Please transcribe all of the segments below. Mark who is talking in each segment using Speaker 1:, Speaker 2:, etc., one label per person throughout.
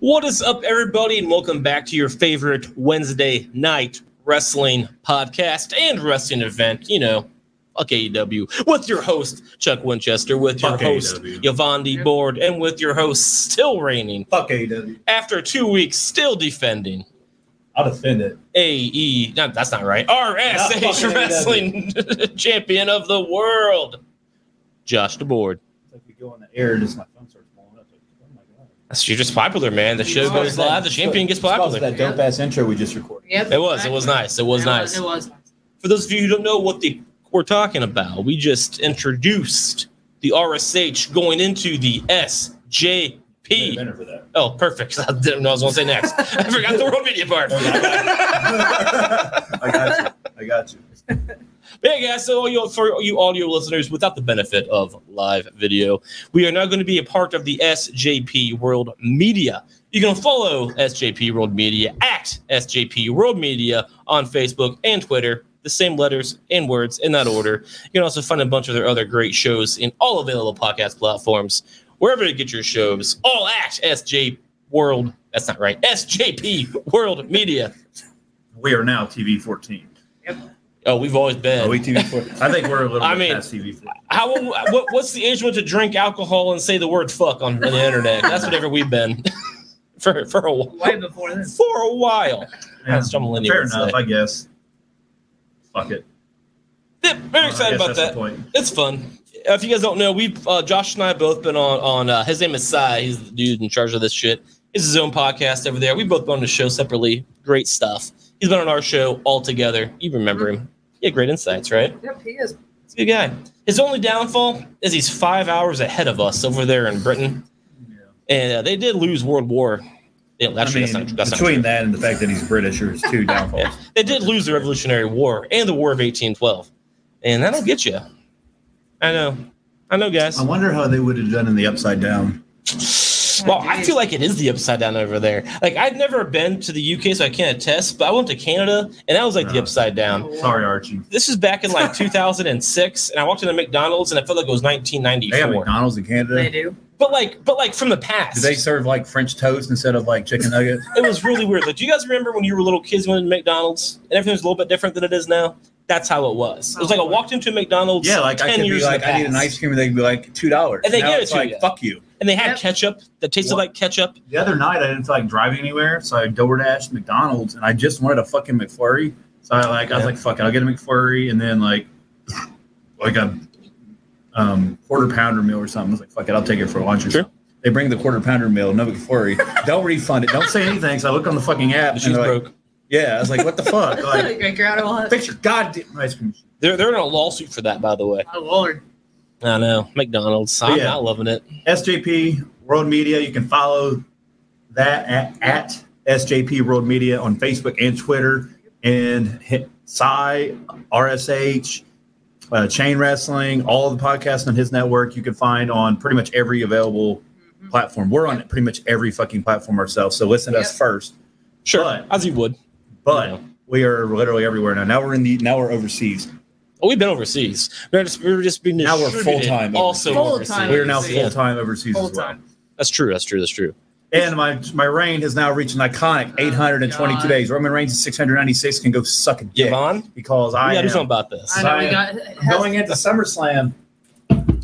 Speaker 1: What is up, everybody, and welcome back to your favorite Wednesday night wrestling podcast and wrestling event. You know, fuck AEW. With your host Chuck Winchester, with your
Speaker 2: Fuck
Speaker 1: host
Speaker 2: AEW.
Speaker 1: Yvonne Board, and with your host still reigning
Speaker 2: Fuck E AEW.
Speaker 1: after two weeks, still defending
Speaker 2: I'll defend it.
Speaker 1: AE. No, that's not E right.
Speaker 2: Not
Speaker 1: RSH
Speaker 2: fucking
Speaker 1: Wrestling Champion of the World, Josh DeBoard.
Speaker 2: It's like we go on the air and just my phone starts blowing up. Like, oh my god.
Speaker 1: That's you're just popular, man. The show goes live. The champion gets popular.
Speaker 2: That dope ass intro we just recorded.
Speaker 3: Yep.
Speaker 1: It was. It was nice. It was nice.
Speaker 3: It was.
Speaker 1: for those of you who don't know what the, we're talking about, we just introduced the RSH going into the
Speaker 2: Made a
Speaker 1: SJP.
Speaker 2: winner for that.
Speaker 1: Oh, perfect. I didn't know what I was going to say next. I forgot the world media part.
Speaker 2: I got you. I got you.
Speaker 1: But yeah, guys, so all you, for all you audio listeners, without the benefit of live video, we are now going to be a part of the SJP World Media. You can follow SJP World Media at SJP World Media on Facebook and Twitter, the same letters and words in that order. You can also find a bunch of their other great shows in all available podcast platforms, wherever you get your shows, all at SJ World. That's not right. SJP World Media.
Speaker 4: We are now TV 14.
Speaker 1: Oh, we've always been.
Speaker 2: Are we TV for?
Speaker 4: I think we're a little
Speaker 1: I
Speaker 4: bit
Speaker 1: mean-
Speaker 4: past TV 14.
Speaker 1: How what, what's the age when to drink alcohol and say the word fuck on, on the internet? That's whatever we've been for for a wh-
Speaker 3: Way before this.
Speaker 1: for a while.
Speaker 4: Yeah,
Speaker 1: That's what millennials
Speaker 4: fair enough,
Speaker 1: say.
Speaker 4: I guess. Fuck it.
Speaker 1: Yeah,
Speaker 4: I
Speaker 1: very excited
Speaker 4: guess
Speaker 1: about
Speaker 4: that's the
Speaker 1: that.
Speaker 4: point.
Speaker 1: It's fun. If you guys don't know, we've uh, Josh and I have both been on on uh, his name is Cy. He's the dude in charge of this shit. It's his own podcast over there. We've both been on the show separately. Great stuff. He's been on our show all together. You remember
Speaker 4: Mm-hmm.
Speaker 1: him? Yeah, great insights, right?
Speaker 3: Yep, he is.
Speaker 1: He's a good guy. His only downfall is he's five hours ahead of us over there in Britain.
Speaker 4: Yeah.
Speaker 1: And uh, they did lose World War. Yeah,
Speaker 2: I
Speaker 1: actually,
Speaker 2: mean,
Speaker 1: that's not, that's not
Speaker 2: between that and the fact that he's British, there's two downfalls.
Speaker 1: true. They did lose the Revolutionary War and the War of 1812. And that'll get you. I know. I know, guys.
Speaker 4: I wonder how they would have done in the upside down.
Speaker 1: Well, I feel like it is the upside down over there. Like, I've never been to the UK, so I can't attest, but I went to Canada, and that was like the
Speaker 2: Uh-huh.
Speaker 4: Uh,
Speaker 1: upside down.
Speaker 4: Sorry, Archie.
Speaker 1: This is back in like 2006, and I walked into McDonald's, and I felt like it was
Speaker 2: They have
Speaker 1: 1994.
Speaker 2: McDonald's in
Speaker 3: They
Speaker 2: Canada.
Speaker 3: do.
Speaker 1: But like, but like from the past.
Speaker 2: Do they serve like French toast instead of like chicken nuggets?
Speaker 1: it was really weird. Like, do you guys remember when you were little kids when McDonald's and everything was a little bit different than it is now? That's how it was. It was like
Speaker 3: Oh,
Speaker 1: I walked into a McDonald's.
Speaker 2: Yeah, like I
Speaker 1: 10
Speaker 2: could be
Speaker 1: years in
Speaker 2: like,
Speaker 1: the
Speaker 2: I need an
Speaker 1: past,
Speaker 2: ice cream, and they'd be like two dollars.
Speaker 1: And they give it to
Speaker 2: like,
Speaker 1: you.
Speaker 2: Fuck you.
Speaker 1: and they had
Speaker 3: Yep.
Speaker 1: ketchup that tasted
Speaker 4: What?
Speaker 1: like ketchup.
Speaker 4: The other night, I didn't feel like driving anywhere, so I DoorDashed McDonald's, and I just wanted a fucking McFlurry. So I like, I was
Speaker 1: Yeah.
Speaker 4: like, fuck it, I'll get a McFlurry, and then like, like a um, quarter pounder meal or something. I was like, fuck it, I'll take it for lunch. Or
Speaker 1: Sure.
Speaker 4: something.
Speaker 2: They bring the quarter pounder meal, no McFlurry. don't refund it. Don't
Speaker 4: Don't say anything. So I look on the fucking app.
Speaker 1: The
Speaker 4: and
Speaker 1: cheese
Speaker 4: they're like,
Speaker 1: broke.
Speaker 2: Yeah, I was like, what the fuck?
Speaker 4: Like,
Speaker 3: Like, you're out of luck.
Speaker 4: fix your goddamn ice cream. machine.
Speaker 1: They're they're in a lawsuit for that, by the way.
Speaker 3: Oh, Lord.
Speaker 1: I know McDonald's. I'm
Speaker 4: Yeah.
Speaker 1: not loving it.
Speaker 4: SJP World Media. You can follow that at, at SJP World Media on Facebook and Twitter, and hit Psy RSH. Uh, chain wrestling, all the podcasts on his network you can find on pretty much every available
Speaker 3: Mhm.
Speaker 4: platform. We're on pretty much every fucking platform ourselves, so listen to us
Speaker 3: Yep.
Speaker 4: first.
Speaker 1: Sure,
Speaker 4: But-
Speaker 1: as you would.
Speaker 4: But
Speaker 1: Yeah.
Speaker 4: we are literally everywhere now. Now we're in the now we're overseas.
Speaker 1: Oh, we've been overseas. We're just we're just being
Speaker 2: Now we're
Speaker 1: distributed
Speaker 2: full-time
Speaker 1: Also
Speaker 3: overseas. Full-time
Speaker 1: overseas.
Speaker 4: We are now
Speaker 3: Overseas.
Speaker 4: full time overseas
Speaker 3: Full
Speaker 4: as well.
Speaker 3: time.
Speaker 1: That's true. That's true. That's true.
Speaker 4: And my my reign has now reached an iconic
Speaker 3: Oh,
Speaker 4: 822
Speaker 3: God.
Speaker 4: days. Roman Reigns at 696 can go suck a dick
Speaker 1: Yvonne,
Speaker 4: because
Speaker 1: we
Speaker 4: I
Speaker 1: gotta do something
Speaker 4: am
Speaker 1: about this.
Speaker 3: I know we
Speaker 4: Zion.
Speaker 3: got.
Speaker 4: going into SummerSlam,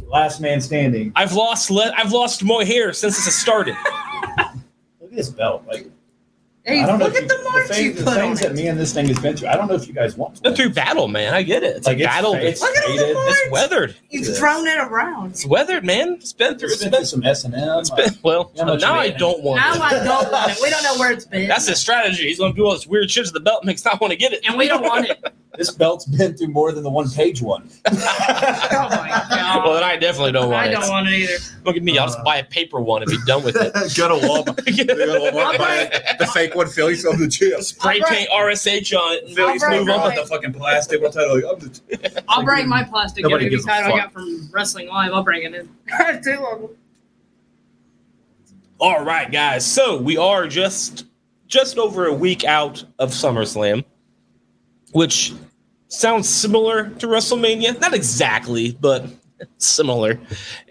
Speaker 4: last man standing.
Speaker 1: I've lost le- I've lost more hair since this has started.
Speaker 4: Look at this belt. Like,
Speaker 3: Hey,
Speaker 4: I don't know
Speaker 3: look
Speaker 4: if
Speaker 3: at the
Speaker 4: you-
Speaker 3: marks
Speaker 4: thing-
Speaker 3: you
Speaker 4: the
Speaker 3: put on
Speaker 4: things
Speaker 3: it.
Speaker 4: that me and this thing has been through. I don't know if you guys want.
Speaker 1: Been through battle, man. I get it. It's
Speaker 4: Like,
Speaker 1: a
Speaker 4: it's
Speaker 1: battle.
Speaker 4: faded.
Speaker 1: It's,
Speaker 3: look at all the
Speaker 4: Hated.
Speaker 3: marks.
Speaker 1: it's weathered.
Speaker 3: You've thrown it around.
Speaker 1: It's weathered, man. It's been through. It's
Speaker 4: It's been through
Speaker 1: been.
Speaker 4: some S and M. uh,
Speaker 1: It's been well,
Speaker 4: How much
Speaker 1: now I
Speaker 4: you made?
Speaker 1: don't want
Speaker 3: Now
Speaker 1: it.
Speaker 3: I don't want it. We don't know where it's been.
Speaker 1: That's his strategy. He's gonna do all this weird shit to the belt mix. Not want to get it.
Speaker 3: And we don't want it.
Speaker 2: This belt's been through more than the one page one.
Speaker 3: Oh my god.
Speaker 1: Well, then I definitely don't want
Speaker 3: I
Speaker 1: it.
Speaker 3: don't want it either.
Speaker 1: Look at me. I'll just buy a paper one and be done with it.
Speaker 5: Go to Walmart. Go to Walmart, buy the fake one, fill yourself the chips.
Speaker 1: Spray
Speaker 3: Alright.
Speaker 1: paint RSH on it. And
Speaker 5: Fill
Speaker 3: Alright,
Speaker 5: yourself up
Speaker 3: alright.
Speaker 5: with the fucking plastic. What title? I'm the
Speaker 3: I'll bring my plastic
Speaker 4: Nobody
Speaker 3: WWE
Speaker 4: gives a
Speaker 3: title I
Speaker 4: fuck.
Speaker 3: got from Wrestling Live. I'll bring it in. Two of 'em.
Speaker 1: All right, guys. So we are just just over a week out of SummerSlam, which sounds similar to WrestleMania. Not exactly, but similar.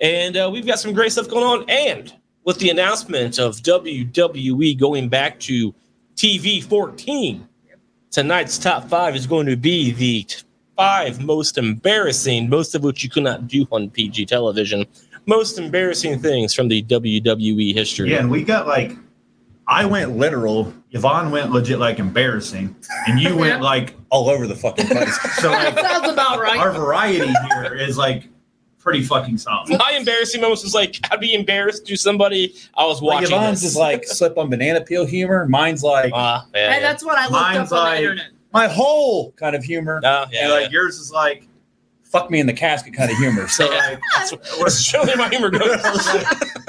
Speaker 1: And uh, we've got some great stuff going on. And with the announcement of WWE going back to TV 14, tonight's top five is going to be the t- five most embarrassing, most of which you could not do on PG television. Most embarrassing things from the WWE history.
Speaker 4: Yeah, and we got like, I went literal. Yvonne went legit like embarrassing, and you went like all over the fucking place. So
Speaker 3: That
Speaker 4: like,
Speaker 3: sounds about right.
Speaker 4: our variety here is like pretty fucking solid.
Speaker 1: my embarrassing moments was like I'd be embarrassed to somebody I was
Speaker 2: Like
Speaker 1: watching.
Speaker 2: Yvonne's
Speaker 1: this.
Speaker 2: is like slip on banana peel humor. Mine's like
Speaker 1: uh, yeah,
Speaker 3: Hey,
Speaker 1: yeah.
Speaker 3: that's what I looked
Speaker 4: Mine's
Speaker 3: up on
Speaker 4: like-
Speaker 3: the internet.
Speaker 2: my whole kind of humor.
Speaker 1: Uh, yeah,
Speaker 4: And like yours is like
Speaker 2: Fuck me in the casket kind of humor. So
Speaker 4: so like
Speaker 1: yeah. That's surely my humor goes.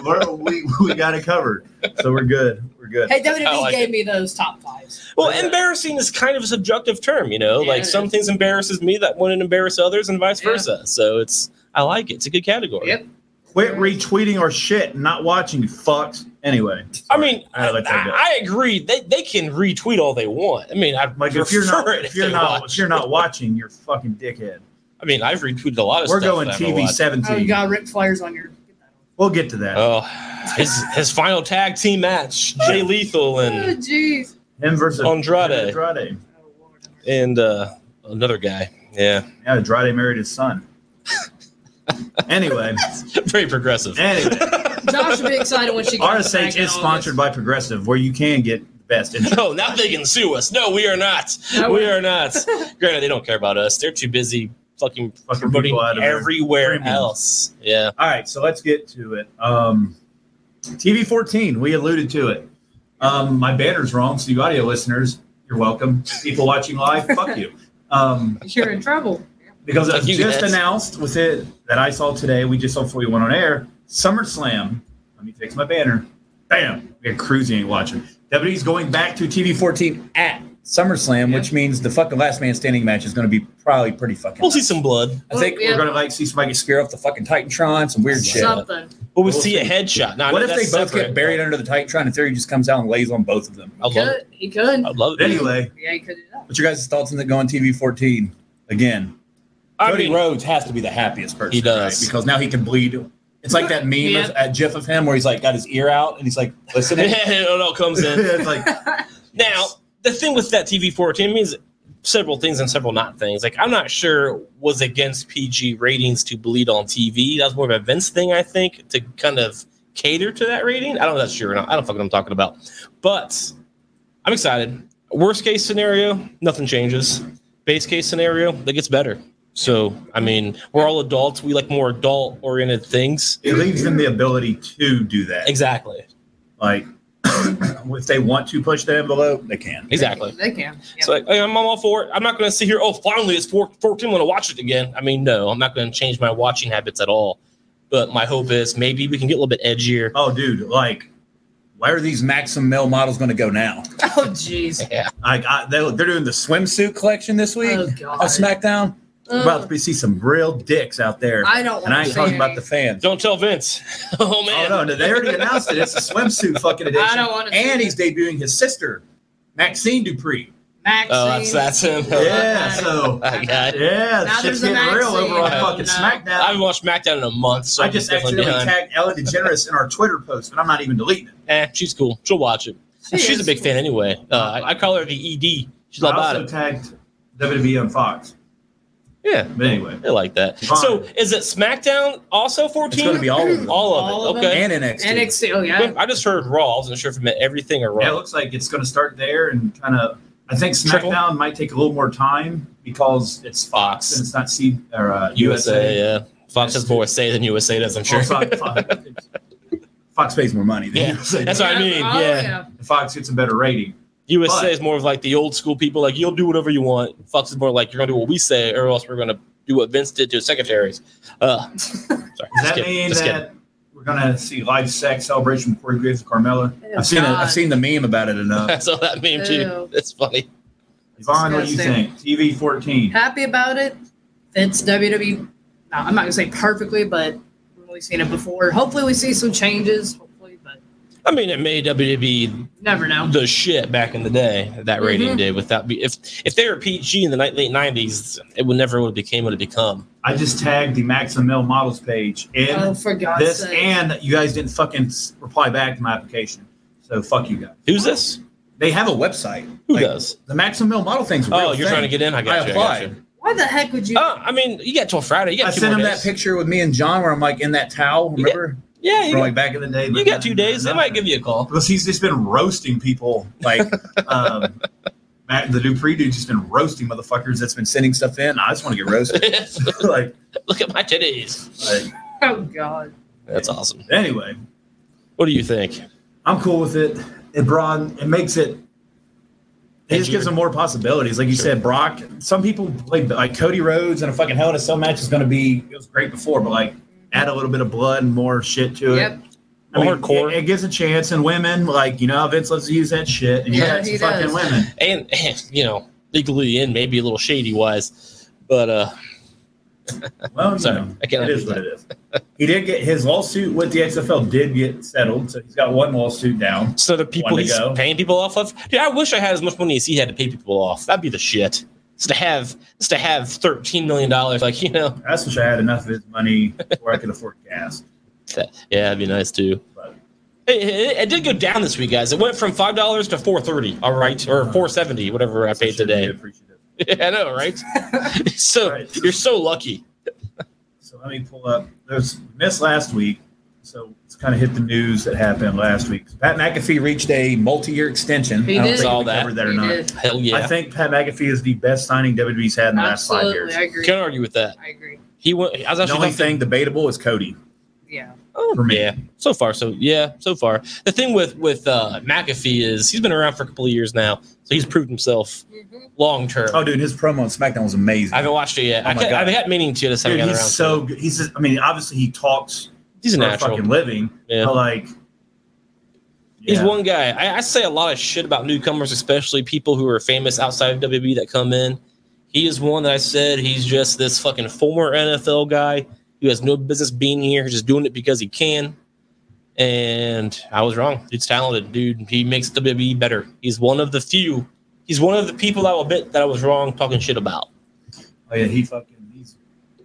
Speaker 4: we're, we we got it covered. So we're good. We're good.
Speaker 3: Hey, WWE
Speaker 1: I like
Speaker 3: gave me those top fives.
Speaker 1: well, embarrassing is kind of a subjective term, you know.
Speaker 3: Yeah,
Speaker 1: like
Speaker 3: it
Speaker 1: some
Speaker 3: is.
Speaker 1: things embarrasses me that wouldn't embarrass others, and vice
Speaker 3: Yeah.
Speaker 1: versa. So it's I like it. It's a good category.
Speaker 3: Yep.
Speaker 4: Quit retweeting our shit and not watching, you fucks. Anyway,
Speaker 1: I mean, I,
Speaker 4: I like that.
Speaker 1: I agree. They they can retweet all they want. I mean, I
Speaker 4: like if you're not
Speaker 1: it
Speaker 4: if you're
Speaker 1: they
Speaker 4: not
Speaker 1: want.
Speaker 4: if you're not watching, you're fucking dickhead.
Speaker 1: I mean, I've retweeted a lot of
Speaker 4: We're
Speaker 1: stuff.
Speaker 4: going
Speaker 1: that I've
Speaker 4: TV
Speaker 1: watched.
Speaker 3: Oh, you
Speaker 4: seventeen.
Speaker 3: got Ric Flair's on your.
Speaker 4: We'll get to that.
Speaker 1: Oh, his his final tag team match: Jay Lethal
Speaker 3: Oh,
Speaker 1: and
Speaker 3: jeez.
Speaker 4: Him versus
Speaker 1: Andrade.
Speaker 4: Andrade.
Speaker 3: Oh, Lord.
Speaker 1: and uh, another guy. Yeah,
Speaker 4: Yeah, Andrade married his son. anyway,
Speaker 1: very progressive.
Speaker 4: anyway,
Speaker 3: Josh will be excited when she comes back
Speaker 4: RSH
Speaker 3: in
Speaker 4: is sponsored by Progressive, where you can get the best insurance.
Speaker 1: No, now they can sue us. No, we are not.
Speaker 3: No,
Speaker 1: we
Speaker 3: we're-
Speaker 1: are not. Granted, they don't care about us. They're too busy fucking,
Speaker 4: Fucking
Speaker 1: promoting
Speaker 4: people out of their
Speaker 1: everywhere
Speaker 4: premiums.
Speaker 1: else. Yeah.
Speaker 4: All right, so let's get to it. Um, TV 14, we alluded to it. Um, my banner's wrong, so you audio listeners, you're welcome. People watching live, fuck you. Um,
Speaker 3: August. You're in trouble.
Speaker 4: because it
Speaker 1: Fuck
Speaker 4: was
Speaker 1: you
Speaker 4: just
Speaker 1: guys.
Speaker 4: announced with it that I saw today, we just saw before we went on air, SummerSlam. Let me fix my banner. Bam! Yeah, Cruzy ain't watching. WWE's going back to TV 14 at SummerSlam, which means the fucking last man standing match is going to be probably pretty fucking.
Speaker 1: We'll see some blood.
Speaker 2: I think
Speaker 4: We're going to like see somebody get
Speaker 2: spear off the fucking Titantron, some weird shit.
Speaker 3: Something.
Speaker 1: We'll,
Speaker 4: We'll
Speaker 1: see a
Speaker 4: see.
Speaker 1: headshot. Nah,
Speaker 4: What
Speaker 1: no,
Speaker 4: if they
Speaker 1: that's
Speaker 4: both get
Speaker 1: separate.
Speaker 2: Buried under the Titantron, and Theory just comes out and lays on both of them.
Speaker 1: I love it.
Speaker 3: Could, he could.
Speaker 1: I love it.
Speaker 4: Anyway,
Speaker 3: Yeah, he could do that.
Speaker 2: What's your guys' thoughts on that going TV 14 again?
Speaker 1: I
Speaker 2: Cody
Speaker 1: mean-
Speaker 2: Rhodes has to be the happiest person.
Speaker 1: He does.
Speaker 2: Because now he can bleed. It's like that meme
Speaker 3: Yeah.
Speaker 2: of, at GIF of him where he's like got his ear out and he's like listening.
Speaker 1: it all comes in.
Speaker 4: it's like
Speaker 1: Now, the thing with that TV 14 means several things and several not things. Like, I'm not sure was against PG ratings to bleed on TV. That was more of a Vince thing, I think, to kind of cater to that rating. I don't know if that's true or not. I don't fucking know what I'm talking about. But I'm excited. Worst case scenario, nothing changes. Base case scenario, that gets better. So, I mean, we're all adults. We like more adult oriented things.
Speaker 4: it leaves them the ability to do that.
Speaker 1: Exactly.
Speaker 4: Like, if they want to push the envelope, they can.
Speaker 1: Exactly.
Speaker 3: They can. Yeah.
Speaker 1: So like, I'm I'm all for it. I'm not going to sit here. Oh, finally it's four, 14. I'm going to watch it again. I mean, no, I'm not going to change my watching habits at all. But my hope is maybe we can get a little bit edgier.
Speaker 4: Oh, dude, like,
Speaker 2: Where are these Maxim Mill models going to go now?
Speaker 3: oh, jeez.
Speaker 4: like I, they, they're doing the swim.
Speaker 2: Swimsuit collection this week?
Speaker 3: Oh,
Speaker 2: on
Speaker 3: God.
Speaker 2: SmackDown?
Speaker 4: We're about to see some real dicks out there.
Speaker 3: I don't
Speaker 4: And I ain't
Speaker 3: want to
Speaker 4: talking
Speaker 3: see
Speaker 4: about
Speaker 3: any.
Speaker 2: The fans.
Speaker 1: Don't tell Vince. Oh
Speaker 4: Oh
Speaker 1: man,
Speaker 4: no, no, they already announced it. It's a swimsuit fucking edition.
Speaker 3: don't wanna see
Speaker 4: And
Speaker 3: it.
Speaker 4: he's debuting his sister, Maxine Dupree.
Speaker 3: Maxine.
Speaker 1: Oh, that's that's him.
Speaker 4: Yeah, so
Speaker 1: I got it.
Speaker 4: yeah,
Speaker 3: Now
Speaker 4: shit's
Speaker 3: there's a
Speaker 4: getting real
Speaker 3: Maxine.
Speaker 4: over on
Speaker 1: Oh,
Speaker 4: fucking
Speaker 3: no.
Speaker 1: I
Speaker 4: SmackDown.
Speaker 1: haven't watched SmackDown in a month, so
Speaker 4: I
Speaker 1: I'm
Speaker 4: just
Speaker 1: definitely
Speaker 4: accidentally
Speaker 1: behind.
Speaker 4: tagged Ellen DeGeneres in our Twitter post, but I'm not even deleting it.
Speaker 1: Eh, she's cool. She'll watch it.
Speaker 3: She
Speaker 1: she's
Speaker 3: is.
Speaker 1: a big fan anyway. Uh, I, I call her the ED. She's all
Speaker 4: I
Speaker 1: about
Speaker 4: also
Speaker 1: it.
Speaker 4: tagged WWE on Fox.
Speaker 1: Yeah,
Speaker 4: But anyway,
Speaker 1: I like that.
Speaker 4: Fine.
Speaker 1: So is it SmackDown also 14?
Speaker 2: It's going to be all of them.
Speaker 1: all of
Speaker 3: All
Speaker 1: it.
Speaker 3: of
Speaker 1: okay.
Speaker 2: And NXT.
Speaker 3: NXT. Oh, yeah.
Speaker 1: I just heard Raw. I wasn't sure if it meant everything or Raw.
Speaker 4: yeah, it looks like it's going to start there and kind of. I think
Speaker 1: Trickle.
Speaker 4: SmackDown might take a little more time because it's Fox and it's not C or uh,
Speaker 1: USA, yeah. Fox has more say than USA does, I'm sure.
Speaker 4: Well, Oh, Fox, Fox,
Speaker 2: Fox pays more money. than
Speaker 1: Yeah.
Speaker 2: you.
Speaker 1: That's what I mean.
Speaker 3: Oh,
Speaker 1: yeah.
Speaker 4: Fox gets a better rating.
Speaker 1: USA
Speaker 4: But-
Speaker 1: is more of like the old school people, like you'll do whatever you want. Fox is more like you're gonna do what we say, or else we're gonna do what Vince did to his secretaries. Uh, sorry, just
Speaker 4: Does that
Speaker 1: kidding,
Speaker 4: mean
Speaker 1: just kidding.
Speaker 4: that we're gonna see live sex celebration before he graves of Carmella?
Speaker 3: Oh,
Speaker 5: I've seen it.
Speaker 3: God.
Speaker 5: I've seen the meme about it
Speaker 4: uh,
Speaker 5: enough.
Speaker 1: I saw that meme too.
Speaker 3: Ew.
Speaker 1: It's funny.
Speaker 4: Yvonne, what do you
Speaker 3: Disgusting.
Speaker 4: think? TV fourteen.
Speaker 3: Happy about it. It's WWE. No, I'm not gonna say perfectly, but we've seen it before. Hopefully, we see some changes. Hopefully, but
Speaker 1: I mean, it made WWE
Speaker 3: you never know.
Speaker 1: the shit back in the day. That rating
Speaker 3: Mhm.
Speaker 1: did without be if if they were PG in the night, late '90s, it would never would have became what it become.
Speaker 4: I just tagged the Max and Mel models page
Speaker 3: Oh,
Speaker 4: and
Speaker 3: for God's
Speaker 4: this,
Speaker 3: sake!
Speaker 4: and you guys didn't fucking s- reply back to my application. So fuck you guys.
Speaker 1: Who's this?
Speaker 4: They have a web.
Speaker 5: website.
Speaker 1: Who
Speaker 5: Like,
Speaker 1: does?
Speaker 5: The Maxim Mill model thing's a real
Speaker 1: Oh, you're
Speaker 5: thing.
Speaker 1: trying to get in. I got
Speaker 5: I
Speaker 1: you. I got
Speaker 5: applied.
Speaker 1: you.
Speaker 3: Why the heck would you?
Speaker 1: Oh, I mean, you got till Friday. You got
Speaker 4: I
Speaker 1: two
Speaker 4: sent
Speaker 1: more
Speaker 4: him
Speaker 1: days.
Speaker 4: that
Speaker 5: Picture with me and John where I'm like in that towel.
Speaker 1: Yeah.
Speaker 5: Remember?
Speaker 1: Yeah, you
Speaker 4: from
Speaker 1: got,
Speaker 4: like back in the day.
Speaker 1: you
Speaker 4: but
Speaker 1: got two
Speaker 4: nothing-
Speaker 1: days. They might
Speaker 4: nothing.
Speaker 1: give you a call.
Speaker 4: because he's just been roasting people like um, Matt, the Dupree dude just been roasting motherfuckers that's been sending stuff in. I just want to get roasted. like,
Speaker 1: Look at my titties.
Speaker 4: like,
Speaker 3: Oh God!
Speaker 1: That's awesome.
Speaker 4: anyway,
Speaker 1: What do you think?
Speaker 4: I'm cool with it. And Braun, it makes it. It just gives them more possibilities. Like you said, Brock. Some people like like Cody Rhodes and a fucking Hell in a Cell match is going to be. It was great before, but like add a little bit of blood and more shit to it.
Speaker 3: Yep.
Speaker 4: I mean,
Speaker 1: Hardcore.
Speaker 4: It, it gives a chance. And women, like you know, Vince loves to use that shit. And you
Speaker 3: Yeah,
Speaker 4: got
Speaker 3: he
Speaker 4: some fucking
Speaker 3: does.
Speaker 4: women.
Speaker 1: And, and, you know, legally in maybe a little shady wise, but uh,
Speaker 4: Well, you
Speaker 1: Sorry,
Speaker 4: know,
Speaker 1: I can't
Speaker 4: it is
Speaker 1: understand.
Speaker 4: what it is. He did get his lawsuit with the XFL did get settled, so he's got one lawsuit down.
Speaker 1: so the people
Speaker 4: One to
Speaker 1: he's
Speaker 4: go.
Speaker 1: paying people off of. Dude, I wish I had as much money as he had to pay people off. That'd be the shit. It's to have, it's to have thirteen million dollars. Like you know,
Speaker 4: I just wish I had enough of his money where I could afford gas.
Speaker 1: that- yeah, that'd be nice too. It, it, it did go down this week, guys. It went from five dollars to four thirty. All right, or four seventy, whatever I
Speaker 4: So
Speaker 1: paid
Speaker 4: should be
Speaker 1: today.
Speaker 4: appreciative.
Speaker 1: I know, right? so
Speaker 4: Right.
Speaker 1: you're so lucky.
Speaker 4: So let me pull up. There's missed last week, so it's kind of hit the news that happened last week. Pat McAfee reached a multi-year extension.
Speaker 3: He
Speaker 4: I don't
Speaker 3: did.
Speaker 4: think
Speaker 1: Saw
Speaker 4: we
Speaker 1: that.
Speaker 4: covered that or
Speaker 3: You
Speaker 4: not.
Speaker 3: did.
Speaker 1: Hell yeah.
Speaker 4: I think Pat McAfee is the best signing WWE's had in the
Speaker 3: Absolutely,
Speaker 4: last
Speaker 3: I
Speaker 4: five years.
Speaker 3: agree.
Speaker 1: Can't argue with that.
Speaker 3: I agree.
Speaker 1: He went. I was
Speaker 4: The
Speaker 1: actually
Speaker 4: only
Speaker 1: talking-
Speaker 4: thing debatable is Cody.
Speaker 3: Yeah.
Speaker 1: Oh,
Speaker 4: for me.
Speaker 1: Yeah, so far, so yeah, so far. The thing with with uh, McAfee is he's been around for a couple of years now, so he's proved himself long term.
Speaker 4: Oh, dude, his promo on SmackDown was amazing.
Speaker 1: I haven't watched it yet.
Speaker 4: Oh
Speaker 1: I
Speaker 4: my
Speaker 1: can't,
Speaker 4: God.
Speaker 1: I've had meaning to this.
Speaker 4: Dude,
Speaker 1: haven't gotten
Speaker 4: he's
Speaker 1: around to
Speaker 4: so
Speaker 1: it.
Speaker 4: good. He's just, I mean, obviously he talks
Speaker 1: he's a
Speaker 4: for a
Speaker 1: natural.
Speaker 4: fucking living.
Speaker 1: Yeah.
Speaker 4: But like,
Speaker 1: He's
Speaker 4: yeah.
Speaker 1: one guy. I, I say a lot of shit about newcomers, especially people who are famous outside of WWE that come in. He is one that I said he's just this fucking former NFL guy who has no business being here, who's just doing it because he can. And I was wrong. He's talented, dude. He makes WWE better. He's one of the few. He's one of the people I will admit that I was wrong talking shit about.
Speaker 4: Oh yeah, he fucking he's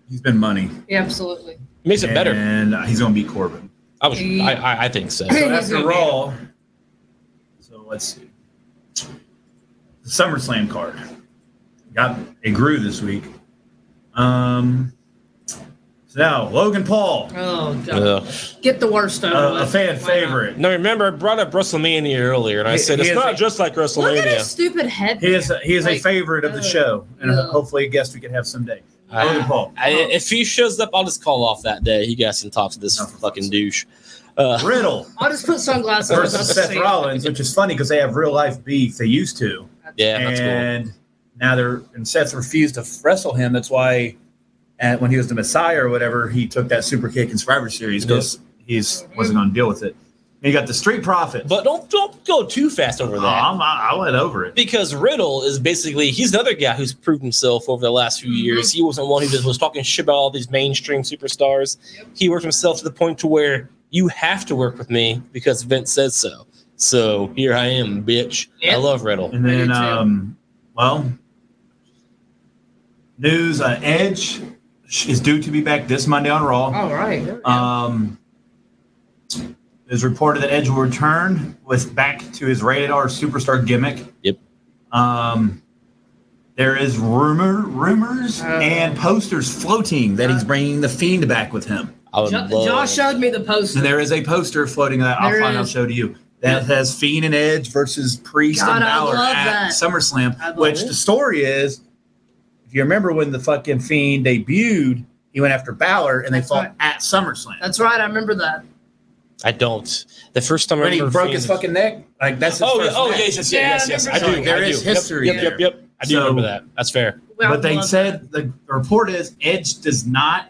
Speaker 4: he's been money.
Speaker 3: Yeah. Absolutely.
Speaker 1: He makes it better.
Speaker 4: And he's gonna beat Corbin.
Speaker 1: I was. I, I, I think so.
Speaker 4: So
Speaker 3: He's
Speaker 4: after
Speaker 3: gonna beat
Speaker 4: Raw, so let's see. The SummerSlam card got it grew this week. Um. So now Logan Paul,
Speaker 3: Oh God.
Speaker 1: Ugh.
Speaker 3: Get the worst over
Speaker 4: Uh, a, a
Speaker 3: with.
Speaker 4: fan
Speaker 3: Why not?
Speaker 4: favorite.
Speaker 1: Now remember, I brought up WrestleMania earlier, and I
Speaker 4: He-
Speaker 1: said
Speaker 4: he
Speaker 1: it's
Speaker 4: is
Speaker 1: not
Speaker 4: a-
Speaker 1: just like
Speaker 3: Look at his
Speaker 1: WrestleMania.
Speaker 3: stupid head.
Speaker 4: He is a, he is a
Speaker 3: Like,
Speaker 4: favorite of the
Speaker 3: ugh.
Speaker 4: show, and
Speaker 3: Ugh.
Speaker 4: hopefully a guest we could have someday.
Speaker 1: I-
Speaker 4: Logan Paul.
Speaker 1: I, if he shows up, I'll just call off that day. He guys can talk to this
Speaker 4: No, for
Speaker 1: fucking
Speaker 4: fuck's
Speaker 1: douche. Uh,
Speaker 4: Riddle
Speaker 3: I'll just put sunglasses on. I'll
Speaker 4: versus
Speaker 3: just
Speaker 4: Seth
Speaker 3: see.
Speaker 4: Rollins, which is funny because they have real life beef. They used to,
Speaker 1: yeah, that's cool.
Speaker 4: and now they're and Seth refused to wrestle him. That's why, at, when he was the Messiah or whatever, he took that super kick in Survivor Series because he's wasn't going to deal with it. And you got the Street Profit.
Speaker 1: But don't don't go too fast over
Speaker 4: Oh,
Speaker 1: that
Speaker 4: I'm, I, I went over it.
Speaker 1: because Riddle is basically he's another guy who's proved himself over the last few
Speaker 3: Mhm.
Speaker 1: years. He wasn't one who just was talking shit about all these mainstream superstars.
Speaker 3: Yep.
Speaker 1: He worked himself to the point to where you have to work with me because Vince says so. So here I am, bitch. I
Speaker 3: Yeah.
Speaker 1: love Riddle.
Speaker 4: And then,
Speaker 3: I did too.
Speaker 4: um, well, news uh, Edge is due to be back this Monday on Raw.
Speaker 3: All right.
Speaker 4: Um, it was reported that Edge will return with back to his radar superstar gimmick.
Speaker 1: Yep.
Speaker 4: Um, there is rumor, rumors,
Speaker 3: Uh.
Speaker 4: and posters floating that he's bringing the Fiend back with him.
Speaker 1: I would
Speaker 3: Jo-
Speaker 1: love.
Speaker 3: Josh showed me the poster.
Speaker 4: And there is a poster floating that I'll
Speaker 3: There
Speaker 4: find. I'll
Speaker 3: is.
Speaker 4: show to you. That has Fiend and Edge versus Priest
Speaker 3: God,
Speaker 4: and
Speaker 3: I
Speaker 4: Balor
Speaker 3: love
Speaker 4: at
Speaker 3: that. I
Speaker 4: SummerSlam.
Speaker 3: love
Speaker 4: Which
Speaker 3: it.
Speaker 4: the story is, if you remember when the fucking Fiend debuted, he went after Balor and they
Speaker 3: That's
Speaker 4: fought
Speaker 3: right.
Speaker 4: at SummerSlam.
Speaker 3: That's right. I remember that.
Speaker 1: I don't. The first time
Speaker 5: When
Speaker 1: I
Speaker 5: he
Speaker 1: remember
Speaker 5: broke
Speaker 1: seeing
Speaker 5: his
Speaker 1: this-
Speaker 5: fucking neck, like that's his
Speaker 1: Oh, yeah,
Speaker 5: first
Speaker 1: oh
Speaker 5: neck.
Speaker 1: yes, yes,
Speaker 3: Yeah,
Speaker 1: yes, yes,
Speaker 3: I
Speaker 1: yes. I
Speaker 3: remember
Speaker 1: do.
Speaker 3: seeing
Speaker 1: There
Speaker 5: that.
Speaker 1: is
Speaker 5: There is history
Speaker 1: Yep,
Speaker 5: there.
Speaker 1: yep, yep. I do
Speaker 4: So-
Speaker 1: remember that. That's fair.
Speaker 3: Well,
Speaker 4: but they
Speaker 3: love
Speaker 4: said the report is Edge does not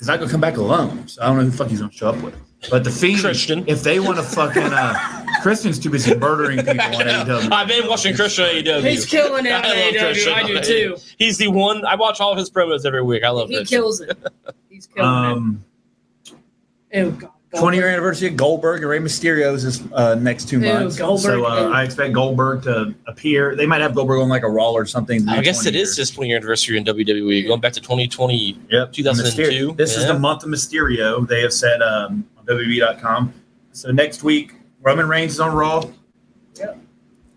Speaker 5: He's not gonna come back alone. So I don't know who the fuck he's gonna show up with.
Speaker 4: But the Fiend,
Speaker 1: Christian.
Speaker 4: if they want to fucking, uh, Christian's too busy murdering people on
Speaker 5: E
Speaker 4: AEW.
Speaker 1: I've been watching Christian AEW.
Speaker 3: that. he's killing it.
Speaker 1: I
Speaker 3: on
Speaker 1: love Christian
Speaker 3: AEW. I do
Speaker 1: on
Speaker 3: too.
Speaker 1: He's the one. I watch all of his promos every week. I love
Speaker 3: He
Speaker 1: Christian.
Speaker 3: kills it. He's killing
Speaker 4: Um,
Speaker 3: it. Oh god.
Speaker 5: 20 year anniversary of Goldberg and Rey Mysterio's is uh, next two
Speaker 3: Ew,
Speaker 5: months.
Speaker 3: Goldberg.
Speaker 4: so uh, I expect Goldberg to appear. They might have Goldberg.
Speaker 5: Goldberg on like a Raw or something.
Speaker 1: I guess it
Speaker 5: 20
Speaker 1: is
Speaker 5: years.
Speaker 1: his 20 year anniversary in WWE, going back to 2020.
Speaker 4: Yep.
Speaker 1: 2002,
Speaker 4: Mysterio. This is
Speaker 1: yeah.
Speaker 4: the month of Mysterio. They have said um, on WWE.com. So next week, Roman Reigns is on Raw.
Speaker 3: Yep.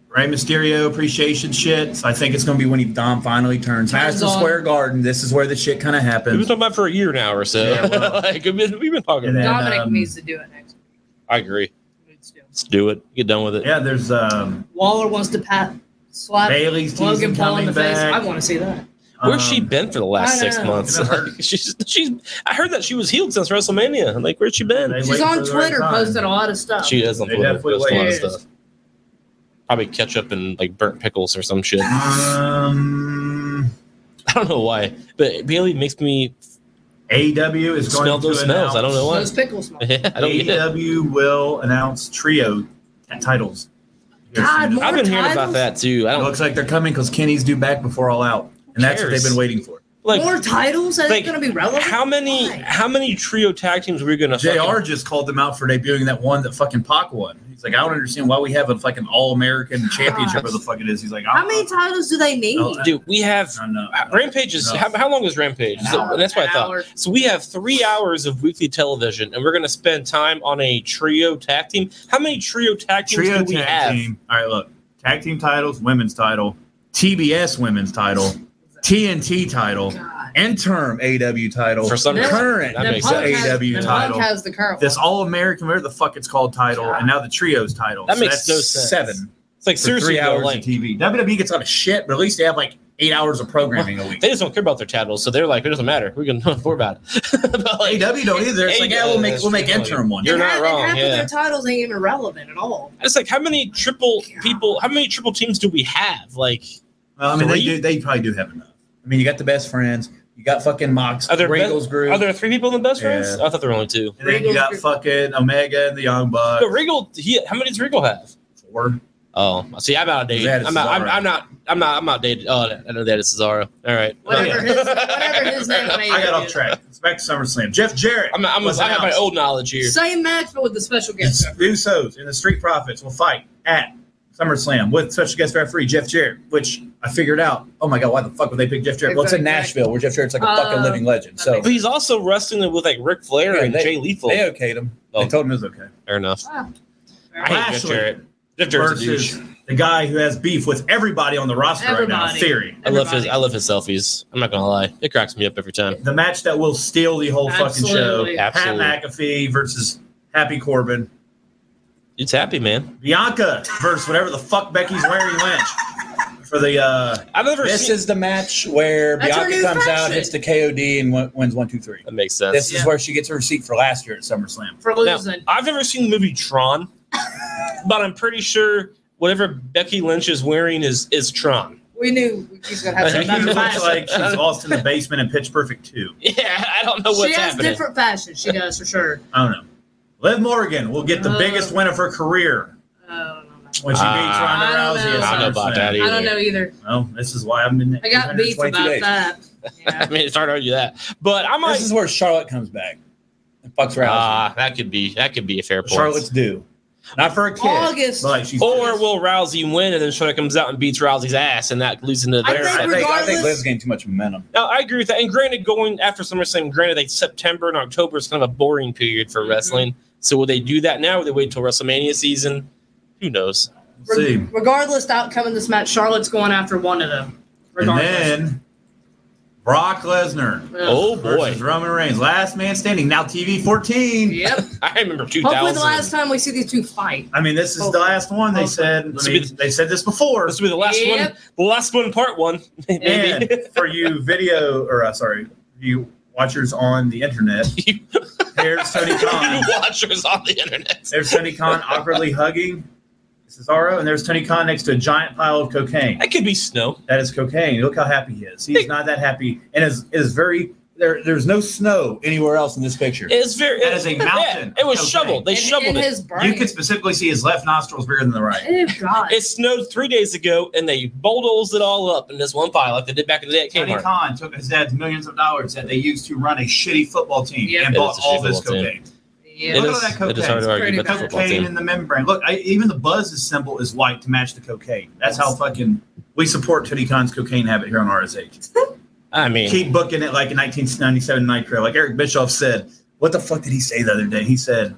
Speaker 4: Rey Mysterio appreciation shit. So I think it's
Speaker 5: It's gonna be when he Dom finally turns.
Speaker 3: Turns
Speaker 5: Madison
Speaker 3: on.
Speaker 5: Square Garden. This is where the shit kind of
Speaker 1: We've been
Speaker 5: happens.
Speaker 1: talking about it for a year now or so.
Speaker 4: Yeah, well.
Speaker 1: like, we've been, we've been talking
Speaker 4: And
Speaker 1: about it.
Speaker 4: then-
Speaker 3: Dominic
Speaker 4: um,
Speaker 3: needs to do it next.
Speaker 1: I agree.
Speaker 3: He needs to.
Speaker 1: Let's do it. Get done with it.
Speaker 4: yeah. There's um,
Speaker 3: Waller wants to pat slap
Speaker 4: Bailey's
Speaker 3: Logan
Speaker 4: Logan
Speaker 3: Paul
Speaker 4: coming
Speaker 3: in the
Speaker 4: back.
Speaker 3: face. I want to see that.
Speaker 1: Where's she
Speaker 4: Um,
Speaker 1: been for the last
Speaker 3: I
Speaker 1: six
Speaker 3: know.
Speaker 1: months?
Speaker 4: You know, her-
Speaker 1: she's, she's. I heard that she was healed since WrestleMania. I'm Like, where's she been?
Speaker 4: They
Speaker 3: She's
Speaker 4: wait
Speaker 3: on
Speaker 4: for the right
Speaker 3: Twitter
Speaker 4: time.
Speaker 3: posting a lot of stuff.
Speaker 1: She is on
Speaker 4: Um, They
Speaker 1: Twitter.
Speaker 4: definitely
Speaker 1: That's a lot of
Speaker 3: wait.
Speaker 1: stuff. Probably ketchup and like burnt pickles or some shit. I
Speaker 4: Um,
Speaker 1: don't know why, but Bailey makes me
Speaker 4: AEW E is going
Speaker 1: smell
Speaker 4: to
Speaker 1: those smells. I don't know why.
Speaker 3: Those pickles. man.
Speaker 1: I don't get it.
Speaker 4: AEW will announce trio titles. here
Speaker 3: God,
Speaker 4: soon.
Speaker 3: more
Speaker 1: I've been hearing about
Speaker 3: titles?
Speaker 1: that too. I
Speaker 4: It
Speaker 1: don't
Speaker 4: looks like they're coming because Kenny's due back before All Out, and that's what
Speaker 1: cares?
Speaker 4: they've been waiting for.
Speaker 1: like
Speaker 3: More titles that
Speaker 1: like,
Speaker 3: ain't gonna be relevant.
Speaker 1: how many
Speaker 3: Why?
Speaker 1: how many trio tag teams we're gonna
Speaker 4: Jr.
Speaker 1: fucking-
Speaker 4: just called them out for debuting that one that fucking Pac won. He's like, I don't understand why we have a fucking All American Championship or the fuck it is. He's like, I
Speaker 3: How
Speaker 4: don't
Speaker 3: many
Speaker 4: know.
Speaker 3: titles do they need?
Speaker 4: No,
Speaker 1: dude we have
Speaker 4: I don't know.
Speaker 1: rampage is
Speaker 4: No.
Speaker 1: how, how long is rampage
Speaker 4: An
Speaker 1: So-
Speaker 4: hour.
Speaker 1: that's what i
Speaker 3: An
Speaker 1: thought
Speaker 3: hour.
Speaker 1: so we have three hours of weekly television and we're gonna spend time on a trio tag team how many trio tag teams
Speaker 4: Trio
Speaker 1: do we have
Speaker 4: tag team. All right, look, tag team titles, women's title, TBS women's title, TNT title,
Speaker 3: God.
Speaker 5: Interim AW title.
Speaker 1: for some
Speaker 3: Then-
Speaker 1: reason
Speaker 5: current
Speaker 1: that
Speaker 3: Then
Speaker 1: makes
Speaker 3: Punk
Speaker 1: sense.
Speaker 3: has-
Speaker 4: AEW
Speaker 3: then
Speaker 4: title.
Speaker 3: Punk has the current.
Speaker 4: this
Speaker 3: one.
Speaker 4: All American, whatever the fuck it's called, title, and now the trios title.
Speaker 1: That makes
Speaker 4: that's
Speaker 1: no sense.
Speaker 5: seven.
Speaker 1: it's like
Speaker 5: For
Speaker 1: seriously
Speaker 5: three
Speaker 1: though,
Speaker 5: hours
Speaker 1: like,
Speaker 5: of TV. WWE gets out of shit, but at least they have like eight hours of programming a week.
Speaker 1: they just don't care about their titles so they're like it doesn't matter we can don't worry about it But, like,
Speaker 5: AW don't either. It's like, yeah, we'll make we'll make interim one.
Speaker 1: You're
Speaker 3: And
Speaker 1: not
Speaker 3: half- and
Speaker 1: wrong,
Speaker 3: Half of
Speaker 1: yeah.
Speaker 3: their titles ain't even relevant at all.
Speaker 1: it's like how many triple
Speaker 3: Oh God.
Speaker 1: people how many triple teams do we have like
Speaker 4: Well, I mean,
Speaker 1: Three?
Speaker 4: they do. They probably do have enough.
Speaker 5: I mean, you got the best friends. You got fucking Mox.
Speaker 1: Are there
Speaker 5: Regal's group.
Speaker 1: Are there three people in the best friends?
Speaker 5: Yeah.
Speaker 1: I thought there were only two.
Speaker 4: And then you got fucking Omega and the Young Bucks.
Speaker 1: But Regal, he, how many does Regal have?
Speaker 4: Four.
Speaker 1: Oh, see, I'm outdated.
Speaker 5: That is
Speaker 1: I'm not, I'm,
Speaker 5: Cesaro.
Speaker 1: I'm not. I'm not. I'm outdated. Oh, I know that is Cesaro. All right.
Speaker 3: Whatever his, whatever his name.
Speaker 1: I'm,
Speaker 3: may
Speaker 4: I got
Speaker 3: be.
Speaker 4: off track. It's back to SummerSlam. Jeff Jarrett.
Speaker 1: I'm, I'm,
Speaker 4: was
Speaker 1: I have my
Speaker 4: announced.
Speaker 1: old knowledge here.
Speaker 3: Same match, but with the special guest.
Speaker 4: The Usos and the Street Profits will fight at SummerSlam with special guest referee Jeff Jarrett, which I figured out.
Speaker 5: oh my god, why the fuck would they pick Jeff Jarrett? Well, it's in
Speaker 3: Exactly.
Speaker 5: Nashville, where Jeff Jarrett's like a fucking
Speaker 3: Uh,
Speaker 5: living legend.
Speaker 3: that
Speaker 5: So
Speaker 1: But he's also wrestling with like Ric Flair
Speaker 5: Yeah,
Speaker 1: and
Speaker 5: they-
Speaker 1: Jay Lethal.
Speaker 5: they okayed him.
Speaker 1: Oh.
Speaker 5: They told him it was okay.
Speaker 1: Fair enough.
Speaker 3: Wow.
Speaker 1: I hate Jeff
Speaker 4: Lashley
Speaker 1: Jarrett. Jeff Jarrett's a douche.
Speaker 4: versus the guy who has beef with everybody on the roster right now.
Speaker 3: Everybody.
Speaker 4: Theory.
Speaker 1: I love his.
Speaker 3: Everybody.
Speaker 1: I love his selfies. I'm not gonna lie. It cracks me up every time.
Speaker 4: The match that will steal the whole fucking
Speaker 3: Absolutely.
Speaker 4: show.
Speaker 1: Absolutely.
Speaker 4: Pat McAfee versus Happy Corbin.
Speaker 1: It's happy, man.
Speaker 4: Bianca versus whatever the fuck Becky's wearing Lynch for the uh
Speaker 1: I've never
Speaker 5: This
Speaker 1: seen.
Speaker 5: is the match where
Speaker 3: That's her
Speaker 5: Bianca
Speaker 3: new
Speaker 5: comes out,
Speaker 3: fashion.
Speaker 5: hits the KOD, and win- wins one, two, three.
Speaker 1: that makes sense.
Speaker 5: This
Speaker 3: Yeah.
Speaker 5: is where she gets her receipt for last year at SummerSlam.
Speaker 3: For
Speaker 1: Now,
Speaker 3: losing.
Speaker 1: I've never seen the movie Tron, but I'm pretty sure whatever Becky Lynch is wearing is is Tron.
Speaker 3: we knew he's going to have
Speaker 4: She
Speaker 3: some
Speaker 1: Thank you
Speaker 3: type of
Speaker 1: so
Speaker 4: looks
Speaker 3: fashion.
Speaker 4: like she's lost in the basement in Pitch Perfect 2.
Speaker 1: Yeah, I don't know
Speaker 3: she
Speaker 1: oh, what's
Speaker 3: has
Speaker 1: happening.
Speaker 3: different fashion. She does, for sure.
Speaker 4: I don't know. Liv Morgan will get the
Speaker 3: Uh,
Speaker 4: biggest win of her career
Speaker 3: Uh,
Speaker 4: when she beats
Speaker 1: Ah,
Speaker 4: Ronda
Speaker 3: I don't
Speaker 4: Rousey.
Speaker 3: know.
Speaker 4: at
Speaker 3: I
Speaker 1: don't know about
Speaker 4: SummerSlam.
Speaker 1: that
Speaker 3: I don't know either.
Speaker 4: Well, this is why I'm in.
Speaker 3: I got beef
Speaker 5: 122
Speaker 3: about
Speaker 5: days.
Speaker 3: that.
Speaker 1: I
Speaker 3: Yeah.
Speaker 1: mean, it's hard to argue that, but I might.
Speaker 5: This is where Charlotte comes back and fucks Rousey.
Speaker 1: Ah, that could be that could be a fair point.
Speaker 5: Charlotte's due, not for a kid.
Speaker 3: August.
Speaker 5: But she's
Speaker 1: or will Rousey win and then Charlotte comes out and beats Rousey's ass and that leads into
Speaker 3: I
Speaker 1: their.
Speaker 5: I think, I think
Speaker 3: regardless-
Speaker 5: Liv's getting too much momentum.
Speaker 1: Now, I agree with that. And granted, going after SummerSlam, granted, like September and October is kind of a boring period for
Speaker 3: Mhm.
Speaker 1: wrestling. So will they do that now? Will they wait until WrestleMania season? Who knows?
Speaker 4: We'll see.
Speaker 3: Regardless of the outcome of this match, Charlotte's going after one of them.
Speaker 4: And
Speaker 3: Regardless.
Speaker 4: then Brock Lesnar
Speaker 3: Ugh.
Speaker 1: Oh boy,
Speaker 4: versus Roman Reigns, last man standing. Now TV 14.
Speaker 3: Yep.
Speaker 1: I remember 2000.
Speaker 3: Hopefully, the last time we see these two fight.
Speaker 4: I mean, this
Speaker 3: Oh,
Speaker 4: is the last one they said. I
Speaker 1: This will be
Speaker 4: mean, they said this before.
Speaker 1: This will be the last
Speaker 3: Yep.
Speaker 1: one. The last one, part one. Maybe.
Speaker 4: And for you video, or uh, sorry, you watchers on the internet. There's Tony Khan.
Speaker 1: watchers on the internet.
Speaker 4: There's Tony Khan awkwardly hugging Cesaro, and there's Tony Khan next to a giant pile of cocaine.
Speaker 1: That could be snow.
Speaker 4: That is cocaine. Look how happy he is. He's not that happy, and is is very there. There's no snow anywhere else in this picture.
Speaker 1: It's very.
Speaker 4: That is a
Speaker 1: yeah,
Speaker 4: mountain
Speaker 1: it was
Speaker 4: of cocaine.
Speaker 1: shoveled. They
Speaker 3: in,
Speaker 1: shoveled it.
Speaker 3: in his brain.
Speaker 4: You could specifically see his left nostril is bigger than the right.
Speaker 3: Oh, God.
Speaker 1: It snowed three days ago, and they bulldozed it all up in this one pile, like they did back in the day at
Speaker 4: Tony
Speaker 1: Kmart.
Speaker 4: Khan took his dad's millions of dollars that they used to run a shitty football team
Speaker 3: Yeah.
Speaker 4: and
Speaker 1: It
Speaker 4: bought
Speaker 1: is a shitty
Speaker 4: all this
Speaker 1: football team.
Speaker 4: cocaine.
Speaker 1: It
Speaker 3: yeah.
Speaker 4: Look at
Speaker 1: is,
Speaker 4: all
Speaker 1: it
Speaker 4: that
Speaker 1: is hard to argue
Speaker 3: cocaine.
Speaker 1: about the
Speaker 3: Pretty
Speaker 1: football
Speaker 4: Cocaine
Speaker 1: team.
Speaker 4: in the membrane. Look, I, even the Buzz's symbol is white to match the cocaine. That's how fucking we support Tony Khan's cocaine habit here on RSH.
Speaker 1: I mean,
Speaker 4: keep booking it like in 1997 Nitro. Like Eric Bischoff said, what the fuck did he say the other day? He said,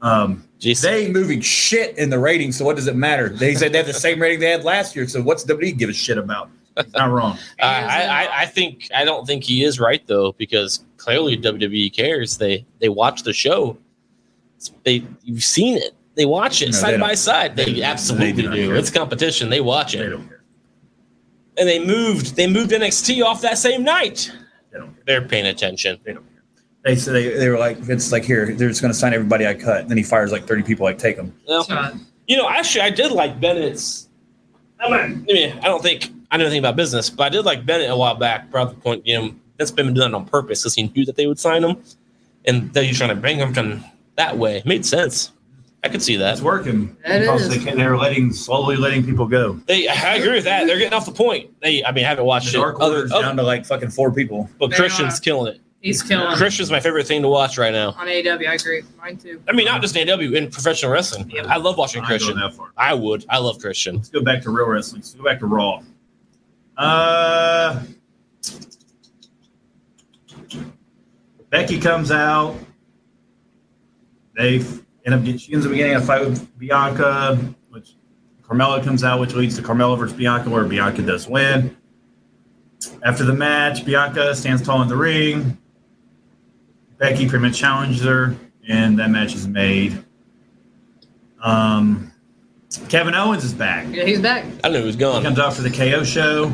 Speaker 4: um,
Speaker 1: geez.
Speaker 4: they ain't moving shit in the ratings, so what does it matter? They said they have the same rating they had last year, so what's WWE give a shit about? He's not wrong.
Speaker 1: I, I, I- I think I don't think he is right though because clearly WWE cares. They they watch the show. It's- They you've seen it. They watch it
Speaker 4: No,
Speaker 1: side
Speaker 4: they
Speaker 1: by
Speaker 4: don't.
Speaker 1: side. They,
Speaker 4: They-
Speaker 1: absolutely
Speaker 4: they do
Speaker 1: do.
Speaker 4: not care.
Speaker 1: It's competition. They watch
Speaker 4: They
Speaker 1: it.
Speaker 4: don't care.
Speaker 1: and they moved. They moved NXT off that same night.
Speaker 4: They don't care.
Speaker 1: They're paying attention.
Speaker 4: They don't care. They said they, they were like, it's like here, they're just going to sign everybody I cut. And then he fires like 30 people, like take them.
Speaker 1: Well,
Speaker 3: Shot.
Speaker 1: you know, actually, I did like Bennett's. I mean, I mean, I don't think I know anything about business, but I did like Bennett a while back. Probably the point, you know, that's been done on purpose because he knew that they would sign him, and that he's trying to bring him from that way. It made sense. I could see that.
Speaker 4: That's working.
Speaker 3: That
Speaker 4: because
Speaker 3: is.
Speaker 4: They can, they're letting slowly letting people go.
Speaker 1: They, I agree with that. They're getting off the point. They, I mean, I haven't watched
Speaker 4: The
Speaker 1: it.
Speaker 4: dark
Speaker 1: Other, oh.
Speaker 4: order's
Speaker 1: other-
Speaker 4: down to like fucking four people.
Speaker 1: but
Speaker 3: They
Speaker 1: Christian's
Speaker 3: are.
Speaker 1: killing it.
Speaker 3: He's killing it.
Speaker 1: Christian's my favorite thing to watch right now.
Speaker 3: on AEW. I agree. Mine too.
Speaker 1: I mean, not just in AW, in professional wrestling. I love watching
Speaker 4: I ain't going
Speaker 1: Christian.
Speaker 4: that far.
Speaker 1: I would. I love Christian.
Speaker 4: Let's go back to real wrestling. Let's go back to Raw. Uh, Becky comes out. They f- end up getting, she ends up getting in a fight with Bianca, which Carmella comes out, which leads to Carmella versus Bianca, where Bianca does win. After the match, Bianca stands tall in the ring. Becky pretty much challenges her, and that match is made. Um, Kevin Owens is back.
Speaker 3: Yeah, he's back.
Speaker 1: I knew he was
Speaker 4: He
Speaker 1: gone.
Speaker 4: comes out for the KO show.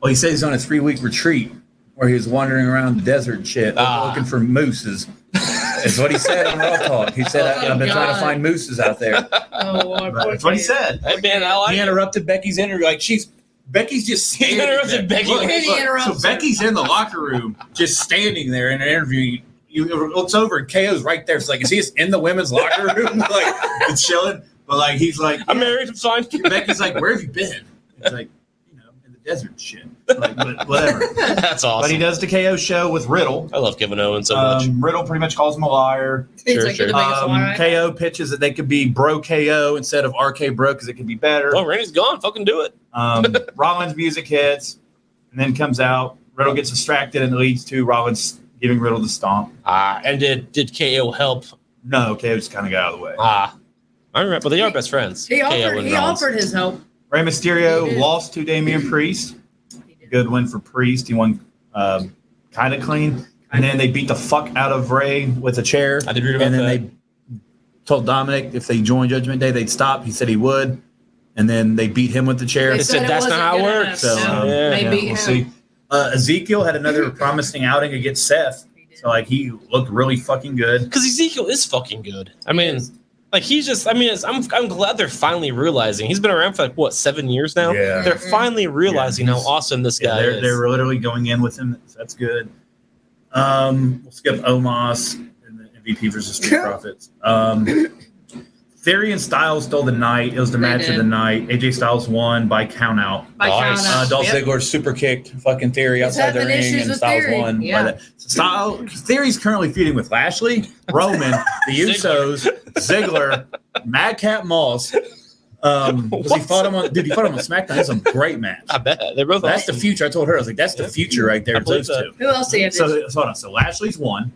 Speaker 4: Well, he says he's on a three week retreat where he was wandering around the desert and shit
Speaker 1: Ah.
Speaker 4: looking for mooses. That's what he said on Raw Talk. He said, I,
Speaker 3: Oh,
Speaker 4: have been trying
Speaker 3: God.
Speaker 4: to find mooses out there.
Speaker 3: Oh, Lord, poor
Speaker 4: That's what he
Speaker 3: kid.
Speaker 4: said.
Speaker 1: Hey man, I like
Speaker 4: He interrupted Becky's interview. Like, she's. Becky's just
Speaker 1: He
Speaker 4: standing
Speaker 1: interrupted
Speaker 4: there.
Speaker 1: Becky.
Speaker 4: Look,
Speaker 3: He
Speaker 4: look,
Speaker 3: interrupts
Speaker 4: so Becky's in the locker room, just standing there in an interview. You it looks over and KO's right there. It's like, is he just in the women's locker room? like, it's chilling. But like, he's like,
Speaker 1: I'm
Speaker 4: yeah.
Speaker 1: married. I'm fine.
Speaker 4: Becky's like, "Where have you been?" It's like, you know, in the desert, and shit. Like, but whatever.
Speaker 1: That's
Speaker 4: But he
Speaker 1: awesome.
Speaker 4: does the KO show with Riddle.
Speaker 1: I love Kevin Owens so much.
Speaker 4: Um, Riddle pretty much calls him a liar.
Speaker 3: He's
Speaker 1: Sure,
Speaker 3: like
Speaker 1: sure.
Speaker 3: the biggest
Speaker 4: Um,
Speaker 3: liar.
Speaker 4: KO pitches that they could be Bro KO instead of RK Bro because it could be better.
Speaker 1: Oh, Randy's gone. Fucking do it.
Speaker 4: Um, Rollins' music hits, and then comes out. Riddle gets distracted, and it leads to Rollins giving Riddle the stomp.
Speaker 1: Ah, and did did KO help?
Speaker 4: No, KO just kind of got out of the way.
Speaker 1: Ah, I remember. But they are best friends.
Speaker 3: He
Speaker 1: KO
Speaker 3: offered.
Speaker 1: and
Speaker 3: He
Speaker 1: Rollins.
Speaker 3: offered his help.
Speaker 4: Rey
Speaker 3: He
Speaker 4: Mysterio
Speaker 3: did.
Speaker 4: lost to Damian Priest.
Speaker 3: He did.
Speaker 4: Good win for Priest. He won um, kind of clean. And then they beat the fuck out of Ray with a chair.
Speaker 1: I did read about
Speaker 4: and then
Speaker 1: that.
Speaker 4: they told Dominic if they joined Judgment Day, they'd stop. He said he would, and then they beat him with the chair.
Speaker 3: They
Speaker 1: said
Speaker 3: it
Speaker 1: that's not how
Speaker 3: wasn't
Speaker 1: it
Speaker 3: good
Speaker 1: works,
Speaker 3: enough,
Speaker 4: so,
Speaker 3: no.
Speaker 4: um,
Speaker 1: Yeah,
Speaker 3: they
Speaker 1: yeah,
Speaker 3: beat
Speaker 4: we'll
Speaker 3: him.
Speaker 4: see. Uh, Ezekiel had another promising outing against Seth,
Speaker 3: He did.
Speaker 4: so like he looked really fucking good.
Speaker 1: Because Ezekiel is fucking good. I mean, like he's just. I mean, it's, I'm I'm glad they're finally realizing he's been around for like what seven years now.
Speaker 4: Yeah.
Speaker 1: They're
Speaker 3: Mhm.
Speaker 1: finally realizing how
Speaker 4: he's-
Speaker 1: awesome this
Speaker 4: Yeah,
Speaker 1: guy
Speaker 4: they're,
Speaker 1: is.
Speaker 4: they're literally going in with him. So that's good. Um, we'll skip Omos and the MVP versus Street Profits. Um, Theory and Styles stole the night. It was the
Speaker 3: They
Speaker 4: match of
Speaker 3: did.
Speaker 4: the night. AJ Styles won by countout.
Speaker 3: By
Speaker 1: Nice.
Speaker 3: count
Speaker 4: Uh,
Speaker 3: out.
Speaker 4: Dolph
Speaker 3: Yep.
Speaker 4: Ziggler super kicked fucking Theory
Speaker 3: He's
Speaker 4: outside the
Speaker 3: having
Speaker 4: ring,
Speaker 3: issues
Speaker 4: and
Speaker 3: with
Speaker 4: Styles
Speaker 3: Theory,
Speaker 4: won.
Speaker 3: yeah.
Speaker 4: By that. Style, Theory's currently feuding with Lashley, Roman, the
Speaker 1: Ziggler.
Speaker 4: Usos, Ziggler, Madcap Moss. Um, 'cause he
Speaker 1: What?
Speaker 4: fought him on, dude. He fought him on SmackDown. That's a great match.
Speaker 1: I bet they're both.
Speaker 4: That's
Speaker 1: awesome.
Speaker 4: the future. I told her I was like, that's the
Speaker 1: Yeah.
Speaker 4: future right there.
Speaker 1: I
Speaker 4: is
Speaker 1: believe
Speaker 4: Those
Speaker 1: that.
Speaker 4: two.
Speaker 3: Who else did he have?
Speaker 4: So, so hold on. So Lashley's one.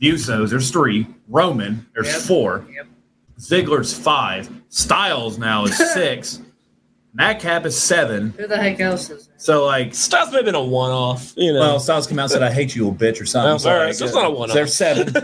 Speaker 4: The Usos, there's three. Roman, there's
Speaker 3: Yep.
Speaker 4: four.
Speaker 3: Yep.
Speaker 4: Ziggler's five. Styles now is six. Madcap is seven.
Speaker 3: Who the heck else is there?
Speaker 4: So like,
Speaker 1: Styles may have been a one-off. You know.
Speaker 4: well, Styles came out and said, "I hate you, little bitch," or something.
Speaker 1: Oh, all right,
Speaker 4: like,
Speaker 1: so it's not a one-off.
Speaker 4: so There's seven. So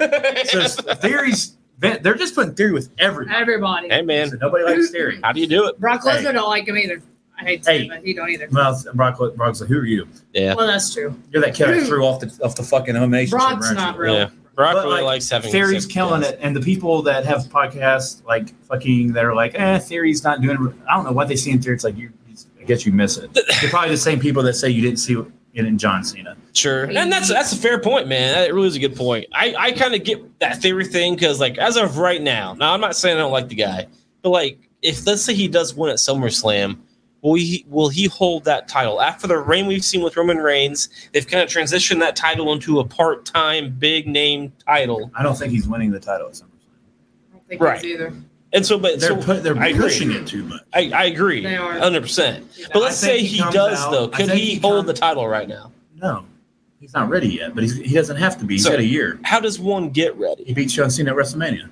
Speaker 4: there's theories. They're just putting theory with everyone.
Speaker 3: Everybody.
Speaker 1: hey man,
Speaker 4: So nobody likes theory.
Speaker 1: how do you do it?
Speaker 3: Brock
Speaker 4: Hey.
Speaker 3: Lesnar don't like him either. I hate to say
Speaker 4: Hey.
Speaker 3: it, but he don't either.
Speaker 4: Well, Brock, Brock's like, who are you?
Speaker 1: Yeah.
Speaker 3: Well, that's true.
Speaker 4: You're that kid I
Speaker 3: Who?
Speaker 4: threw off the off the fucking animation.
Speaker 3: Brock's not real.
Speaker 1: Yeah. Brock
Speaker 4: But,
Speaker 1: really
Speaker 4: like,
Speaker 1: likes having
Speaker 4: Theory's
Speaker 1: sex
Speaker 4: killing
Speaker 1: guys.
Speaker 4: it, and the people that have podcasts like fucking that are like, eh, Theory's not doing. I don't know what they see in Theory. It's like you, I guess you miss it. You're probably the same people that say you didn't see it in John Cena.
Speaker 1: Sure, and that's that's a fair point, man. That really is a good point. I I kind of get that theory thing because like as of right now, now I'm not saying I don't like the guy, but like if let's say he does win at SummerSlam, will he will he hold that title after the reign we've seen with Roman Reigns? They've kind of transitioned that title into a part time big name title,
Speaker 4: I don't think he's winning the title. At SummerSlam.
Speaker 3: I don't think he
Speaker 1: Right.
Speaker 3: is either.
Speaker 1: and so but
Speaker 4: They're
Speaker 1: so,
Speaker 4: put, they're
Speaker 1: I agree.
Speaker 4: pushing it too much.
Speaker 1: I I agree,
Speaker 3: They are.
Speaker 1: hundred percent.
Speaker 3: Yeah.
Speaker 1: But let's
Speaker 4: I think
Speaker 1: say
Speaker 4: he
Speaker 1: he
Speaker 4: comes
Speaker 1: does
Speaker 4: out-
Speaker 1: though,
Speaker 4: I
Speaker 1: could
Speaker 4: think
Speaker 1: he
Speaker 4: he
Speaker 1: hold
Speaker 4: comes-
Speaker 1: the title right now?
Speaker 4: No, he's not ready yet. But he's, he doesn't have to be. He's
Speaker 1: So-
Speaker 4: got a year.
Speaker 1: How does one get ready?
Speaker 4: He beat John Cena at WrestleMania.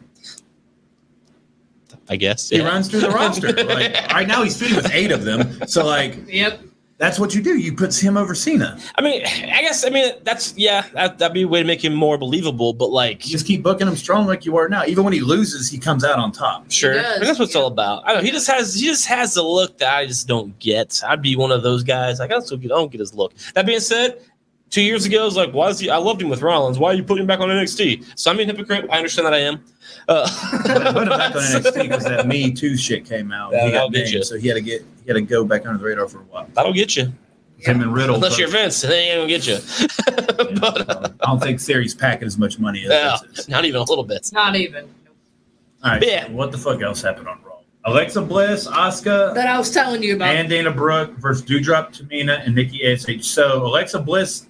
Speaker 1: I guess
Speaker 4: He runs through the roster. Like, right now, he's feeding with eight of them. So like,
Speaker 3: Yep.
Speaker 4: that's what you do. You put him over Cena.
Speaker 1: I mean, I guess I mean that's yeah, that, that'd be a way to make him more believable. But like,
Speaker 4: You just keep booking him strong like you are now. Even when he loses, he comes out on top.
Speaker 1: sure,
Speaker 3: He does,
Speaker 1: I mean, that's what it's
Speaker 3: yeah.
Speaker 1: all about. I don't know he just has he just has the look that I just don't get. I'd be one of those guys. Like, I also get, I don't get his look. That being said, two years ago, I was like, why is he? I loved him with Rollins. Why are you putting him back on NXT? So I'm being a hypocrite. I understand that I am.
Speaker 4: But I
Speaker 1: Uh,
Speaker 4: put him back on NXT because that Me Too shit came out. and he
Speaker 1: That'll
Speaker 4: got
Speaker 1: get
Speaker 4: banned,
Speaker 1: you.
Speaker 4: so he had to get he had to go back under the radar for a while.
Speaker 1: That'll get you,
Speaker 4: Him and Riddle.
Speaker 1: unless
Speaker 4: both-
Speaker 1: you're Vince. They ain't gonna get you.
Speaker 4: you know,
Speaker 1: but, uh,
Speaker 4: I don't think Theory's packing as much money as
Speaker 1: yeah,
Speaker 4: Vince is.
Speaker 1: not even a little bit.
Speaker 3: Not even.
Speaker 4: All right.
Speaker 1: Yeah.
Speaker 4: What the fuck else happened on Raw? Alexa Bliss, Asuka,
Speaker 3: That I was telling you about.
Speaker 4: and Dana Brooke versus Dewdrop, Tamina, and Nikki Ash. So Alexa Bliss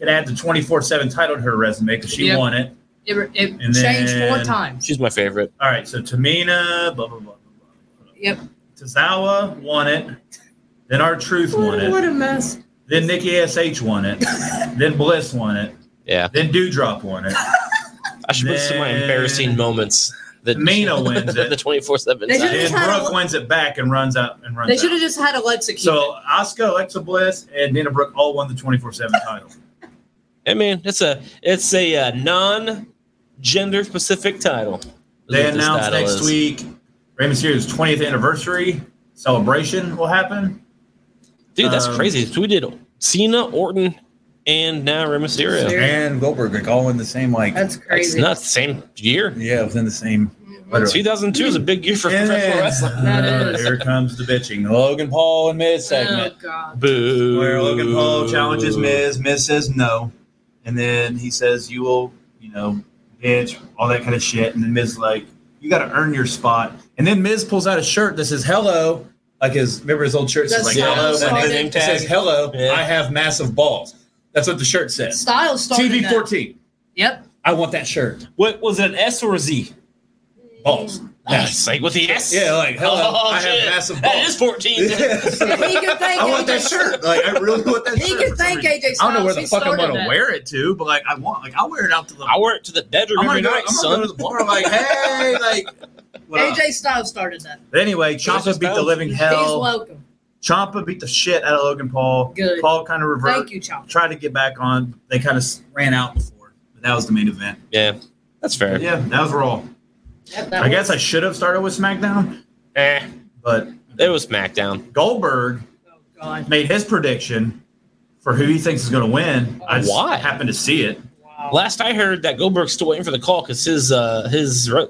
Speaker 4: could add the twenty four seven title to her resume because she
Speaker 3: Yeah.
Speaker 4: won it.
Speaker 3: it it
Speaker 4: and
Speaker 3: changed four
Speaker 4: then-
Speaker 3: times.
Speaker 1: She's my favorite.
Speaker 4: All right. So Tamina, blah blah blah. blah, blah.
Speaker 3: Yep.
Speaker 4: Tazawa won it. Then our truth won it.
Speaker 3: What a mess.
Speaker 4: Then Nikki Ash won it. then Bliss won it.
Speaker 1: Yeah.
Speaker 4: Then Dewdrop won it.
Speaker 1: I should put some of my
Speaker 4: Then-
Speaker 1: embarrassing moments. That
Speaker 4: Mina wins it.
Speaker 1: the twenty four seven.
Speaker 3: They should've
Speaker 4: then
Speaker 3: had a-
Speaker 4: Brooke wins it back and runs out and runs.
Speaker 3: They should
Speaker 4: out.
Speaker 3: have just had Alexa keep
Speaker 4: So Asuka, Alexa Bliss, and Dana Brooke all won the twenty four seven title.
Speaker 1: I mean, it's a it's a uh, non gender specific title. That's
Speaker 4: They
Speaker 1: what this
Speaker 4: announced
Speaker 1: title
Speaker 4: next
Speaker 1: is.
Speaker 4: week Rey Mysterio's twentieth anniversary celebration will happen.
Speaker 1: dude. That's
Speaker 4: um,
Speaker 1: crazy. So we did Cena, Orton, and now Rey Mysterio.
Speaker 3: Mysterio.
Speaker 5: And Goldberg, like all in the same, like,
Speaker 3: it. That's
Speaker 1: It's
Speaker 3: crazy.
Speaker 1: not the same year.
Speaker 5: yeah, within the same.
Speaker 3: Mhm.
Speaker 5: literally.
Speaker 1: Two thousand two is a big year for
Speaker 4: And
Speaker 1: professional
Speaker 4: then-
Speaker 1: wrestling.
Speaker 3: That is.
Speaker 4: Here comes the bitching.
Speaker 5: Logan Paul and mid
Speaker 3: Oh
Speaker 5: segment.
Speaker 3: god.
Speaker 1: Boo!
Speaker 4: Where Logan Paul challenges Miz, Miz says no, and then he says you will, you know, bitch, all that kind of shit, and then Miz is like you got to earn your spot, and then Miz pulls out a shirt that says hello, like his remember his old shirt says like
Speaker 3: That's so
Speaker 4: hello,
Speaker 3: awesome.
Speaker 4: and
Speaker 1: Name
Speaker 4: then it says
Speaker 1: tag.
Speaker 4: hello,
Speaker 1: Yeah.
Speaker 4: I have massive balls. That's what the shirt says.
Speaker 3: Styles started
Speaker 4: TV
Speaker 3: that.
Speaker 4: fourteen.
Speaker 3: Yep.
Speaker 4: I want that shirt.
Speaker 1: What was it? An S or a Z?
Speaker 4: Balls.
Speaker 1: Nice, like with the S.
Speaker 4: Yeah, like hello,
Speaker 1: Oh,
Speaker 4: I
Speaker 1: shit.
Speaker 4: have massive balls.
Speaker 1: That is fourteen.
Speaker 3: He could thank
Speaker 4: I want that
Speaker 3: AJ
Speaker 4: shirt. Like I really want that
Speaker 3: He
Speaker 4: shirt.
Speaker 3: could
Speaker 4: for some
Speaker 3: thank
Speaker 4: reason.
Speaker 3: AJ Styles.
Speaker 4: I don't know where the
Speaker 3: He
Speaker 4: fuck I'm
Speaker 3: started
Speaker 4: gonna
Speaker 3: that.
Speaker 4: wear it to, but like I want, like I'll wear it out to the.
Speaker 1: I wear it to the bedroom
Speaker 4: I'm
Speaker 1: every
Speaker 4: gonna go,
Speaker 1: night,
Speaker 4: I'm gonna
Speaker 1: son.
Speaker 4: go to the bar. Like hey, like. what up?
Speaker 3: AJ Styles started that.
Speaker 4: But anyway, Champa
Speaker 1: just
Speaker 4: beat the
Speaker 1: bounce.
Speaker 4: living
Speaker 3: He's
Speaker 4: hell.
Speaker 3: welcome.
Speaker 4: Champa beat the shit out of Logan Paul.
Speaker 3: Good.
Speaker 4: Paul kind of reversed,
Speaker 3: Thank you, Chop.
Speaker 4: tried to get back on. They kind of ran out before, but that was the main event.
Speaker 1: yeah, that's fair.
Speaker 4: But yeah, that was Raw.
Speaker 3: Yep, that
Speaker 4: I guess I
Speaker 3: was-
Speaker 4: should have started with SmackDown,
Speaker 1: Eh,
Speaker 4: but
Speaker 1: it was SmackDown.
Speaker 4: Goldberg
Speaker 3: Oh god.
Speaker 4: made his prediction for who he thinks is going to win. I just
Speaker 1: Why?
Speaker 4: happened to see it.
Speaker 3: Wow.
Speaker 1: Last I heard, that Goldberg's still waiting for the call because his uh his re-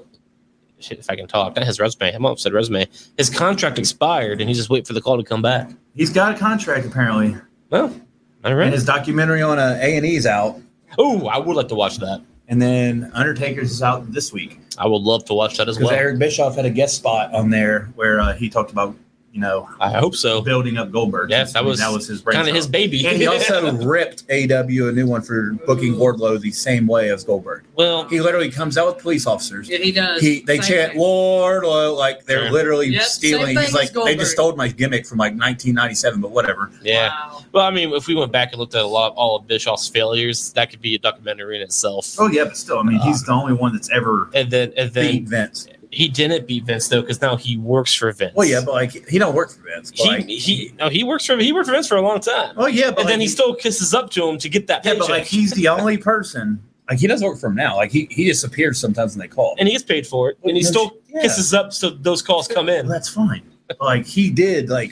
Speaker 1: shit, if I can talk, not his resume. I'm upset resume. His contract expired, and he's just waiting for the call to come back.
Speaker 4: He's got a contract apparently,
Speaker 1: Well, all
Speaker 4: and
Speaker 1: right.
Speaker 4: his documentary on uh, A and E's out,
Speaker 1: Oh, I would like to watch that.
Speaker 4: and then Undertaker's is out this week.
Speaker 1: I would love to watch that as
Speaker 4: Because
Speaker 1: well.
Speaker 4: Eric Bischoff had a guest spot on there where uh, he talked about, you know,
Speaker 1: I hope so.
Speaker 4: building up Goldberg.
Speaker 1: Yes, that
Speaker 4: I mean,
Speaker 1: was
Speaker 4: that was
Speaker 1: Kind
Speaker 4: his
Speaker 1: of
Speaker 4: brainchild.
Speaker 1: his baby.
Speaker 5: And he also ripped AW a new one for booking Wardlow the same way as Goldberg.
Speaker 1: well,
Speaker 5: He literally comes out with police officers.
Speaker 3: Yeah, he does.
Speaker 5: He they
Speaker 3: Same
Speaker 5: chant
Speaker 3: thing.
Speaker 5: Wardlow like they're
Speaker 1: Yeah.
Speaker 5: literally
Speaker 3: Yep, same
Speaker 5: stealing.
Speaker 3: thing
Speaker 5: He's like
Speaker 3: as
Speaker 5: they
Speaker 3: Goldberg.
Speaker 5: just stole my gimmick from like 1997, but whatever.
Speaker 1: yeah.
Speaker 3: Wow.
Speaker 1: Well, I mean, if we went back and looked at a lot of all of Bischoff's failures, that could be a documentary in itself.
Speaker 4: Oh yeah, but still, I mean, he's the only one that's ever.
Speaker 1: And then, and
Speaker 5: Uh, Beat
Speaker 1: then
Speaker 5: Vince.
Speaker 1: he didn't beat Vince though, because now he works for Vince.
Speaker 5: Well, yeah, but like he don't work for Vince. But,
Speaker 1: he
Speaker 5: like,
Speaker 1: he no, he works for he worked for Vince for a long time.
Speaker 4: Oh yeah, but
Speaker 1: and then
Speaker 4: like,
Speaker 1: he still kisses up to him to get that
Speaker 4: Yeah,
Speaker 1: paycheck.
Speaker 4: but like he's the only person.
Speaker 5: like he doesn't work for him now. Like he, he disappears sometimes when they call.
Speaker 1: and he gets paid for it, and he
Speaker 5: Well,
Speaker 1: still
Speaker 5: yeah.
Speaker 1: kisses up so those calls come
Speaker 4: Well,
Speaker 1: in.
Speaker 4: that's fine. But, Like he
Speaker 5: he did like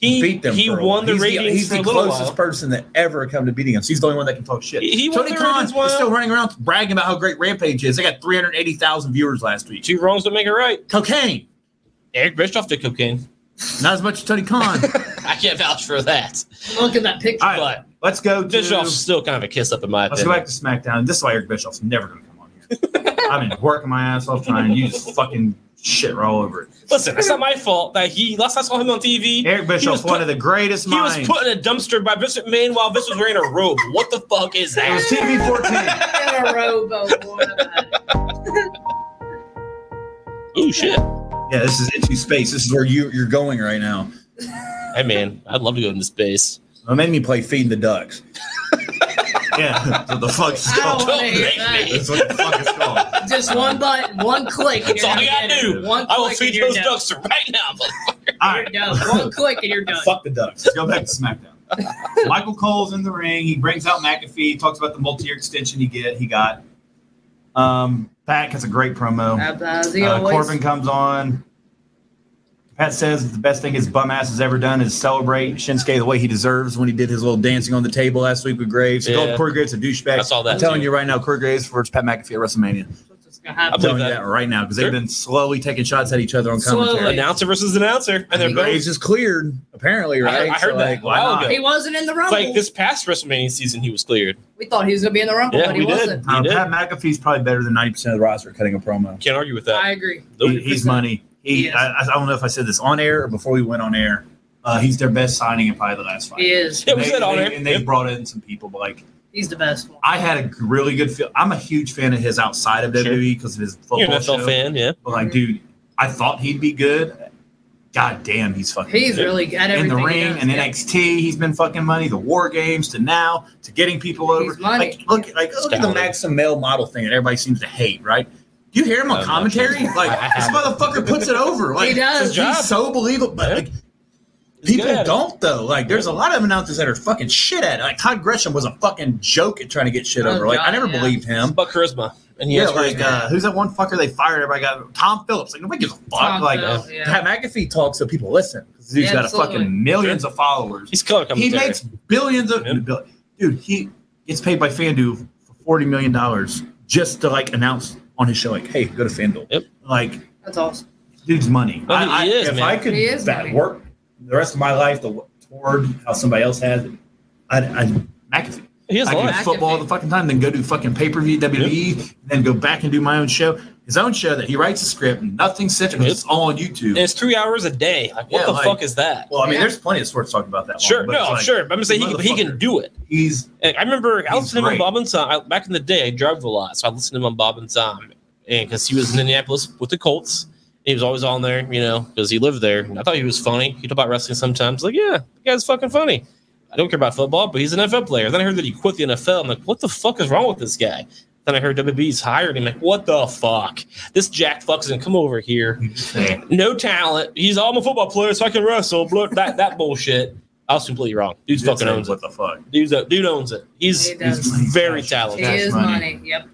Speaker 1: He
Speaker 5: beat them.
Speaker 1: he
Speaker 5: for a
Speaker 1: won
Speaker 5: while.
Speaker 1: the
Speaker 5: he's
Speaker 1: ratings
Speaker 5: The, he's
Speaker 1: for
Speaker 5: the
Speaker 1: a little
Speaker 5: closest
Speaker 1: while.
Speaker 5: person that ever come to beating us. He's the only one that can talk shit.
Speaker 1: He- he won
Speaker 5: Tony
Speaker 1: the
Speaker 5: Khan
Speaker 1: ratings while-
Speaker 5: is still running around bragging about how great Rampage is. They got 380,000 viewers last week.
Speaker 1: Two wrongs don't make a right.
Speaker 5: Cocaine,
Speaker 1: Eric Bischoff did cocaine.
Speaker 5: not as much as Tony Khan.
Speaker 1: I can't vouch for that.
Speaker 3: Look at that picture.
Speaker 4: All right,
Speaker 1: But
Speaker 4: let's go to
Speaker 1: Bischoff's still kind of a kiss up in my
Speaker 4: let's go
Speaker 1: opinion.
Speaker 4: back to SmackDown. This is why Eric Bischoff's never going to come on here. I've been working my ass off trying. You just fucking shit right all over it.
Speaker 1: Listen, it's not my fault that he last I saw him on TV.
Speaker 4: Eric Bischoff's
Speaker 1: put-
Speaker 4: one of the greatest
Speaker 1: He was
Speaker 4: minds.
Speaker 1: put in a dumpster by Vince McMahon while Vince was wearing a robe. What the fuck is
Speaker 4: It was
Speaker 1: that?
Speaker 4: TV 14.
Speaker 3: in a row, boy.
Speaker 1: Oh shit!
Speaker 4: Yeah, this is into space.
Speaker 5: this is where you, you're going right now.
Speaker 1: Hey man, I'd love to go into space.
Speaker 5: It made me play Feeding the Ducks.
Speaker 4: Yeah, what the fuck's
Speaker 3: I
Speaker 4: this
Speaker 3: don't
Speaker 4: called?
Speaker 3: wanna hear
Speaker 1: make
Speaker 3: that.
Speaker 4: That's what the fuck it's called.
Speaker 3: Just one button, one click. and
Speaker 1: That's
Speaker 3: you're
Speaker 1: all I
Speaker 3: gonna
Speaker 1: gotta
Speaker 3: get it.
Speaker 1: do.
Speaker 3: One
Speaker 1: I will
Speaker 3: click
Speaker 1: feed
Speaker 3: and you're
Speaker 1: those
Speaker 3: done.
Speaker 1: ducks right now. motherfucker.
Speaker 4: All
Speaker 3: You're
Speaker 4: right,
Speaker 3: done. One click and you're done.
Speaker 5: Fuck the Ducks.
Speaker 4: let's go back to SmackDown. Michael Cole's in the ring. He brings out McAfee. Talks about the multi-year extension he get. He got. Um, Pat has a great promo.
Speaker 3: Uh, as he
Speaker 4: Uh,
Speaker 3: always-
Speaker 4: Corbin comes on. Pat says the best thing his bum ass has ever done is celebrate Shinsuke the way he deserves when he did his little dancing on the table last week with Graves. He
Speaker 1: Yeah.
Speaker 4: called Corey Graves a douchebag.
Speaker 1: I saw that,
Speaker 4: I'm telling
Speaker 1: too.
Speaker 4: you right now, Corey Graves versus Pat McAfee at WrestleMania.
Speaker 3: That's what's gonna
Speaker 1: I
Speaker 4: I'm
Speaker 3: happen.
Speaker 1: believe
Speaker 4: telling you
Speaker 1: that.
Speaker 4: that right now because
Speaker 1: Sure.
Speaker 4: they've been slowly taking shots at each other on commentary.
Speaker 3: Slowly.
Speaker 1: Announcer versus announcer, and they're both.
Speaker 5: Graves is cleared, apparently,
Speaker 1: I heard,
Speaker 5: right?
Speaker 1: I heard
Speaker 5: So,
Speaker 1: that
Speaker 5: like,
Speaker 1: a while
Speaker 4: why
Speaker 1: ago.
Speaker 3: He wasn't in the rumble.
Speaker 1: Like this past WrestleMania season, he was cleared.
Speaker 3: we thought he was gonna be in the rumble,
Speaker 1: Yeah,
Speaker 3: but he
Speaker 1: we did.
Speaker 3: wasn't.
Speaker 4: Uh,
Speaker 1: He did.
Speaker 4: Pat McAfee's probably better than 90% of the roster cutting a promo.
Speaker 1: Can't argue with that.
Speaker 3: I agree.
Speaker 1: Nope.
Speaker 4: He- he's money. He,
Speaker 3: He is.
Speaker 4: I, I don't know if I said this on air or before we went on air. Uh, he's their best signing in probably the last five.
Speaker 3: He is.
Speaker 1: Yeah,
Speaker 4: And
Speaker 1: we
Speaker 4: they-
Speaker 1: said on
Speaker 4: they-
Speaker 1: air.
Speaker 4: And they've
Speaker 1: Yep.
Speaker 4: brought in some people. But like,
Speaker 3: He's the best one.
Speaker 4: I had a g- really good feel. I'm a huge fan of his outside of
Speaker 1: Sure.
Speaker 4: WWE because of his
Speaker 1: You're
Speaker 4: football
Speaker 1: an NFL
Speaker 4: show.
Speaker 1: fan, yeah.
Speaker 4: But like, dude, I thought he'd be good. God damn, he's fucking
Speaker 3: He's
Speaker 4: good.
Speaker 3: really good at
Speaker 4: in
Speaker 3: everything.
Speaker 4: the
Speaker 3: he
Speaker 4: ring
Speaker 3: does,
Speaker 4: and
Speaker 3: yeah.
Speaker 4: NXT. He's been fucking money. The war games to now to getting people
Speaker 3: He's
Speaker 4: over.
Speaker 3: money.
Speaker 4: Like look, like look at the
Speaker 1: Stallion.
Speaker 4: Maxim male model thing that everybody seems to hate, right? You hear him
Speaker 1: I'm
Speaker 4: on
Speaker 1: not
Speaker 4: commentary,
Speaker 1: sure.
Speaker 4: like
Speaker 1: I- I
Speaker 4: this
Speaker 1: haven't.
Speaker 4: motherfucker puts it over. Like
Speaker 3: does.
Speaker 4: He's so believable, but
Speaker 1: Yeah.
Speaker 4: like
Speaker 1: He's
Speaker 4: people
Speaker 1: good at it.
Speaker 4: don't though. Like there's a lot of announcers that are fucking shit at it. Like Todd Gresham was a fucking joke at trying to get shit
Speaker 3: Oh,
Speaker 4: over. Like I
Speaker 3: God,
Speaker 4: never
Speaker 3: yeah.
Speaker 4: believed
Speaker 1: It's
Speaker 4: him.
Speaker 1: about charisma. And he
Speaker 4: Yeah,
Speaker 1: has
Speaker 4: like
Speaker 1: charisma.
Speaker 4: uh, who's that one fucker they fired? Everybody got Tom Phillips. Like nobody gives a fuck.
Speaker 3: Tom
Speaker 4: like
Speaker 3: Phillips, yeah.
Speaker 4: Pat McAfee talks so people listen. 'cause He's
Speaker 3: Yeah,
Speaker 4: got
Speaker 3: absolutely.
Speaker 4: a fucking millions of followers.
Speaker 1: he's color
Speaker 4: He
Speaker 1: commentary.
Speaker 4: makes billions of
Speaker 1: Yeah.
Speaker 4: bill- dude. He gets paid by FanDuel for forty million dollars just to like announce on his show, like, "Hey, go to FanDuel."
Speaker 1: Yep.
Speaker 4: Like,
Speaker 3: That's awesome.
Speaker 4: dude's money.
Speaker 1: No, he is,
Speaker 4: if
Speaker 1: man.
Speaker 4: I could
Speaker 3: He is
Speaker 4: that
Speaker 3: money.
Speaker 4: work the rest of my life the, toward how somebody else has it, I'd, I'd McAfee.
Speaker 1: he has
Speaker 4: I
Speaker 1: a
Speaker 4: could
Speaker 1: lot.
Speaker 4: do football all the fucking time, then go do fucking pay per view WWE, E, then go back and do my own show, his own show that he writes a script, nothing central,
Speaker 1: Yep.
Speaker 4: it's all on YouTube.
Speaker 1: And it's three hours a day. Like, what
Speaker 4: Yeah,
Speaker 1: the
Speaker 4: like-
Speaker 1: fuck is that?
Speaker 4: well, I mean,
Speaker 3: Yeah.
Speaker 4: there's plenty of sports talk about that. long,
Speaker 1: Sure,
Speaker 4: but
Speaker 1: no,
Speaker 4: it's like,
Speaker 1: sure. But I'm saying he, he can
Speaker 4: motherfucker.
Speaker 1: do it.
Speaker 4: He's
Speaker 1: And I remember I
Speaker 4: He's
Speaker 1: listened to him
Speaker 4: great.
Speaker 1: on Bob and Tom I, back in the day. I drove a lot, so I listened to him on Bob and Tom, and because he was in Indianapolis with the Colts, he was always on there, you know, because he lived there. And I thought he was funny. He talked about wrestling sometimes. Like, yeah, the guy's fucking funny. I don't care about football, but he's an NFL player. Then I heard that he quit the NFL. I'm like, what the fuck is wrong with this guy? Then I heard WB's hired him. Like, what the fuck? This jack fuck's gonna come over here.
Speaker 4: yeah,
Speaker 1: No talent. He's all a football player, so I can wrestle. Blah, that that bullshit. I was completely wrong. Dude's fucking owns it.
Speaker 4: what the fuck.
Speaker 1: Dude's a, dude owns it. He's
Speaker 3: He
Speaker 4: He's
Speaker 3: does.
Speaker 1: he's very
Speaker 4: Cash.
Speaker 3: He
Speaker 1: talented.
Speaker 4: Cash
Speaker 3: is money.
Speaker 4: money.
Speaker 3: Yep.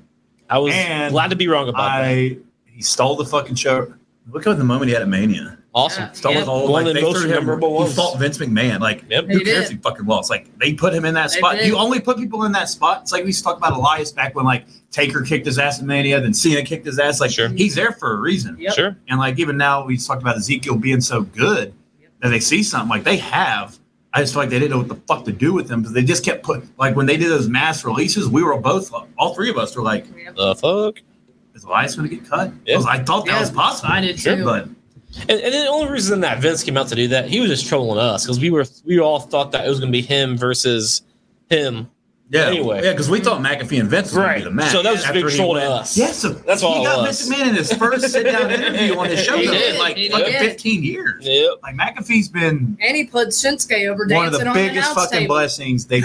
Speaker 1: I was
Speaker 4: And
Speaker 1: glad to be wrong about that.
Speaker 4: I he stole the fucking show. Look at the moment he had at Mania.
Speaker 1: Awesome.
Speaker 3: Yeah.
Speaker 4: Stole it all.
Speaker 1: One
Speaker 4: like,
Speaker 1: of the
Speaker 4: they
Speaker 1: most
Speaker 4: threw him-
Speaker 1: memorable
Speaker 4: He
Speaker 1: ones.
Speaker 4: fought Vince McMahon. Like
Speaker 1: Yep.
Speaker 4: who
Speaker 3: He
Speaker 4: cares
Speaker 3: did.
Speaker 4: if he fucking lost? Like they put him in that
Speaker 3: They
Speaker 4: spot.
Speaker 3: did.
Speaker 4: You only put people in that spot. It's like we used to talk about Elias back when like Taker kicked his ass at Mania, then Cena kicked his ass. Like
Speaker 1: Sure.
Speaker 4: he's there for a reason.
Speaker 3: Yep.
Speaker 1: Sure.
Speaker 4: And like even now we talked about Ezekiel being so good
Speaker 3: Yep.
Speaker 4: that they see something like they have. I just feel like they didn't know what the fuck to do with them because they just kept put like when they did those mass releases, we were both all three of us were like,
Speaker 3: Yep.
Speaker 1: The fuck.
Speaker 4: is Elias going to get cut?
Speaker 1: Yeah.
Speaker 4: I, was- I thought that
Speaker 3: Yeah,
Speaker 4: was possible.
Speaker 3: I did too.
Speaker 4: But
Speaker 1: And, and the only reason that Vince came out to do that, he was just trolling us because we were we all thought that it was going to be him versus him.
Speaker 4: yeah,
Speaker 1: Anyway.
Speaker 4: yeah, because we thought McAfee and Vince was going to
Speaker 1: Right.
Speaker 4: be the match.
Speaker 1: So that was a
Speaker 4: After
Speaker 1: big
Speaker 4: he
Speaker 1: troll to
Speaker 4: went-
Speaker 1: us.
Speaker 4: Yes, so
Speaker 1: That's all
Speaker 4: He
Speaker 1: it
Speaker 4: got
Speaker 1: was.
Speaker 4: Vince McMahon in his first sit-down interview on his show
Speaker 1: He
Speaker 4: though,
Speaker 1: did.
Speaker 4: in like
Speaker 3: He
Speaker 4: fucking
Speaker 3: did.
Speaker 4: 15 years.
Speaker 1: Yep.
Speaker 4: Like McAfee's been
Speaker 3: And he put Shinsuke over
Speaker 4: one of
Speaker 3: dancing
Speaker 4: the
Speaker 3: on the
Speaker 4: biggest
Speaker 3: announce
Speaker 4: fucking
Speaker 3: table.
Speaker 4: blessings. They,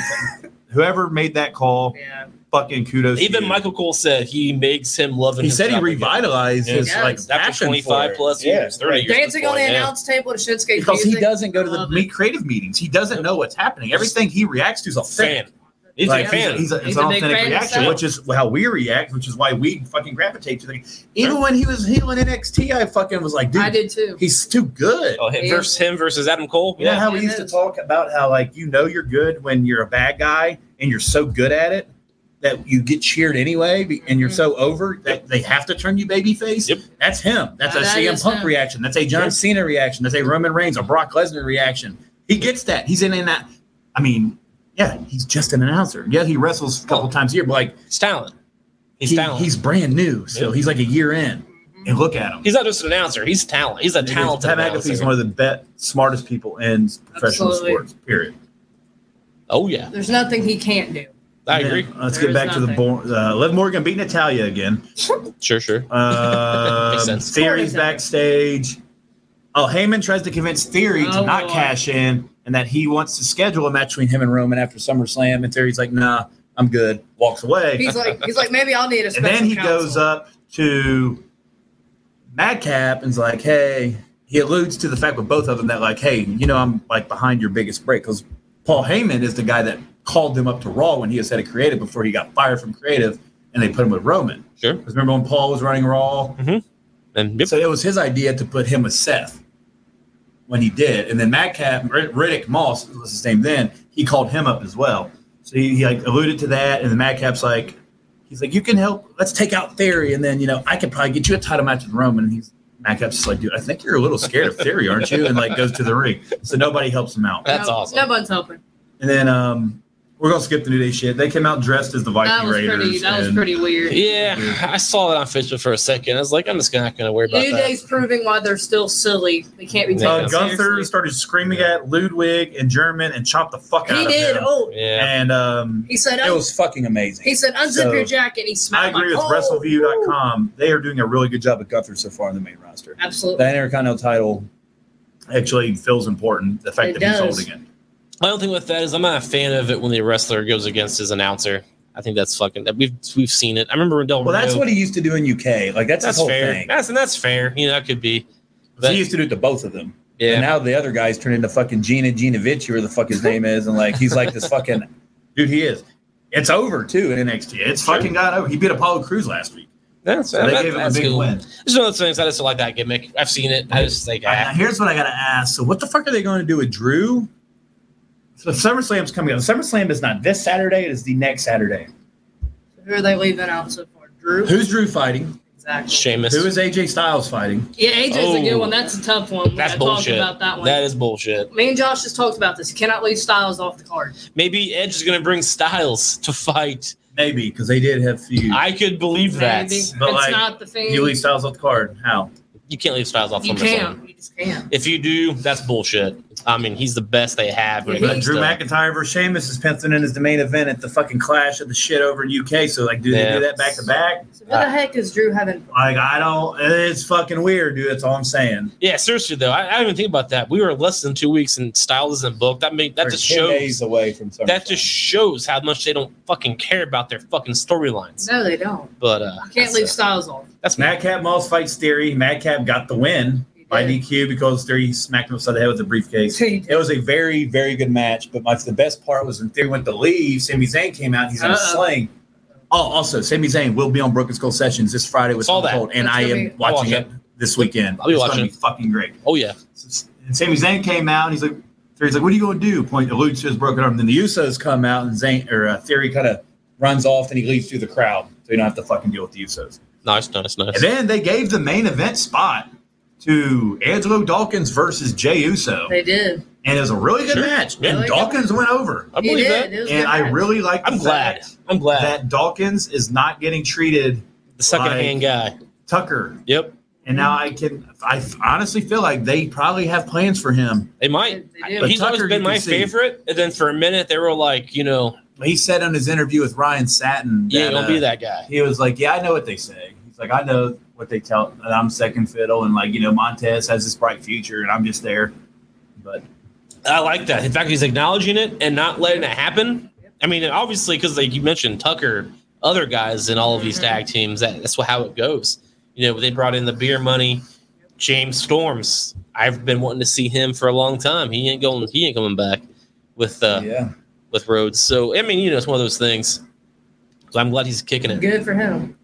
Speaker 4: whoever made that call,
Speaker 3: Yeah.
Speaker 4: fucking kudos. to
Speaker 1: Even
Speaker 4: you.
Speaker 1: Michael Cole said he makes him love him.
Speaker 4: He said he revitalized
Speaker 1: Yeah.
Speaker 4: his
Speaker 3: Yes.
Speaker 4: like
Speaker 1: after
Speaker 4: passion
Speaker 1: twenty five
Speaker 4: for it.
Speaker 1: plus
Speaker 4: Yeah.
Speaker 1: years, thirty years.
Speaker 3: Dancing on the
Speaker 1: yeah.
Speaker 3: announce table to Shinsuke
Speaker 4: Because he
Speaker 3: music.
Speaker 4: doesn't go to the
Speaker 3: Love
Speaker 4: me-
Speaker 3: it.
Speaker 4: creative meetings. He doesn't know what's happening. Everything he reacts to is a
Speaker 1: Fan.
Speaker 4: fan.
Speaker 1: He's
Speaker 4: like,
Speaker 1: a fan.
Speaker 4: He's, a,
Speaker 3: He's
Speaker 4: it's an
Speaker 3: a big
Speaker 4: authentic
Speaker 3: fan
Speaker 4: reaction,
Speaker 3: himself.
Speaker 4: which is how we react, which is why we fucking gravitate to things. Even when he was healing NXT, I fucking was like, dude,
Speaker 3: I did too.
Speaker 4: he's too good.
Speaker 1: oh, him versus him versus Adam Cole.
Speaker 4: You know how we
Speaker 3: it
Speaker 4: used to
Speaker 3: is.
Speaker 4: talk about how like you know you're good when you're a bad guy and you're so good at it that you get cheered anyway be- and
Speaker 3: Mm-hmm.
Speaker 4: you're so over that they have to turn you babyface.
Speaker 1: Yep.
Speaker 4: That's him. That's a
Speaker 3: That
Speaker 4: CM
Speaker 3: is
Speaker 4: Punk
Speaker 3: him.
Speaker 4: reaction. That's a John
Speaker 5: Yep.
Speaker 4: Cena reaction. That's a Roman Reigns, a Brock Lesnar reaction. He gets that. He's in, in that. I mean, yeah, he's just an announcer. Yeah, he wrestles a couple times a year, but like
Speaker 1: He's talent. He's
Speaker 4: he-
Speaker 1: talent.
Speaker 4: he's brand new, so
Speaker 1: Yep.
Speaker 4: he's like a year in.
Speaker 3: Mm-hmm.
Speaker 4: And look at him.
Speaker 1: He's not just an announcer. He's talent. He's a talented
Speaker 4: Pat McAfee's
Speaker 1: announcer.
Speaker 4: one of the best, smartest people in professional
Speaker 3: Absolutely.
Speaker 4: sports. Period.
Speaker 1: oh yeah,
Speaker 3: There's nothing he can't do.
Speaker 1: I
Speaker 4: Yeah,
Speaker 1: agree.
Speaker 4: Let's
Speaker 3: There
Speaker 4: get
Speaker 3: is
Speaker 4: back to the
Speaker 3: nothing.
Speaker 4: born. Uh, Liv Morgan beat Natalia again.
Speaker 1: Sure, sure.
Speaker 4: Uh,
Speaker 1: Makes sense.
Speaker 4: Theory's
Speaker 3: Sorry,
Speaker 4: backstage. Oh, Heyman tries to convince Theory to
Speaker 3: Oh,
Speaker 4: not
Speaker 3: Lord.
Speaker 4: cash in and that he wants to schedule a match between him and Roman after SummerSlam. And Theory's like, nah, I'm good. Walks away.
Speaker 3: He's like, he's like, maybe I'll need a
Speaker 4: And
Speaker 3: special.
Speaker 4: then he
Speaker 3: counsel.
Speaker 4: goes uh, up to Madcap and's like, hey, he alludes to the fact with both of them that, like, hey, you know, I'm like behind your biggest break because Paul Heyman is the guy that called him up to Raw when he was head of creative before he got fired from creative and they put him with Roman.
Speaker 1: Sure.
Speaker 4: Because remember when Paul was running Raw?
Speaker 1: And yep.
Speaker 4: So it was his idea to put him with Seth when he did. And then Madcap, Rid- Riddick Moss was his name then, he called him up as well. So he, he like alluded to that. And then Madcap's like, he's like, you can help. Let's take out Theory. And then, you know, I could probably get you a title match with Roman. And he's, Madcap's just like, dude, I think you're a little scared of Theory, aren't you? And like goes to the ring. So nobody helps him out.
Speaker 1: That's
Speaker 3: No-
Speaker 1: awesome.
Speaker 3: Nobody's helping.
Speaker 4: And then um, we're going to skip the New Day shit. They came out dressed as the Viking
Speaker 3: That was
Speaker 4: Raiders.
Speaker 3: pretty. That was
Speaker 4: and-
Speaker 3: pretty weird.
Speaker 1: yeah, I saw that on Facebook for a second. I was like, I'm just not going to worry about
Speaker 3: New
Speaker 1: that.
Speaker 3: Day's proving why they're still silly. They can't be taken
Speaker 4: Uh, Gunther
Speaker 3: seriously.
Speaker 4: started screaming at Ludwig and German and chopped the fuck out
Speaker 3: He
Speaker 4: of
Speaker 3: did.
Speaker 4: him.
Speaker 3: Oh,
Speaker 1: Yeah.
Speaker 4: And um,
Speaker 3: he said.
Speaker 5: It
Speaker 3: "Un-
Speaker 5: was fucking amazing.
Speaker 3: He said, unzip
Speaker 4: So,
Speaker 3: your jacket. He
Speaker 4: I
Speaker 3: smiled.
Speaker 4: agree with
Speaker 3: like, oh,
Speaker 4: WrestleView.com. They are doing a really good job at Gunther so far in the main roster.
Speaker 3: Absolutely.
Speaker 4: The Intercontinental title actually feels important. The fact
Speaker 3: It
Speaker 4: that he's
Speaker 3: does.
Speaker 4: holding it.
Speaker 1: My only thing with that is I'm not a fan of it when the wrestler goes against his announcer. I think that's fucking. that- We've we've seen it. I remember when Del
Speaker 5: Well, that's
Speaker 1: Rio-
Speaker 5: what he used to do in UK. Like that's,
Speaker 1: That's
Speaker 5: his whole
Speaker 1: fair.
Speaker 5: thing.
Speaker 1: That's and that's fair. You know, that could be.
Speaker 5: he
Speaker 1: That,
Speaker 5: used to do it to both of them. And
Speaker 1: yeah.
Speaker 5: now the other guy's turned into fucking Gina Ginovich, or the fuck his name is, and like he's like this fucking
Speaker 4: Dude, he is. It's over, too, in NXT. It's fucking got over. He beat Apollo Crews last week.
Speaker 1: That's,
Speaker 4: So they
Speaker 1: that-
Speaker 4: gave him a
Speaker 1: that's
Speaker 4: big
Speaker 1: cool.
Speaker 4: win.
Speaker 1: It's one of those things. I just don't like that gimmick. I've seen it. I just like.
Speaker 4: Now,
Speaker 1: ah.
Speaker 4: Uh, here's what I got to ask. So, what the fuck are they going to do with Drew? So, SummerSlam's coming up. SummerSlam is not this Saturday, it is the next Saturday.
Speaker 3: Who are they leaving out so far? Drew.
Speaker 4: Who's Drew fighting?
Speaker 3: Exactly.
Speaker 1: Sheamus.
Speaker 4: Who is AJ Styles fighting?
Speaker 3: Yeah, AJ's a good
Speaker 1: Oh.
Speaker 3: one. That's a tough one. We
Speaker 1: That's
Speaker 3: gotta talk
Speaker 1: bullshit.
Speaker 3: About that one.
Speaker 1: That is bullshit.
Speaker 3: Me and Josh just talked about this. You cannot leave Styles off the card.
Speaker 1: Maybe Edge is going to bring Styles to fight.
Speaker 4: Maybe because they did have few.
Speaker 1: I could believe that.
Speaker 3: Maybe. It's
Speaker 4: But, like,
Speaker 3: not the thing.
Speaker 4: you leave Styles off the card. How?
Speaker 1: You can't leave Styles off.
Speaker 3: You
Speaker 1: SummerSlam.
Speaker 3: can't. You just can't.
Speaker 1: If you do, that's bullshit. I mean, he's the best they have. when it
Speaker 3: Yeah,
Speaker 4: But
Speaker 1: comes
Speaker 4: Drew
Speaker 1: to-
Speaker 4: McIntyre versus Sheamus is penciling in as the main event at the fucking Clash of the shit over in UK. So like, do they
Speaker 1: Yeah.
Speaker 4: do that back to back?
Speaker 3: So what the heck is Drew having?
Speaker 4: Like, I don't. It's fucking weird, dude. That's all I'm saying.
Speaker 1: Yeah, seriously though, I, I didn't even think about that. We were less than two weeks and Styles isn't booked. That make that
Speaker 5: or
Speaker 1: just
Speaker 5: 10
Speaker 1: shows
Speaker 5: days away from SummerSlam.
Speaker 1: that just shows how much they don't fucking care about their fucking storylines.
Speaker 3: No, they don't.
Speaker 1: But uh,
Speaker 3: You can't
Speaker 1: that's,
Speaker 3: leave
Speaker 1: uh,
Speaker 3: Styles off.
Speaker 1: that's Mac.
Speaker 4: Madcap Moss fights Theory. Madcap got the win
Speaker 3: He
Speaker 4: by
Speaker 3: did.
Speaker 4: DQ because Theory smacked him upside the head with a briefcase.
Speaker 3: He did.
Speaker 4: It was a very, very good match. But my, the best part was when Theory went to leave, Sami Zayn came out. And he's in a
Speaker 3: Uh-oh.
Speaker 4: sling. Oh, also, Sami Zayn will be on Broken Skull Sessions this Friday with
Speaker 1: Saw
Speaker 4: Stone
Speaker 1: that.
Speaker 4: Cold, and
Speaker 3: That's
Speaker 4: I
Speaker 3: gonna
Speaker 4: am
Speaker 3: be-
Speaker 1: I'll
Speaker 4: watching
Speaker 1: watch
Speaker 4: it this weekend.
Speaker 1: I'll be
Speaker 4: it's
Speaker 1: watching
Speaker 4: gonna
Speaker 1: it.
Speaker 4: be fucking great.
Speaker 1: Oh yeah,
Speaker 4: And Sami Zayn came out. And he's like, Theory's like, "What are you going to do?" Point alludes to his broken arm. Then the Usos come out, and Zayn or uh, Theory kind of runs off, and he leads through the crowd, so you don't have to fucking deal with the Usos.
Speaker 1: nice, nice,
Speaker 4: And
Speaker 1: nice.
Speaker 4: then they gave the main event spot to Angelo Dawkins versus Jey Uso,
Speaker 3: They did.
Speaker 4: and it was a really good
Speaker 1: Sure.
Speaker 4: match.
Speaker 1: Yeah.
Speaker 4: And Dawkins went over,
Speaker 1: I
Speaker 3: He
Speaker 1: believe
Speaker 3: did.
Speaker 1: that.
Speaker 3: It was a
Speaker 4: and
Speaker 3: good
Speaker 4: I
Speaker 3: match.
Speaker 4: really like.
Speaker 1: I'm
Speaker 4: the
Speaker 1: glad.
Speaker 4: fact
Speaker 1: I'm glad
Speaker 4: that Dawkins is not getting treated
Speaker 1: the second hand guy.
Speaker 4: Tucker.
Speaker 1: Yep,
Speaker 4: And now I can, I honestly feel like they probably have plans for him.
Speaker 1: they
Speaker 3: They,
Speaker 1: might.
Speaker 3: they did.
Speaker 4: But
Speaker 1: He's always
Speaker 4: Tucker,
Speaker 1: been
Speaker 4: you can
Speaker 1: my
Speaker 4: see.
Speaker 1: favorite, and then for a minute they were like, you know,
Speaker 4: He said on his interview with Ryan Satin,
Speaker 1: you ain't
Speaker 4: that,
Speaker 1: gonna
Speaker 4: uh,
Speaker 1: be that guy.
Speaker 4: he was like, "Yeah, I know what they say." He's like, "I know what they tell." And I'm second fiddle, and like you know, Montez has this bright future, and I'm just there. But
Speaker 1: I like that. In fact, he's acknowledging it and not letting it happen. I mean, and obviously, because like you mentioned, Tucker, other guys in all of these
Speaker 3: Mhm.
Speaker 1: tag teams, that, that's how it goes. You know, they brought in the beer money, James Storms. I've been wanting to see him for a long time. He ain't going. He ain't coming back with uh,
Speaker 5: yeah.
Speaker 1: with Rhodes. So I mean, you know, it's one of those things. So I'm glad he's kicking it.
Speaker 3: Good for him.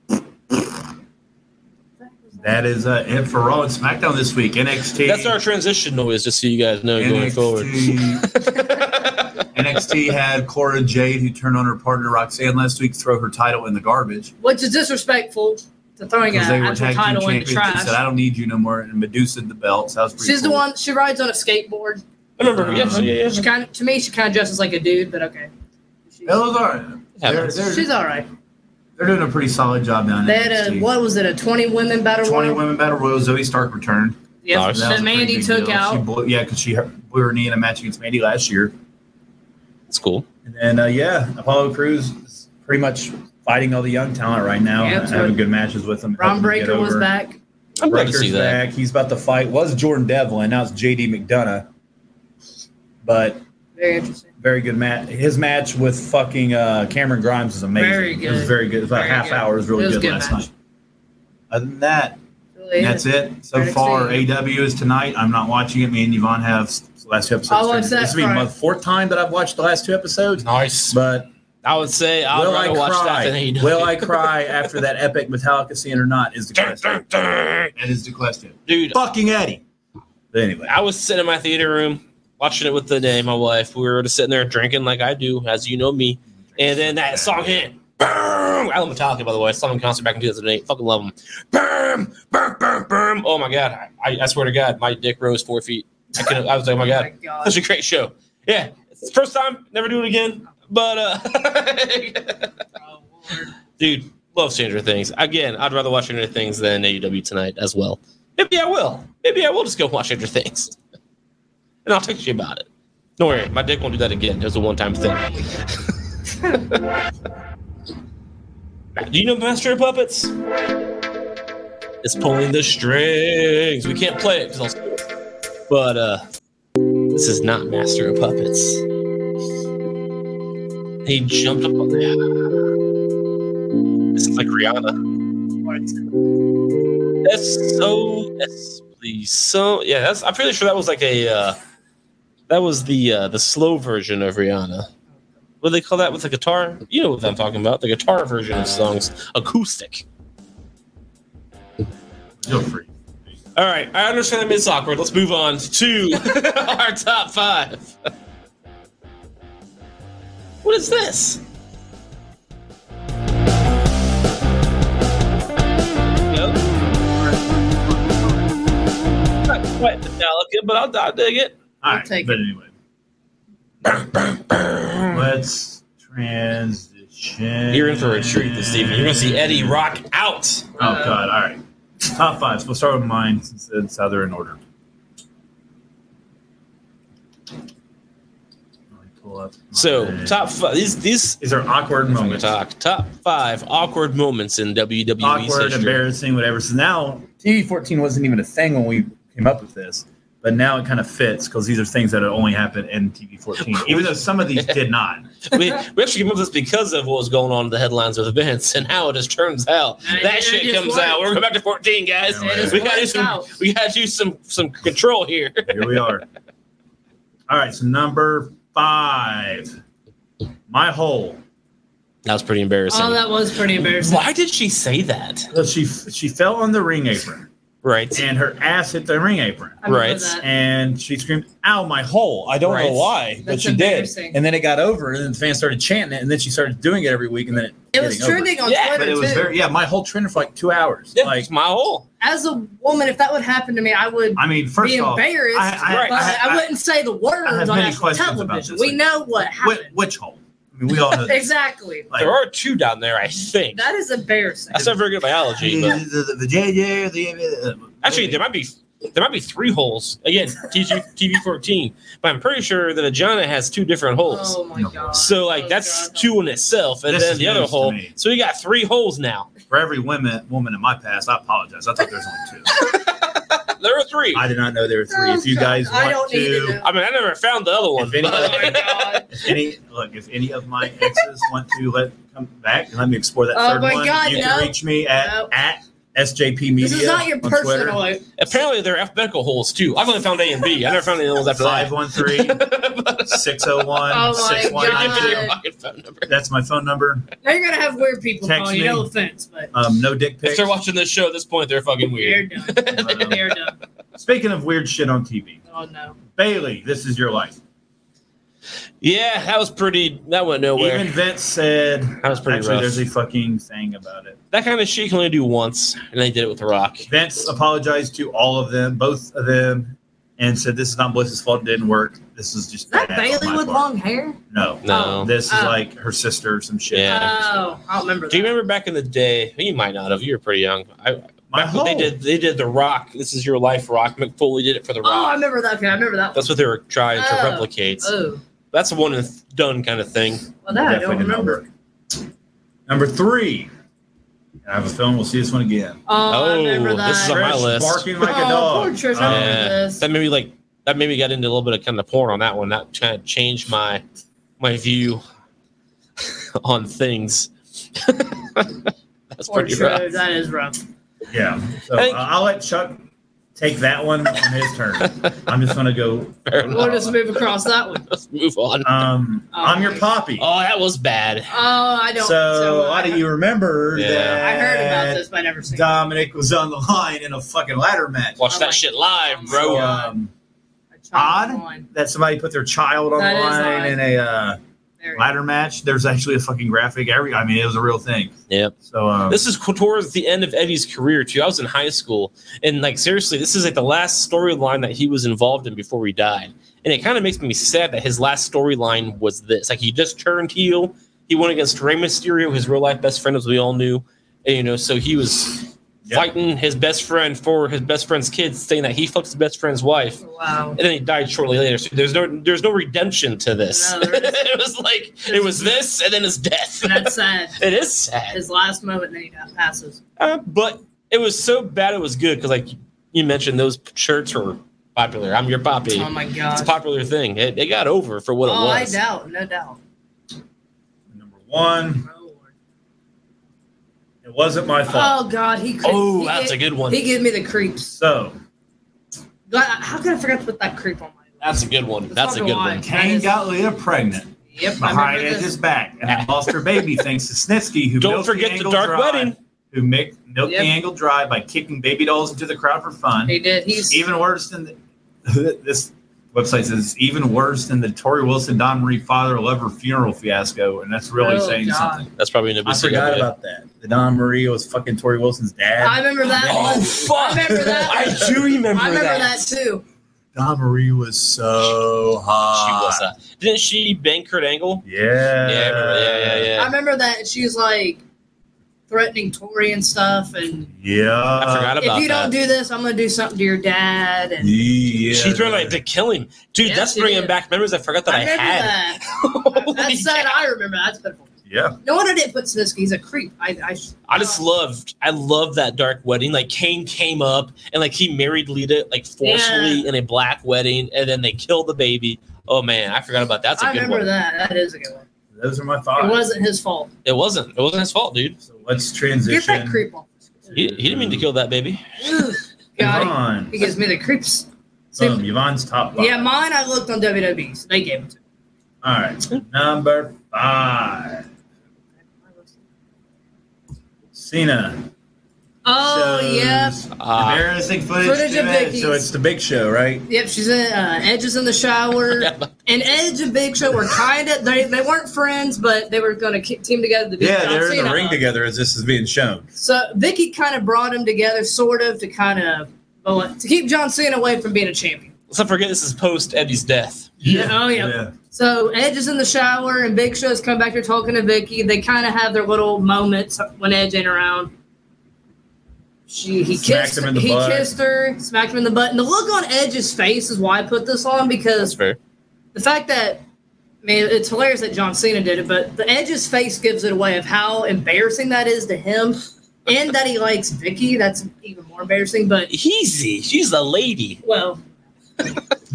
Speaker 4: That is uh, it for Raw and SmackDown this week. NXT.
Speaker 1: That's our transition noise, just so you guys know going forward.
Speaker 4: NXT, NXT had Cora Jade, who turned on her partner Roxanne last week, throw her title in the garbage.
Speaker 3: Which is disrespectful to throwing an
Speaker 4: Because they were
Speaker 3: actual
Speaker 4: tag team
Speaker 3: title in the
Speaker 4: champions and said, I
Speaker 3: trash.
Speaker 4: don't need you no more. And Medusa the belt. So that was pretty
Speaker 3: She's the
Speaker 4: cool.
Speaker 3: one. She rides on a skateboard. Um,
Speaker 1: I remember. Yeah, yeah,
Speaker 3: She
Speaker 1: yeah.
Speaker 3: kind of, to me, she kind of dresses like a dude, but okay. She's,
Speaker 4: That was all right. They're,
Speaker 1: Happens.
Speaker 4: they're,
Speaker 3: she's all right.
Speaker 4: they're doing a pretty solid job down
Speaker 3: They had
Speaker 4: there.
Speaker 3: a uh, what was it? A twenty women battle
Speaker 4: 20
Speaker 3: royal.
Speaker 4: women battle royal. Zoe Stark returned.
Speaker 1: That
Speaker 3: Yep.
Speaker 1: was
Speaker 4: That was
Speaker 3: That
Speaker 4: a pretty
Speaker 3: Mandy
Speaker 4: big
Speaker 3: took
Speaker 4: deal. She
Speaker 3: out.
Speaker 4: blew, yeah, because she hurt- blew her knee in a match against Mandy last year.
Speaker 1: That's cool.
Speaker 4: And then, uh, yeah, Apollo Crews is pretty much fighting all the young talent right now
Speaker 3: Yep,
Speaker 4: and
Speaker 3: so-
Speaker 4: having good matches with them.
Speaker 3: Ron
Speaker 4: helping them get
Speaker 3: Breaker was
Speaker 4: over.
Speaker 3: back.
Speaker 1: I'm glad to
Speaker 4: Breaker's
Speaker 1: see that.
Speaker 4: back. He's about to fight. Was Jordan Devlin. Now it's JD McDonough. But
Speaker 3: Very interesting.
Speaker 4: very good match. His match with fucking uh, Cameron Grimes is amazing.
Speaker 3: Very
Speaker 4: It was
Speaker 3: good.
Speaker 4: very good. It was about
Speaker 3: Very
Speaker 4: half
Speaker 3: good.
Speaker 4: hour. It was really
Speaker 3: It was
Speaker 4: good,
Speaker 3: good
Speaker 4: last
Speaker 3: match.
Speaker 4: night. Other than that,
Speaker 3: Really is.
Speaker 4: that's it. So
Speaker 3: Right,
Speaker 4: far,
Speaker 3: it's
Speaker 4: AW is tonight. I'm not watching it. Me and Yvonne have s- last two episodes.
Speaker 3: I'll watch that
Speaker 4: this will be
Speaker 3: Friday.
Speaker 4: my fourth time that I've watched the last two episodes.
Speaker 1: Nice.
Speaker 4: But
Speaker 1: I would say I'd
Speaker 4: will I
Speaker 1: rather watch that than
Speaker 4: cry?
Speaker 1: he
Speaker 4: Will I cry after that epic Metallica scene or not? Is the question. That is the question.
Speaker 1: Dude,
Speaker 4: Fucking Eddie. But anyway,
Speaker 1: I was sitting in my theater room watching it with the day, my wife. We were just sitting there drinking like I do, as you know me. And then that song hit. Boom! I love Metallica, by the way. I saw them in concert back in 2008. Fucking love them. Boom! Boom! Boom! Boom! Oh my god! I, I swear to God, my dick rose four feet. I, couldn't, I was like, oh my god, such a great show. Yeah, it's the first time. Never do it again. But uh,
Speaker 3: Oh, Lord.
Speaker 1: dude, love Stranger Things. Again, I'd rather watch Stranger Things than AEW tonight as well. Maybe I will. Maybe I will just go watch Stranger Things, and I'll text you about it. Don't worry, my dick won't do that again. It was a one-time thing. do you know Master of Puppets? It's pulling the strings. We can't play it 'cause I'll screw it. But uh, this is not Master of Puppets. He jumped up on that. This is like Rihanna. That's so. That's the so. Yeah, that's. I'm pretty sure that was like a. Uh, that was the uh, the slow version of Rihanna. What do they call that with the guitar? You know what I'm talking about. The guitar version of songs, acoustic.
Speaker 4: feel free.
Speaker 1: All right, I understand that it's awkward. Let's move on to our top five. What is this? Nope. Not quite Metallica, but I'll, I'll dig it.
Speaker 4: All
Speaker 3: I'll
Speaker 4: right,
Speaker 3: take
Speaker 4: but anyway. Let's transition.
Speaker 1: You're in for a treat this evening. You're gonna see Eddie rock out.
Speaker 4: Oh God! All right, top five. So we'll start with mine since it's how they're in order. Let me pull up my-
Speaker 1: So top five. These these
Speaker 4: These are awkward moments.
Speaker 1: talk top five awkward moments in WWE
Speaker 4: Awkward,
Speaker 1: history.
Speaker 4: embarrassing, whatever. So now TV fourteen wasn't even a thing when we came up with this, but now it kind of fits because these are things that only happened in TV fourteen, even though some of these did not.
Speaker 1: we, we actually came up with this because of what was going on in the headlines with events and how it just turns out
Speaker 3: And
Speaker 1: that
Speaker 3: it
Speaker 1: shit
Speaker 3: just
Speaker 1: comes
Speaker 3: works.
Speaker 1: out. We're going back to 14, guys.
Speaker 4: It just
Speaker 1: we gotta do
Speaker 3: works
Speaker 1: some.
Speaker 3: out.
Speaker 1: We gotta do some some control here.
Speaker 4: Here we are. All right, so number five, my hole.
Speaker 1: That was pretty embarrassing.
Speaker 3: Oh, that was pretty embarrassing.
Speaker 1: Why did she say that?
Speaker 4: So she she fell on the ring apron
Speaker 1: Right.
Speaker 4: and her ass hit the ring apron.
Speaker 3: I remember
Speaker 1: Right.
Speaker 3: that.
Speaker 4: And she screamed, "Ow, my hole!" I don't
Speaker 1: Right.
Speaker 4: know why, but
Speaker 3: That's
Speaker 4: she did.
Speaker 3: embarrassing.
Speaker 4: And then it got over, and then the fans started chanting it, and then she started doing it every week, and then it,
Speaker 3: It was
Speaker 4: getting over.
Speaker 3: trending on
Speaker 1: Yeah,
Speaker 4: But
Speaker 3: Twitter
Speaker 4: it was
Speaker 3: too.
Speaker 4: very yeah. My whole trended for like two hours.
Speaker 1: Yeah,
Speaker 4: Like
Speaker 1: it's my hole.
Speaker 3: As a woman, if that would happen to me, I would
Speaker 4: I mean, first
Speaker 3: be
Speaker 4: off, I,
Speaker 3: embarrassed.
Speaker 4: I,
Speaker 1: Right.
Speaker 3: but I,
Speaker 4: I, I,
Speaker 3: wouldn't say the words on
Speaker 4: many
Speaker 3: actual
Speaker 4: questions about
Speaker 3: television.
Speaker 4: this.
Speaker 3: We know what
Speaker 4: which,
Speaker 3: happened.
Speaker 4: which hole? I mean, we all know. this.
Speaker 3: exactly.
Speaker 4: Like,
Speaker 1: there are two down there, I think.
Speaker 3: That is embarrassing.
Speaker 1: I said very good at biology, but
Speaker 4: the, the, the JJ, the, uh,
Speaker 3: Mm-hmm.
Speaker 1: actually there might be there might be three holes again. TV, TV 14, but I'm pretty sure that a vagina has two different holes.
Speaker 3: Oh my god.
Speaker 1: So like
Speaker 3: Oh,
Speaker 1: that's
Speaker 3: God.
Speaker 1: two in itself, and
Speaker 4: This
Speaker 1: then
Speaker 4: is
Speaker 1: the other
Speaker 4: news to
Speaker 1: hole.
Speaker 4: me.
Speaker 1: So you got three holes now.
Speaker 4: for every woman woman in my past, I apologize. I thought there was only two.
Speaker 1: There are three. I,
Speaker 4: I did not know there were three. If you guys want
Speaker 3: I don't
Speaker 4: to,
Speaker 3: need to know.
Speaker 1: mean, I never found the other one.
Speaker 4: If any-
Speaker 1: but-
Speaker 3: Oh my god.
Speaker 4: if any look, if any of my exes want to let come back and let me explore that
Speaker 3: Oh
Speaker 4: third
Speaker 3: my
Speaker 4: one,
Speaker 3: God,
Speaker 4: you
Speaker 3: no.
Speaker 4: can reach me at
Speaker 3: No.
Speaker 4: at SJP Media.
Speaker 3: This is not your
Speaker 4: on Twitter.
Speaker 3: personal. Like,
Speaker 1: Apparently, they're alphabetical holes too. I've only found A and B. I've never found any ones after that.
Speaker 4: 513 601
Speaker 3: Oh my
Speaker 4: 6192.
Speaker 3: God.
Speaker 1: Pocket phone number.
Speaker 4: That's my phone number.
Speaker 3: now you're gonna have weird people
Speaker 4: Text
Speaker 3: call you.
Speaker 4: me.
Speaker 3: No offense, but
Speaker 4: Um, no dick
Speaker 1: If
Speaker 4: pics.
Speaker 1: they're watching this show at this point, they're fucking
Speaker 3: they're
Speaker 1: weird.
Speaker 3: done.
Speaker 4: Um,
Speaker 3: They're done.
Speaker 4: speaking of weird shit on TV,
Speaker 3: Oh no.
Speaker 4: Bailey, this is your life.
Speaker 1: Yeah, that was pretty. That went nowhere.
Speaker 4: Even Vince said.
Speaker 1: that was pretty
Speaker 4: Actually,
Speaker 1: rough.
Speaker 4: there's a fucking thing about it.
Speaker 1: that kind of shit you can only do once, and they did it with The Rock.
Speaker 4: Vince apologized to all of them, both of them, and said, This is not Bliss's fault. It didn't work. This is just.
Speaker 3: Is that
Speaker 4: bad on
Speaker 3: Bailey
Speaker 4: my
Speaker 3: with
Speaker 4: part."
Speaker 3: long hair?
Speaker 4: No.
Speaker 1: No.
Speaker 4: This is
Speaker 3: Oh.
Speaker 4: like her sister or some shit.
Speaker 1: Yeah.
Speaker 3: Oh, I don't remember.
Speaker 1: Do you
Speaker 3: that.
Speaker 1: remember back in the day? You might not have. You were pretty young. I,
Speaker 4: My whole,
Speaker 1: they did. They did The Rock. This is your life, Rock. McFoley did it for The
Speaker 3: Oh, I
Speaker 1: Rock.
Speaker 3: remember that. Okay, I remember that.
Speaker 1: That's what they were trying to
Speaker 3: Oh.
Speaker 1: replicate.
Speaker 3: Oh,
Speaker 1: That's a one and done kind of thing.
Speaker 3: well, that I
Speaker 4: Definitely did
Speaker 3: don't
Speaker 4: not
Speaker 3: remember.
Speaker 4: work. Number three. I have a feeling we'll see this one again.
Speaker 3: Oh, I remember
Speaker 1: Oh,
Speaker 3: that.
Speaker 1: this is on my
Speaker 4: Trish
Speaker 1: list.
Speaker 4: Barking like
Speaker 3: Oh,
Speaker 4: a dog.
Speaker 3: poor Trish, I
Speaker 4: Um,
Speaker 3: remember
Speaker 1: Yeah.
Speaker 3: this.
Speaker 1: That maybe like that maybe got into a little bit of kind of porn on that one. That kind of changed my my view on things. That's
Speaker 3: Poor
Speaker 1: pretty
Speaker 3: Trish,
Speaker 1: rough.
Speaker 3: That is rough.
Speaker 4: Yeah. So
Speaker 1: I think-
Speaker 4: uh, I'll let Chuck take that one on his turn. I'm just going to go.
Speaker 1: Fair enough.
Speaker 3: We'll just move across that one.
Speaker 1: Let's move on.
Speaker 4: Um, I'm your poppy.
Speaker 1: Oh, that was bad.
Speaker 3: Oh, I don't.
Speaker 4: so, a lot of you remember
Speaker 1: Yeah.
Speaker 4: that
Speaker 3: I heard about this, but I never seen. it.
Speaker 4: Dominic was on the line in a fucking ladder match.
Speaker 1: Watch
Speaker 3: Oh my-
Speaker 1: that shit live,
Speaker 3: Oh
Speaker 1: bro.
Speaker 3: my-
Speaker 4: Um,
Speaker 3: I chopped
Speaker 4: Odd?
Speaker 3: one.
Speaker 4: that somebody put their child on
Speaker 3: That
Speaker 4: the
Speaker 3: is
Speaker 4: line
Speaker 3: odd.
Speaker 4: in a uh,
Speaker 3: There it is.
Speaker 4: ladder match. There's actually a fucking graphic. Every I mean, it was a real thing.
Speaker 1: Yeah.
Speaker 4: So um,
Speaker 1: This is towards the end of Eddie's career too. I was in high school, and like seriously, this is like the last storyline that he was involved in before he died. And it kind of makes me sad that his last storyline was this. Like he just turned heel. He went against Rey Mysterio, his real life best friend, as we all knew. And, you know, so he was
Speaker 4: Yeah.
Speaker 1: fighting his best friend for his best friend's kids, saying that he fucked his best friend's wife.
Speaker 3: Oh, Wow.
Speaker 1: And then he died shortly later. So there's no there's no redemption to this.
Speaker 3: No, there isn't.
Speaker 1: it was like it was this and then his death.
Speaker 3: And that's sad.
Speaker 1: it is sad.
Speaker 3: His last moment, then he passes.
Speaker 1: Uh, but it was so bad it was good because, like you mentioned, those shirts were popular. I'm your poppy.
Speaker 3: Oh my
Speaker 1: it's a
Speaker 3: god.
Speaker 1: popular thing. It, it got over for what it
Speaker 3: Oh, I
Speaker 1: was.
Speaker 3: doubt. No doubt.
Speaker 4: number one,
Speaker 3: Oh, Lord.
Speaker 4: it wasn't my fault.
Speaker 3: Oh, god, he. Could,
Speaker 1: Oh,
Speaker 3: he
Speaker 1: that's a
Speaker 3: gave,
Speaker 1: good one.
Speaker 3: He gave me the creeps.
Speaker 4: So
Speaker 3: God, How could I forget to put that creep on my? list?
Speaker 1: That's a good one.
Speaker 3: That's
Speaker 1: That's a
Speaker 3: probably
Speaker 1: good
Speaker 3: why.
Speaker 1: one.
Speaker 4: Kane got Leah pregnant
Speaker 3: Yep. I
Speaker 4: behind
Speaker 3: remember
Speaker 4: at his
Speaker 3: this.
Speaker 4: back, and I lost her baby thanks to Snitsky, who
Speaker 1: Don't
Speaker 4: milked
Speaker 1: forget the
Speaker 4: angle
Speaker 1: dark
Speaker 4: dry-
Speaker 1: wedding.
Speaker 4: who milked, milked
Speaker 3: Yep.
Speaker 4: the angle dry by kicking baby dolls into the crowd for fun.
Speaker 3: He did. He's
Speaker 4: even worse than the, this website says it's even worse than the Tori Wilson Don Marie father lover funeral fiasco, and that's really
Speaker 3: Oh,
Speaker 4: saying
Speaker 3: God.
Speaker 4: something.
Speaker 1: That's probably in
Speaker 5: I forgot about that. The Don Maria was fucking Tori Wilson's dad.
Speaker 3: I remember that.
Speaker 1: Oh
Speaker 3: one.
Speaker 1: fuck!
Speaker 3: I remember that.
Speaker 1: I do remember,
Speaker 3: I remember
Speaker 1: that.
Speaker 3: that, too.
Speaker 5: Don Marie was so
Speaker 1: She was.
Speaker 5: hot.
Speaker 1: Uh, didn't she bang Kurt Angle?
Speaker 4: Yeah.
Speaker 1: Yeah, I remember, yeah, yeah,
Speaker 3: I
Speaker 1: yeah.
Speaker 3: remember that she was like threatening Tori and stuff, and
Speaker 4: Yeah.
Speaker 1: I forgot about
Speaker 3: if you
Speaker 1: that.
Speaker 3: don't do this, I'm gonna do something to your dad. And
Speaker 5: Yeah.
Speaker 1: she threatened like to kill him, dude.
Speaker 3: Yes,
Speaker 1: that's
Speaker 3: she
Speaker 1: bringing
Speaker 3: did.
Speaker 1: back memories I forgot that I,
Speaker 3: I remember
Speaker 1: had.
Speaker 3: that.
Speaker 1: Holy
Speaker 3: That's sad. I remember that. That's pitiful.
Speaker 4: Yeah.
Speaker 3: No wonder I didn't put Sinisky. He's a creep. I, I sh-
Speaker 1: I just loved I loved that dark wedding. Like Kane came up and like he married Lita like forcefully in a black wedding and then they killed the baby. Oh man, I forgot about that. That's a
Speaker 3: I
Speaker 1: good
Speaker 3: remember
Speaker 1: one.
Speaker 3: that. That is a good one.
Speaker 4: Those are my
Speaker 3: It
Speaker 4: thoughts.
Speaker 3: wasn't his fault.
Speaker 1: It wasn't. It wasn't his fault, dude.
Speaker 4: so let's transition.
Speaker 3: Get that creep off.
Speaker 1: He, he didn't mean to kill that baby.
Speaker 3: Ugh, God,
Speaker 4: Yvonne.
Speaker 3: he gives me the creeps.
Speaker 1: Oh,
Speaker 3: See,
Speaker 4: Boom, Yvonne's top five.
Speaker 3: yeah, mine. I looked on WWE. So they gave it to me.
Speaker 4: All right. Number five. Cena.
Speaker 3: Oh
Speaker 4: shows
Speaker 3: yeah,
Speaker 1: Ah,
Speaker 4: Embarrassing footage.
Speaker 3: Footage
Speaker 4: to
Speaker 3: of
Speaker 4: it.
Speaker 3: Biggie.
Speaker 4: So it's
Speaker 5: the Big Show, right?
Speaker 3: Yep, she's in uh, Edge is in the shower, and Edge and Big Show were kind of they, they weren't friends, but they were going to ki- team together to beat
Speaker 5: Yeah,
Speaker 3: John
Speaker 5: they're in the
Speaker 3: Cena.
Speaker 5: ring together as this is being shown.
Speaker 3: So Vicky kind of brought them together, sort of, to kind of well, to keep John Cena away from being a champion.
Speaker 1: let's not forget this is post Eddie's death.
Speaker 3: Yeah, oh, yeah. So Edge is in the shower, and Big Show's come back there talking to Vicky. They kind of have their little moments when Edge ain't around. She he
Speaker 4: Smacked
Speaker 3: kissed
Speaker 4: him in the
Speaker 3: he
Speaker 4: butt.
Speaker 3: kissed her, smacked him in the butt, and the look on Edge's face is why I put this on because
Speaker 1: That's fair.
Speaker 3: the fact that I mean it's hilarious that John Cena did it, but the Edge's face gives it away of how embarrassing that is to him, and that he likes Vicky. That's even more embarrassing. But
Speaker 1: Easy. She's a lady.
Speaker 3: well,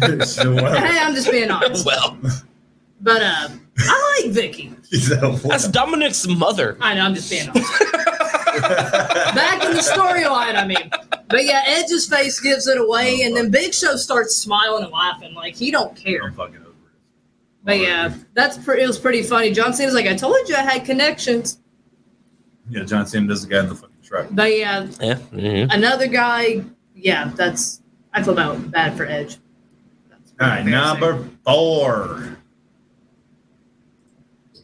Speaker 4: Yeah. so, well,
Speaker 3: hey, I'm just being honest.
Speaker 1: Well,
Speaker 3: But uh, I like Vicky.
Speaker 4: so,
Speaker 1: that's Dominic's mother.
Speaker 3: I know I'm just being honest. Back in the storyline, I mean. But yeah, Edge's face gives it away, and then Big Show starts smiling and laughing like he don't care.
Speaker 4: I'm fucking over it.
Speaker 3: But yeah, that's pretty. It was pretty funny. John Cena's like, I told you I had connections.
Speaker 4: Yeah, John Cena does the guy in the fucking truck.
Speaker 3: But yeah,
Speaker 1: Yeah. mhm.
Speaker 3: another guy. Yeah, that's. I feel about bad for Edge. That's
Speaker 4: All right,
Speaker 3: embarrassing.
Speaker 4: number four.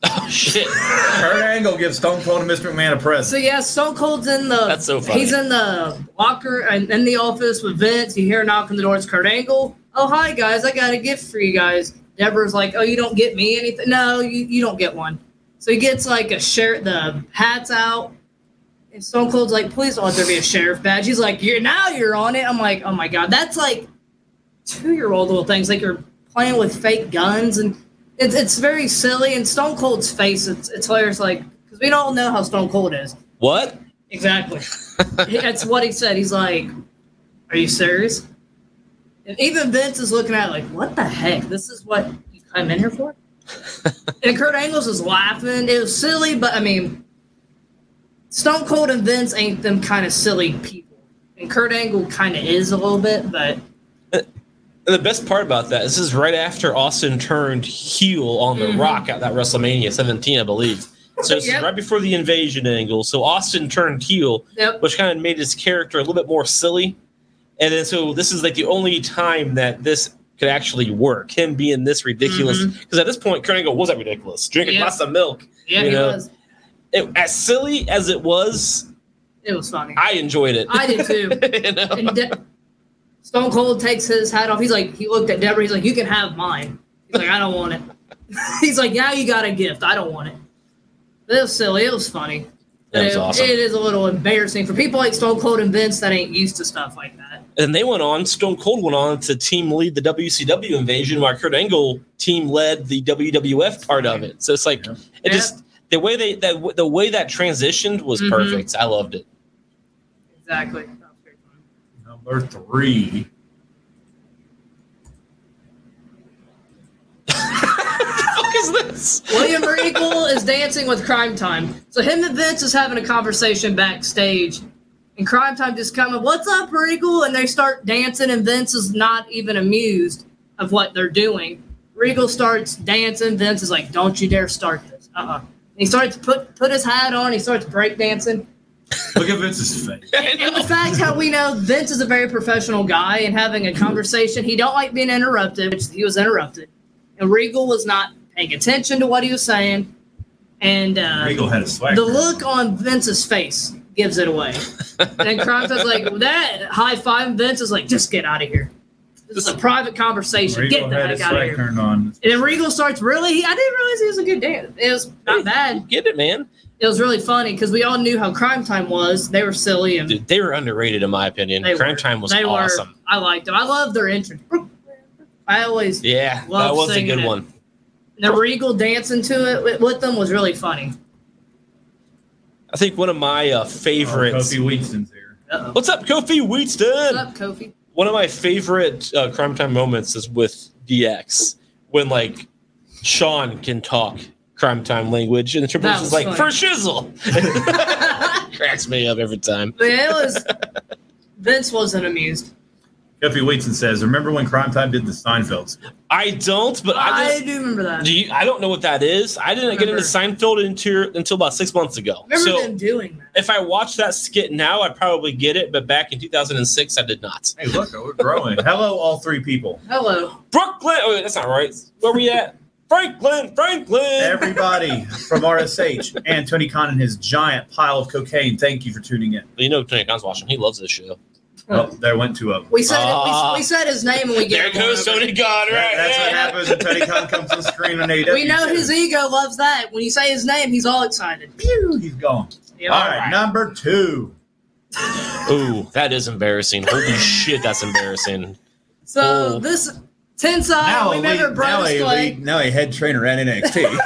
Speaker 1: Oh shit.
Speaker 4: Kurt Angle gives Stone Cold and Mr. McMahon a
Speaker 3: So
Speaker 4: present.
Speaker 3: yeah, Stone Cold's in the.
Speaker 1: That's so funny.
Speaker 3: He's in the locker and in the office with Vince. You hear a knock on the door. It's Kurt Angle. Oh hi guys, I got a gift for you guys. Deborah's like, oh you don't get me anything. No, you, you don't get one. So he gets like a shirt, the hats out, and Stone Cold's like, please don't let there be a sheriff badge. He's like, you're now you're on it. I'm like, oh my god, that's like two year old little things. Like you're playing with fake guns and it's it's very silly. And Stone Cold's face, it's it's hilarious. Like because we don't know how Stone Cold is.
Speaker 1: What?
Speaker 3: Exactly. That's what he said. He's like, "Are you serious?" And even Vince is looking at it like, "What the heck? This is what you come in here for?" and Kurt Angle's is laughing. It was silly, but I mean, Stone Cold and Vince ain't them kind of silly people. And Kurt Angle kind of is a little bit, but
Speaker 1: And the best part about that is this is right after Austin turned heel on The Rock at that WrestleMania 17, I believe. So this
Speaker 3: Mm-hmm. Yep.
Speaker 1: is right before the invasion angle. So Austin turned heel,
Speaker 3: Yep.
Speaker 1: which kind of made his character a little bit more silly. And then so this is like the only time that this could actually work. Him being this ridiculous, because
Speaker 3: Mm-hmm.
Speaker 1: at this point, Kurt Angle was that ridiculous. Drinking
Speaker 3: Yeah.
Speaker 1: lots of milk.
Speaker 3: yeah,
Speaker 1: You
Speaker 3: he
Speaker 1: know.
Speaker 3: was.
Speaker 1: It, as silly as it was,
Speaker 3: It was funny.
Speaker 1: I enjoyed it.
Speaker 3: I did too.
Speaker 1: you know?
Speaker 3: And De- Stone Cold takes his hat off. He's like, he looked at Deborah. He's like, you can have mine. He's like, I don't want it. he's like, now you got a gift. I don't want it. It was silly. It was funny.
Speaker 1: That was
Speaker 3: It-
Speaker 1: awesome.
Speaker 3: It is a little embarrassing for people like Stone Cold and Vince that ain't used to stuff like that.
Speaker 1: And they went on, Stone Cold went on to team lead the WCW invasion, while Kurt Angle team led the WWF part of it. So it's like, it
Speaker 3: Yeah.
Speaker 1: just, the way they, that, the way that transitioned was
Speaker 3: Mhm.
Speaker 1: perfect. I loved it.
Speaker 3: Exactly. That was pretty funny.
Speaker 4: Number three.
Speaker 1: fuck is this?
Speaker 3: William Regal is dancing with Crime Time. So him and Vince is having a conversation backstage. And Crime Time just coming, what's up, Regal? And they start dancing, and Vince is not even amused of what they're doing. Regal starts dancing. Vince is like, don't you dare start this. Uh-uh. And he starts to put, put his hat on. He starts breakdancing.
Speaker 4: Look at Vince's face.
Speaker 3: And the fact how we know Vince is a very professional guy and having a conversation, he don't like being interrupted, which he was interrupted. And Regal was not paying attention to what he was saying. And uh,
Speaker 4: Regal had a swag.
Speaker 3: the look on Vince's face gives it away. and Crompton's like, that high five. And Vince is like, just get out of here. This is a private conversation.
Speaker 4: Regal
Speaker 3: get the
Speaker 4: had his
Speaker 3: heck out of
Speaker 4: swag
Speaker 3: here.
Speaker 4: turned on.
Speaker 3: And then Regal starts really, he, I didn't realize he was a good dance. It was not
Speaker 1: You
Speaker 3: bad.
Speaker 1: get it, man.
Speaker 3: It was really funny because we all knew how crime time was. They were silly and
Speaker 1: Dude, they were underrated in my opinion.
Speaker 3: They
Speaker 1: Crime
Speaker 3: were.
Speaker 1: Time was
Speaker 3: They were-
Speaker 1: awesome.
Speaker 3: I liked them. I love their entrance. I always
Speaker 1: Yeah, that
Speaker 3: Love
Speaker 1: was a
Speaker 3: singing
Speaker 1: good
Speaker 3: it.
Speaker 1: one.
Speaker 3: the Regal dancing to it with, with them was really funny.
Speaker 1: I think one of my uh, favorites.
Speaker 4: Oh, Kofi Weekston's here.
Speaker 3: Uh-oh.
Speaker 1: What's up, Kofi Wheatston?
Speaker 3: What's up, Kofi?
Speaker 1: one of my favorite uh, crime time moments is with DX when like Sean can talk crime time language and the Triple H
Speaker 3: That
Speaker 1: is
Speaker 3: was
Speaker 1: like
Speaker 3: funny.
Speaker 1: for shizzle.
Speaker 3: but
Speaker 1: Cracks me up every time.
Speaker 3: it was Vince wasn't amused.
Speaker 4: Kofi Weekston says, "Remember when Crime Time did the Seinfelds?
Speaker 1: I don't, but I,
Speaker 3: I,
Speaker 1: just,
Speaker 3: do remember that.
Speaker 1: do you, I don't know what that is. I didn't get into
Speaker 3: Remember.
Speaker 1: Seinfeld until until about six months ago.
Speaker 3: remember
Speaker 1: so
Speaker 3: them doing that.
Speaker 1: if I watch that skit now, I'd probably get it. But back in 2006, I did not.
Speaker 4: Hey, look, we're growing. Hello, all three people.
Speaker 3: Hello.
Speaker 1: Brooklyn. Oh, wait, that's not right. Where we at? Franklin. Franklin.
Speaker 4: Everybody from RSH and Tony Khan and his giant pile of cocaine. Thank you for tuning in.
Speaker 1: you know, Tony Khan's watching. He loves this show.
Speaker 4: Oh, there went two of them.
Speaker 3: We said
Speaker 1: Ah.
Speaker 3: we, we said his name and we
Speaker 1: There
Speaker 3: get him
Speaker 1: goes
Speaker 3: on over.
Speaker 1: Tony Khan. Right.
Speaker 4: Oh, That's
Speaker 1: there.
Speaker 4: what happens when Tony Khan comes on screen on AW.
Speaker 3: We know his ego loves that. When you say his name, he's all excited. Pew.
Speaker 4: He's gone.
Speaker 3: Yeah.
Speaker 4: All right, number two.
Speaker 1: Ooh, that is embarrassing. Holy shit, that's embarrassing.
Speaker 3: So
Speaker 1: Oh.
Speaker 3: this Tensai, Oh, we remember
Speaker 5: now,
Speaker 3: Brodus
Speaker 5: a
Speaker 3: Clay.
Speaker 5: lead- now a head trainer at NXT.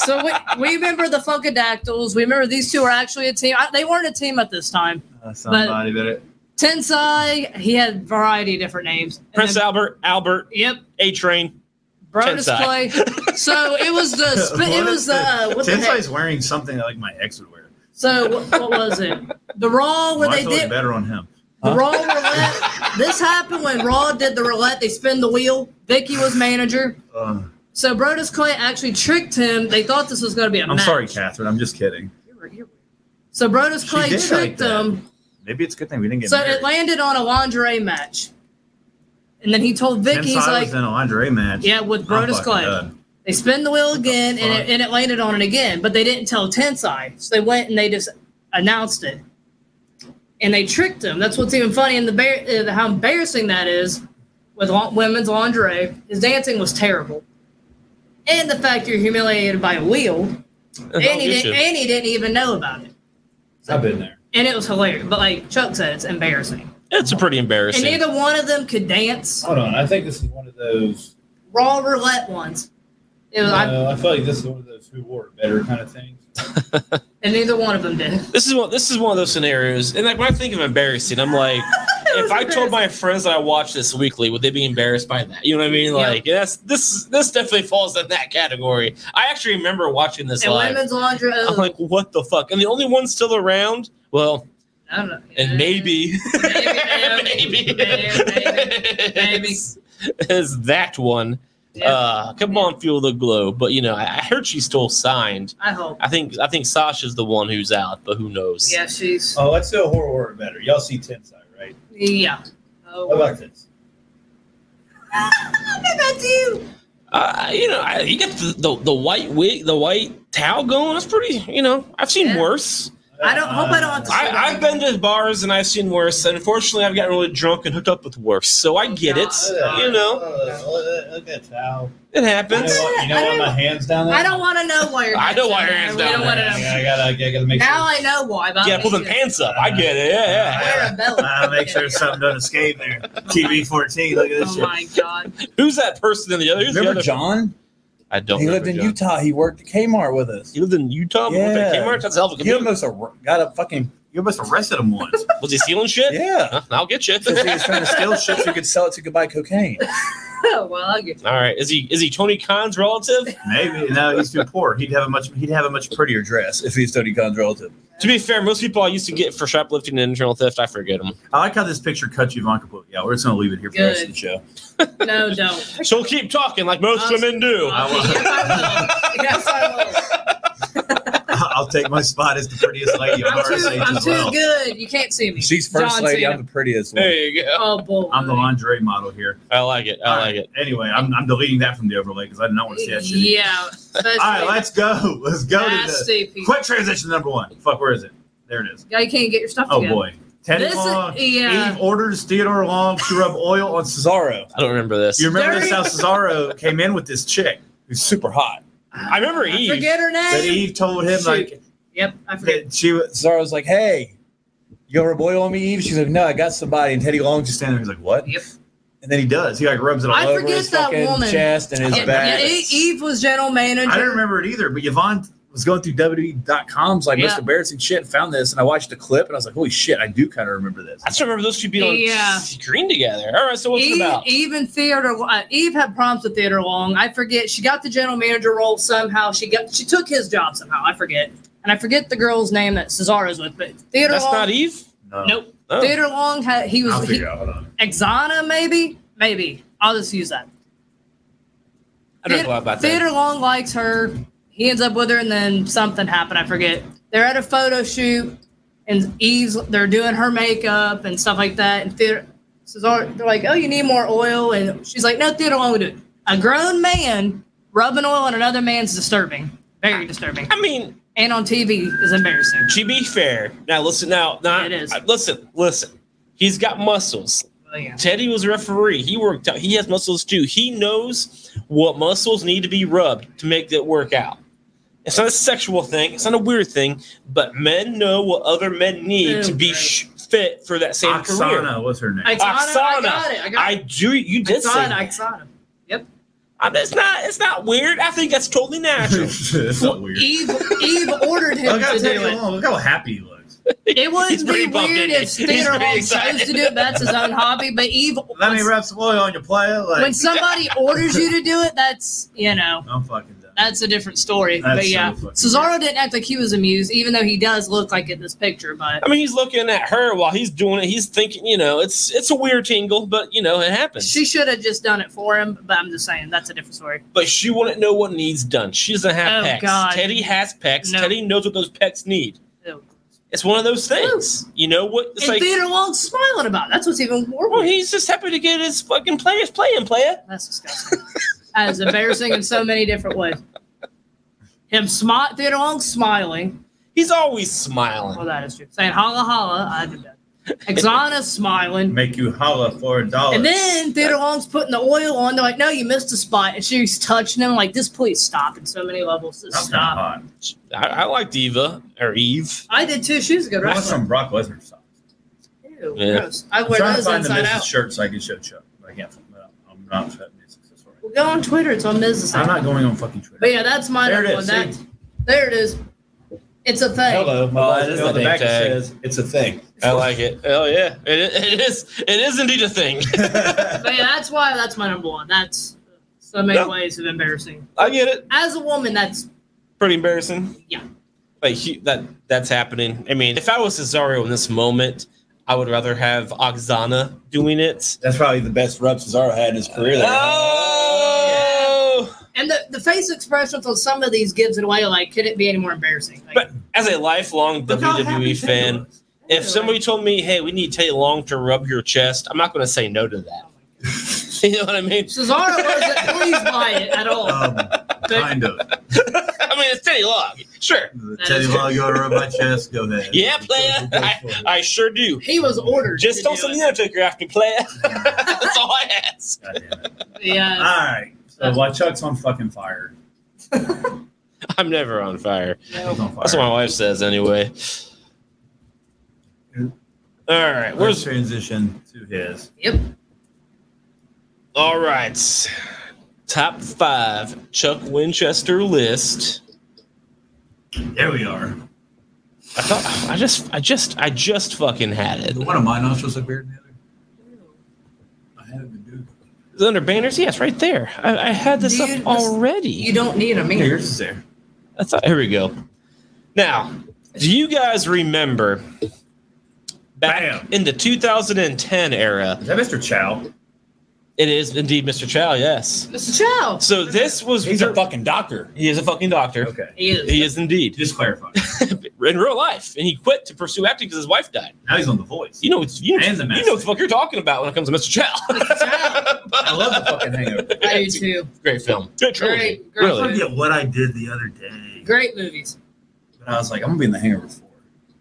Speaker 3: So we, we remember the Funkadactyls. We remember these two were actually a team. I, they weren't a team at this time.
Speaker 4: Uh, somebody did it.
Speaker 3: Tensai, he had a variety of different names. And
Speaker 1: Prince
Speaker 3: then-
Speaker 1: Albert, Albert,
Speaker 3: Yep,
Speaker 1: A Train.
Speaker 3: Brodus
Speaker 1: Tensai.
Speaker 3: Clay. So it was the sp- it was the uh, what the heck?
Speaker 4: Tensai's wearing something that, like my ex would wear.
Speaker 3: So what, what was it? The Raw where
Speaker 4: Well, I
Speaker 3: they
Speaker 4: thought it
Speaker 3: did
Speaker 4: better on him.
Speaker 3: the Raw roulette. This happened when Raw did the roulette. They spin the wheel. Vicky was manager.
Speaker 4: Uh,
Speaker 3: So Brodus Clay actually tricked him. They thought this was going to be a
Speaker 4: I'm
Speaker 3: match.
Speaker 4: sorry, Catherine. I'm just kidding.
Speaker 3: You're- you're- So Brodus
Speaker 4: She
Speaker 3: Clay
Speaker 4: did like
Speaker 3: tricked
Speaker 4: that.
Speaker 3: him.
Speaker 4: Maybe it's a good thing we didn't get
Speaker 3: So
Speaker 4: married.
Speaker 3: it landed on a lingerie match. And then he told
Speaker 4: Tim
Speaker 3: Vicky, he's
Speaker 4: Silas
Speaker 3: like,
Speaker 4: in an Andre match.
Speaker 3: yeah, with
Speaker 4: I'm
Speaker 3: Brodus
Speaker 4: fucking
Speaker 3: Clay.
Speaker 4: done.
Speaker 3: They spin the wheel again, and
Speaker 4: fuck?
Speaker 3: it, and it landed on it again. But they didn't tell Tensai, so they went and they just announced it, and they tricked him. That's what's even funny, and the bar- uh, how embarrassing that is with la- women's lingerie. His dancing was terrible, and the fact you're humiliated by a wheel, and
Speaker 1: I'll
Speaker 3: he,
Speaker 1: get
Speaker 3: didn't,
Speaker 1: you.
Speaker 3: and he didn't even know about it,
Speaker 2: I've been there.
Speaker 3: and it was hilarious. But like Chuck said, it's embarrassing,
Speaker 1: It's pretty
Speaker 3: and
Speaker 1: embarrassing.
Speaker 3: neither one of them could dance.
Speaker 2: Hold on. I think this is one of those.
Speaker 3: Raw roulette ones. It was, I,
Speaker 2: Uh, I feel like this is one of those who wore it better kind of things.
Speaker 3: and neither one of them did.
Speaker 1: this is one. This is one of those scenarios, and like when I think of embarrassing, I'm like, if I told my friends that I watched this weekly, would they be embarrassed by that? You know what I mean?
Speaker 3: Yeah.
Speaker 1: Like, that's this. This definitely falls in that category. I actually remember watching this
Speaker 3: And
Speaker 1: live.
Speaker 3: women's oh, laundry.
Speaker 1: I'm like, what the fuck? And the only one still around, well,
Speaker 3: I don't know.
Speaker 1: and maybe,
Speaker 3: Maybe,
Speaker 1: maybe,
Speaker 3: maybe, maybe, maybe.
Speaker 1: is- is that one.
Speaker 3: Yeah,
Speaker 1: Uh, come on, feel the glow. But you know, I, I heard she's still signed.
Speaker 3: I hope.
Speaker 1: I think I think Sasha's the one who's out, but who knows?
Speaker 3: Yeah, she's.
Speaker 2: Oh, let's do a horror wore it better. Y'all see Tensai, right?
Speaker 3: Yeah.
Speaker 2: How
Speaker 3: Oh,
Speaker 2: about this?
Speaker 3: that's you.
Speaker 1: Uh, you know, I, you got the, the the white wig, the white towel going. That's pretty. You know, I've seen
Speaker 3: Yeah.
Speaker 1: worse.
Speaker 3: I don't- hope I don't
Speaker 2: Uh,
Speaker 3: have to-
Speaker 1: I, I've been to bars and I've seen worse. And unfortunately, I've gotten really drunk and hooked up with worse. So I get it.
Speaker 3: God.
Speaker 1: You know,
Speaker 2: Uh, look at towel.
Speaker 1: it
Speaker 2: You know,
Speaker 1: happens.
Speaker 2: what- you know why my hands down there?
Speaker 3: I don't want to know why you're.
Speaker 1: I know why your hand's
Speaker 3: We
Speaker 1: down
Speaker 3: don't want
Speaker 1: there.
Speaker 3: to know.
Speaker 2: Yeah, I gotta, I gotta make
Speaker 3: Now
Speaker 2: sure.
Speaker 3: I know why. But
Speaker 1: Yeah, pull the pants up. I get it. Yeah,
Speaker 3: Wear a belt.
Speaker 4: Ah, make sure something doesn't escape there. TV 14. Look at this
Speaker 3: Oh
Speaker 4: shit.
Speaker 3: my god.
Speaker 1: yeah. Who's that person in the other? Who's the
Speaker 5: Remember
Speaker 1: other?
Speaker 5: John?
Speaker 1: I don't.
Speaker 5: He lived
Speaker 1: remember
Speaker 5: in
Speaker 1: John.
Speaker 5: Utah. He worked at Kmart with us.
Speaker 1: He lived in Utah. Yeah.
Speaker 5: Yeah.
Speaker 1: Kmart. That's a hell of a
Speaker 5: He
Speaker 1: commute.
Speaker 5: almost ar- got a fucking
Speaker 4: You must have arrested him once.
Speaker 1: Was he stealing shit?
Speaker 5: yeah.
Speaker 1: Huh, I'll get you.
Speaker 5: Because he was trying to steal shit so he could sell it so he could buy cocaine.
Speaker 3: Oh well, I'll get.
Speaker 1: All right. Is he is he Tony Khan's relative?
Speaker 4: Maybe no, he's too poor. He'd have a much. He'd have a much prettier.
Speaker 5: Prettier dress if he's Tony Khan's relative.
Speaker 1: to be fair, most people I used to get for shoplifting and internal theft, I forget them.
Speaker 4: I like how this picture cuts you, Ivanka. But yeah, we're just gonna leave it here for the rest of the show.
Speaker 3: No, don't.
Speaker 1: She'll keep talking like most
Speaker 3: Awesome.
Speaker 1: women do.
Speaker 3: Uh, yes, I will. Yes, I
Speaker 4: I'll take my spot as the prettiest lady on
Speaker 3: will. I'm too.
Speaker 4: RSH
Speaker 3: I'm
Speaker 4: as well.
Speaker 3: too good. You can't see me.
Speaker 5: She's first
Speaker 3: John
Speaker 5: lady.
Speaker 3: Cena.
Speaker 5: I'm the prettiest one.
Speaker 1: There you go.
Speaker 3: Oh boy.
Speaker 4: I'm the lingerie model here.
Speaker 1: I like it. I like it.
Speaker 4: Anyway, I'm, I'm deleting that from the overlay because I do not want to see that shit.
Speaker 3: Yeah.
Speaker 4: All right, let's go. Let's go to the
Speaker 3: Nasty people.
Speaker 4: quick transition number one. Fuck, where is it? There it is.
Speaker 3: Yeah, you can't get your stuff
Speaker 4: Oh
Speaker 3: together.
Speaker 4: boy, Teddy
Speaker 3: This
Speaker 4: Long.
Speaker 3: is, yeah.
Speaker 4: Eve orders Theodore Long to rub oil on Cesaro.
Speaker 1: I don't remember this.
Speaker 4: You remember this?
Speaker 3: Dirty.
Speaker 4: How Cesaro came in with this chick
Speaker 5: He's super hot.
Speaker 1: I remember
Speaker 3: I
Speaker 1: Eve.
Speaker 3: forget her
Speaker 4: that
Speaker 3: name.
Speaker 4: Eve told him
Speaker 3: Shoot.
Speaker 4: like
Speaker 3: Yep, I forget.
Speaker 4: that she was.
Speaker 5: Cesaro's like, hey, you gonna boil on me, Eve? She's like, no, I got somebody. And Teddy Long
Speaker 4: Just
Speaker 5: just
Speaker 4: standing there, he's like, "What?"
Speaker 3: Yep.
Speaker 4: And then he does. He like rubs it all
Speaker 3: I
Speaker 4: over.
Speaker 5: over
Speaker 3: forget
Speaker 5: his
Speaker 3: that
Speaker 5: fucking
Speaker 3: woman.
Speaker 5: chest and his
Speaker 3: Yeah,
Speaker 5: back.
Speaker 3: yeah, E- Eve was general manager.
Speaker 4: I don't remember it either. But Yvonne
Speaker 5: was going through
Speaker 4: E
Speaker 5: WWE.com's like
Speaker 3: Yeah.
Speaker 5: most embarrassing shit and found this and I watched the clip and I was like, holy shit, I do kind of remember this.
Speaker 1: I just remember those two being on
Speaker 3: Yeah.
Speaker 1: screen together. All right, so what's it
Speaker 3: Eve,
Speaker 1: about?
Speaker 3: E-, Eve and Theodore. Uh, Eve had problems with Theodore Long. I forget. She got the general manager role somehow. She got. She took his job somehow. I forget. And I forget the girl's name that Cesaro's with. But Theodore
Speaker 1: That's
Speaker 3: Long.
Speaker 1: not Eve.
Speaker 4: No.
Speaker 3: Nope.
Speaker 1: Oh.
Speaker 3: Theodore Long had. He
Speaker 4: I'll
Speaker 3: was he,
Speaker 4: figure it out. Hold on.
Speaker 3: Exana maybe. Maybe I'll just use that.
Speaker 1: I don't know about that.
Speaker 3: Theodore Long likes her. He ends up with her, and then something happened. I forget. They're at a photo shoot, and Eve's they're doing her makeup and stuff like that. And Theodore, Cesar, they're like, "Oh, you need more oil," and she's like, "No, Theodore Long would do it." A grown man rubbing oil on another man's disturbing. Very disturbing.
Speaker 1: I mean,
Speaker 3: And on TV is embarrassing.
Speaker 1: To be fair, now listen. Now, now
Speaker 3: It is.
Speaker 1: uh, listen, listen. He's got muscles.
Speaker 3: Oh, yeah.
Speaker 1: Teddy was a referee. He worked out. He has muscles too. He knows what muscles need to be rubbed to make that work out. It's not a sexual thing. It's not a weird thing. But men know what other men need
Speaker 3: Oh,
Speaker 1: to be
Speaker 3: great.
Speaker 1: sh- fit for that same career.
Speaker 4: Oksana, what's her name?
Speaker 3: Oksana, I got it. I got
Speaker 1: I
Speaker 3: it.
Speaker 1: do. You did say.
Speaker 3: Oksana,
Speaker 1: that.
Speaker 3: Oksana.
Speaker 1: I'm- It's not. It's not weird. I think that's totally natural.
Speaker 4: That's not weird.
Speaker 3: Eve, Eve ordered him
Speaker 4: Look how
Speaker 3: to
Speaker 4: Teddy
Speaker 3: do it.
Speaker 4: Long. Look how happy he looks.
Speaker 3: It
Speaker 1: He's
Speaker 3: wouldn't
Speaker 1: pretty
Speaker 3: be
Speaker 1: pumped,
Speaker 3: weird if
Speaker 1: isn't he? He's
Speaker 3: Theodore
Speaker 1: pretty
Speaker 3: Long
Speaker 1: excited.
Speaker 3: chose to do it. That's his own hobby. But Eve,
Speaker 4: Let
Speaker 3: when,
Speaker 4: me rub some oil on your player. Like,
Speaker 3: when somebody orders you to do it, that's you know
Speaker 4: I'm fucking done.
Speaker 3: that's a different story.
Speaker 4: That's
Speaker 3: but
Speaker 4: so
Speaker 3: yeah,
Speaker 4: fucking
Speaker 3: Cesaro didn't act like he was amused, even though he does look like it in this picture. But
Speaker 1: I mean, he's looking at her while he's doing it. He's thinking, you know, it's it's a weird tingle, but you know, it happens.
Speaker 3: she should have just done it for him. But I'm just saying that's a different story.
Speaker 1: but she wouldn't know what needs done. She doesn't have
Speaker 3: Oh,
Speaker 1: pecs.
Speaker 3: God.
Speaker 1: Teddy has pecs.
Speaker 3: No.
Speaker 1: Teddy knows what those pecs need.
Speaker 3: Ew.
Speaker 1: It's one of those things. You know what? It's
Speaker 3: and
Speaker 1: like,
Speaker 3: Theodore Long's smiling about. It. That's what's even more
Speaker 1: well,
Speaker 3: weird.
Speaker 1: he's just happy to get his fucking players playing, player.
Speaker 3: That's disgusting. that is embarrassing in so many different ways. Him smile, Theodore Long smiling.
Speaker 1: He's always smiling.
Speaker 3: Well, Oh, that is true. Saying holla holla. I did that. Exana smiling.
Speaker 4: Make you holla for a dollar.
Speaker 3: And then Theodore Long's putting the oil on. They're like, no, you missed a spot. And she's touching him like, this, please stop. In so many levels, just
Speaker 4: That's not
Speaker 3: stop.
Speaker 4: hot.
Speaker 1: I, I like Diva or Eve.
Speaker 3: I did too. She was a good
Speaker 4: That's
Speaker 3: wrestler.
Speaker 4: from Brock Lesnar stuff.
Speaker 3: Ew,
Speaker 1: Yeah.
Speaker 3: gross. I
Speaker 4: I'm
Speaker 3: wear
Speaker 4: trying to
Speaker 3: those
Speaker 4: find the
Speaker 3: inside
Speaker 4: Mrs.
Speaker 3: out.
Speaker 4: shirt so I can show Chuck. but I can't. find it. I'm not fitting this accessory.
Speaker 3: Well, go on Twitter. It's on Mrs.
Speaker 4: I'm not going on fucking
Speaker 3: But
Speaker 4: Twitter.
Speaker 3: yeah, that's my
Speaker 4: There it
Speaker 3: number one.
Speaker 4: is,
Speaker 3: That, there it is. It's a thing.
Speaker 4: My
Speaker 1: Oh,
Speaker 4: boss
Speaker 1: that is
Speaker 4: goes
Speaker 1: the
Speaker 4: on the
Speaker 1: name
Speaker 4: back and
Speaker 1: tag.
Speaker 4: says, it's a thing.
Speaker 1: I like it. Oh yeah, it, it is. It is indeed a thing.
Speaker 3: But yeah, that's why that's my number one. That's so many
Speaker 1: No.
Speaker 3: ways of embarrassing.
Speaker 1: I get it.
Speaker 3: As a woman, that's
Speaker 1: Pretty embarrassing.
Speaker 3: Yeah.
Speaker 1: Like he, that. That's happening. I mean, if I was Cesaro in this moment, I would rather have Oxana doing it.
Speaker 5: That's probably the best rub Cesaro had in his career. There.
Speaker 1: Oh.
Speaker 3: and the, the face expressions on some of these gives it away. Like, could it be any more embarrassing? Like,
Speaker 1: But as a lifelong
Speaker 4: Look how happy
Speaker 1: WWE
Speaker 4: Ted
Speaker 1: E fan,
Speaker 4: was.
Speaker 1: if somebody told me, "Hey, we need Teddy Long to rub your chest," I'm not going to say no to
Speaker 4: Oh
Speaker 1: that. you know what I mean?
Speaker 3: Cesaro wasn't pleased by it at all.
Speaker 4: Um,
Speaker 3: but
Speaker 4: kind of.
Speaker 1: I mean, it's Teddy Long. Sure.
Speaker 4: Teddy Long, you want to rub my chest? Go ahead.
Speaker 1: Yeah, player. I, I sure do.
Speaker 3: he was ordered.
Speaker 1: Just
Speaker 3: to
Speaker 1: don't
Speaker 3: do
Speaker 1: send
Speaker 3: it.
Speaker 1: the Undertaker after me, player. That's all I ask.
Speaker 4: God damn it. All
Speaker 3: Yeah.
Speaker 4: right. So while Chuck's on fucking fire,
Speaker 1: I'm never on fire.
Speaker 4: he's on fire.
Speaker 1: That's what my wife says anyway. All right.
Speaker 4: Let's
Speaker 1: Where's
Speaker 4: transition to his.
Speaker 3: Yep.
Speaker 1: all right? Top five Chuck Winchester list.
Speaker 4: There we are.
Speaker 1: I thought I just I just I just fucking had it.
Speaker 4: Did one of my nostrils look weird than the other? I haven't been doing it.
Speaker 1: It's under banners, yes, right there. I, I had this
Speaker 3: Dude,
Speaker 1: up
Speaker 3: this-
Speaker 1: already.
Speaker 3: You don't need him
Speaker 4: Here,
Speaker 3: either.
Speaker 4: yours is there.
Speaker 1: I thought, here we go. Now, do you guys remember back
Speaker 4: Bam.
Speaker 1: in the 2010 era?
Speaker 4: Is that Mr. Chow?
Speaker 1: It is indeed Mr. Chow, yes.
Speaker 3: Mr. Chow.
Speaker 1: So this was
Speaker 5: He's a fucking doctor.
Speaker 1: he is a fucking doctor.
Speaker 4: Okay.
Speaker 3: He is.
Speaker 1: He is indeed
Speaker 4: Just clarify.
Speaker 1: in real life, and he quit to pursue acting because his wife died.
Speaker 4: Now he's on The Voice.
Speaker 1: You know, it's, you know,
Speaker 4: And the
Speaker 1: you
Speaker 4: message.
Speaker 1: know what the fuck you're talking about when it comes to Mr. Chow.
Speaker 3: Mr. Chow.
Speaker 5: I love the fucking hangover.
Speaker 3: I do too.
Speaker 1: great film, great trilogy,
Speaker 3: Great, great
Speaker 1: really.
Speaker 4: I forget what I did the other day.
Speaker 3: Great movies.
Speaker 5: But I was like, I'm gonna be in the hangover four.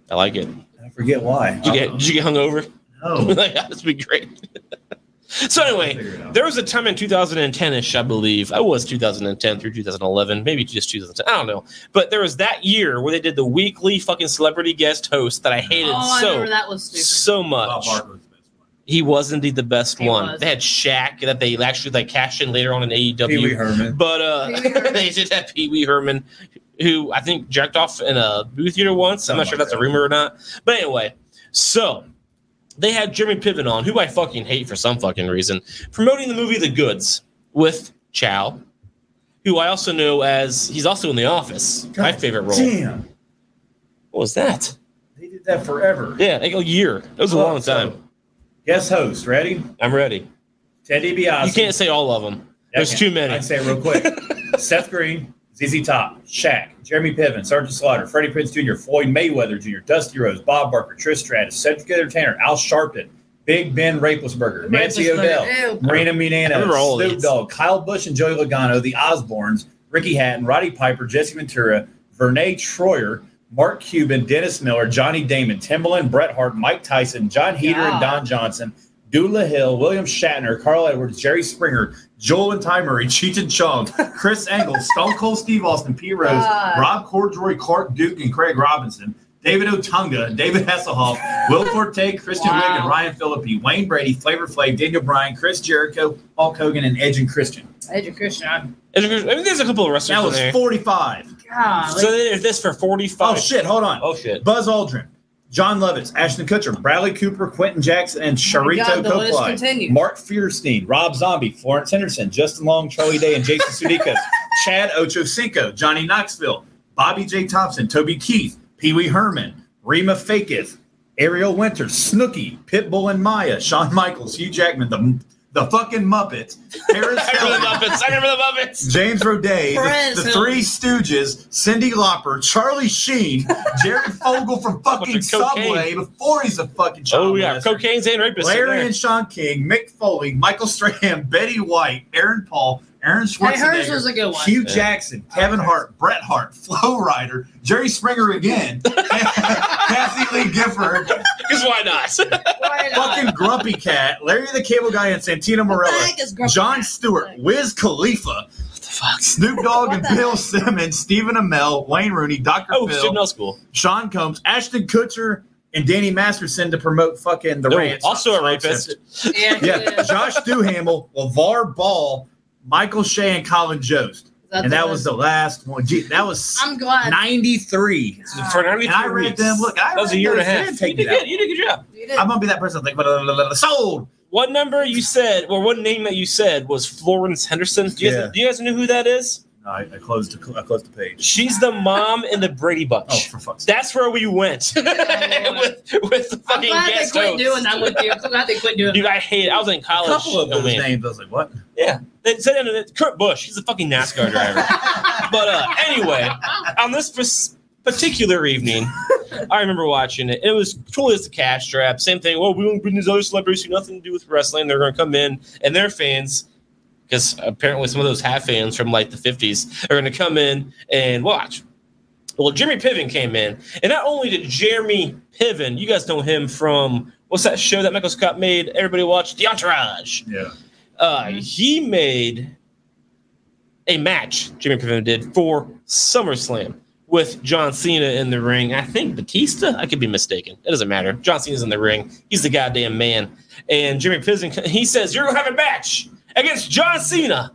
Speaker 1: I like it.
Speaker 5: And I forget why.
Speaker 1: Did Oh! you get, did you get hungover?
Speaker 4: No.
Speaker 1: like, this would be great. so anyway,
Speaker 4: Figure it out.
Speaker 1: there was a time in 2010ish, I believe. I was 2010 through 2011, maybe just 2010. I don't know. But there was that year where they did the weekly fucking celebrity guest host that I hated
Speaker 3: Oh, I remember
Speaker 1: so
Speaker 3: that was stupid.
Speaker 1: so
Speaker 4: Bob
Speaker 1: much.
Speaker 4: Barker was the best one.
Speaker 1: He was indeed the best
Speaker 3: He
Speaker 1: one.
Speaker 3: was.
Speaker 1: They had Shaq that they actually like cashed in later on in E
Speaker 5: Pee Wee
Speaker 1: AEW.
Speaker 5: Herman.
Speaker 1: But
Speaker 3: Pee Wee
Speaker 1: uh,
Speaker 3: Herman.
Speaker 1: they did have Pee Wee Herman, who I think jerked off in a movie theater once. I'm
Speaker 5: Oh
Speaker 1: not
Speaker 5: my
Speaker 1: sure if that's a
Speaker 5: God.
Speaker 1: rumor or not. But anyway, so they had Jeremy Piven on, who I fucking hate for some fucking reason, promoting the movie The Goods with Chow, who I also know as he's also in The Office, my
Speaker 5: God
Speaker 1: favorite role.
Speaker 5: Damn,
Speaker 1: What was that?
Speaker 5: they did that forever.
Speaker 1: Yeah, like a year. That was a long time.
Speaker 5: Guest host, ready?
Speaker 1: I'm ready.
Speaker 5: Teddy Biasi.
Speaker 1: You can't say all of them. There's too many.
Speaker 5: I can say it real quick. Seth Green, ZZ Top, Shaq, Jeremy Piven, Sergeant Slaughter, Freddie Prince Jr., Floyd Mayweather Jr., Dusty Rhodes, Bob Barker, Trish Stratus, Cedric the Entertainer, Al Sharpton, Big Ben Raplesberger, Nancy O'Dell,
Speaker 3: Ew.
Speaker 5: Marina
Speaker 1: remember all of
Speaker 5: Minana, Snoop
Speaker 1: these.
Speaker 5: Dogg, Kyle Bush and Joey Logano, the Osbournes, Ricky Hatton, Roddy Piper, Jesse Ventura, Verne Troyer, Mark Cuban, Dennis Miller, Johnny Damon, Timbaland, Bret Hart, Mike Tyson, John Heater,
Speaker 3: God.
Speaker 5: and Don Johnson, Dula Hill, William Shatner, Carl Edwards, Jerry Springer, Joel and Ty Murray, Cheech and Chong, Chris Angle, Stone Cold Steve Austin, P. Rose,
Speaker 3: God.
Speaker 5: Rob
Speaker 4: Rob Corddry, Clark Duke, and Craig Robinson, David Otunga, David Hasselhoff, Will Forte, Christian
Speaker 3: Wow.
Speaker 4: Wiig, and Ryan Phillippe, Wayne Brady, Flavor Flav, Daniel Bryan, Chris Jericho, Hulk Hogan, and Edge and Christian.
Speaker 3: Edge of Christian. I'm-
Speaker 1: I mean, there's a couple of wrestlers
Speaker 4: That
Speaker 1: in
Speaker 4: was
Speaker 1: there.
Speaker 4: 45.
Speaker 3: God.
Speaker 1: So they did this for 45.
Speaker 4: Oh, shit. Hold on.
Speaker 1: Oh, shit.
Speaker 4: Buzz Aldrin, John Lovitz, Ashton Kutcher, Bradley Cooper, Quentin Jackson, and Sharito
Speaker 3: Oh God, the list
Speaker 4: Kopli.
Speaker 3: continues.
Speaker 5: Mark Fierstein, Rob Zombie, Florence Henderson, Justin Long, Charlie Day, and Jason Sudeikis,
Speaker 4: Chad Ochocinco, Johnny Knoxville, Bobby J. Thompson, Toby Keith, Pee Wee Herman, Rima Fakith, Ariel Winters, Snooki, Pitbull and Maya, Shawn Michaels, Hugh Jackman, the the fucking Muppets, Paris
Speaker 1: I remember
Speaker 4: Hilton,
Speaker 1: the Muppets. I remember the Muppets.
Speaker 4: James Roday,
Speaker 3: Perez
Speaker 4: the, the
Speaker 3: Hilton.
Speaker 4: Three Stooges, Cindy Lauper, Charlie Sheen, Jared Fogle from fucking
Speaker 1: Bunch of cocaine.
Speaker 4: Subway before he's a fucking child
Speaker 1: Oh yeah,
Speaker 4: molester.
Speaker 1: cocaine's and rapists. in
Speaker 4: Larry
Speaker 1: there.
Speaker 4: and Sean King, Mick Foley, Michael Strahan, Betty White, Aaron Paul, Aaron
Speaker 3: Hey, hers was
Speaker 4: Schwarzenegger,
Speaker 3: a good one. Oh,
Speaker 4: Hugh
Speaker 1: Yeah.
Speaker 4: Jackson, Kevin Hart, Bret Hart, Flo Rider, Jerry Springer again, Kathy Lee Gifford,
Speaker 1: Because why not?
Speaker 3: Why not?
Speaker 4: fucking Grumpy Cat, Larry the Cable Guy, and Santino
Speaker 3: What the
Speaker 4: Morella.
Speaker 3: heck is Grumpy
Speaker 4: John
Speaker 3: Cat?
Speaker 4: Stewart, Wiz Khalifa, Snoop Dogg and
Speaker 3: What the
Speaker 4: Bill Simmons, Stephen Amell, Wayne Rooney, Dr.
Speaker 1: oh,
Speaker 4: Phil,
Speaker 1: student health school.
Speaker 4: Sean Combs, Ashton Kutcher, and Danny Masterson to promote fucking the
Speaker 1: No,
Speaker 4: ranch.
Speaker 1: Oh, also a
Speaker 4: So
Speaker 1: rapist.
Speaker 3: Yeah,
Speaker 4: yeah, Josh Duhamel, LeVar Ball, Michael Shea, and Colin Jost. and that was the last one. Gee, that was
Speaker 3: I'm glad
Speaker 4: 93.
Speaker 1: For 92
Speaker 4: And I read
Speaker 1: weeks.
Speaker 4: them. Look, I
Speaker 1: that was a
Speaker 4: read
Speaker 1: year and a
Speaker 4: those. It
Speaker 1: half. You
Speaker 4: didn't take me
Speaker 1: did
Speaker 4: that
Speaker 1: good. You did a good job.
Speaker 3: you
Speaker 4: long.
Speaker 3: didn't.
Speaker 4: I'm going to be that person that's like, blah, blah, blah, blah, sold.
Speaker 1: One number you said, or one name that you said was Florence Henderson. Do you,
Speaker 4: Yeah.
Speaker 1: guys, do you guys know who that is?
Speaker 4: No, I, I, closed the, I closed the page.
Speaker 1: She's the mom in the Brady Bunch.
Speaker 4: Oh, for fuck's sake.
Speaker 1: That's where we went
Speaker 3: Yeah, I
Speaker 1: with, with the
Speaker 3: I'm
Speaker 1: fucking
Speaker 3: glad they
Speaker 1: guest
Speaker 3: quit
Speaker 1: host.
Speaker 3: doing that with you. I'm glad they quit doing
Speaker 1: Dude, I hate it. I was in
Speaker 4: A
Speaker 1: college.
Speaker 4: couple of
Speaker 1: oh,
Speaker 4: those
Speaker 1: man.
Speaker 4: names. I was like, what?
Speaker 1: Yeah. They said under the- Kurt Busch. He's a fucking NASCAR driver. but uh, anyway, on this pers- particular evening, I remember watching it. It was totally just a cash trap. Same thing. Well, we won't bring these other celebrities who have nothing to do with wrestling. They're going to come in, and their fans, because apparently some of those half fans from like the 50s, are going to come in and watch. Well, Jeremy Piven came in, and not only did Jeremy Piven, you guys know him from what's that show that Michael Scott made? Everybody watched The Entourage.
Speaker 4: Yeah.
Speaker 1: Uh,
Speaker 3: Mhm.
Speaker 1: He made a match, Jimmy Pivino did, for SummerSlam with John Cena in the ring. I think Batista, I could be mistaken. It doesn't matter. John Cena's in the ring. He's the goddamn man. And Jimmy Pivino, he says, You're going to have a match against John Cena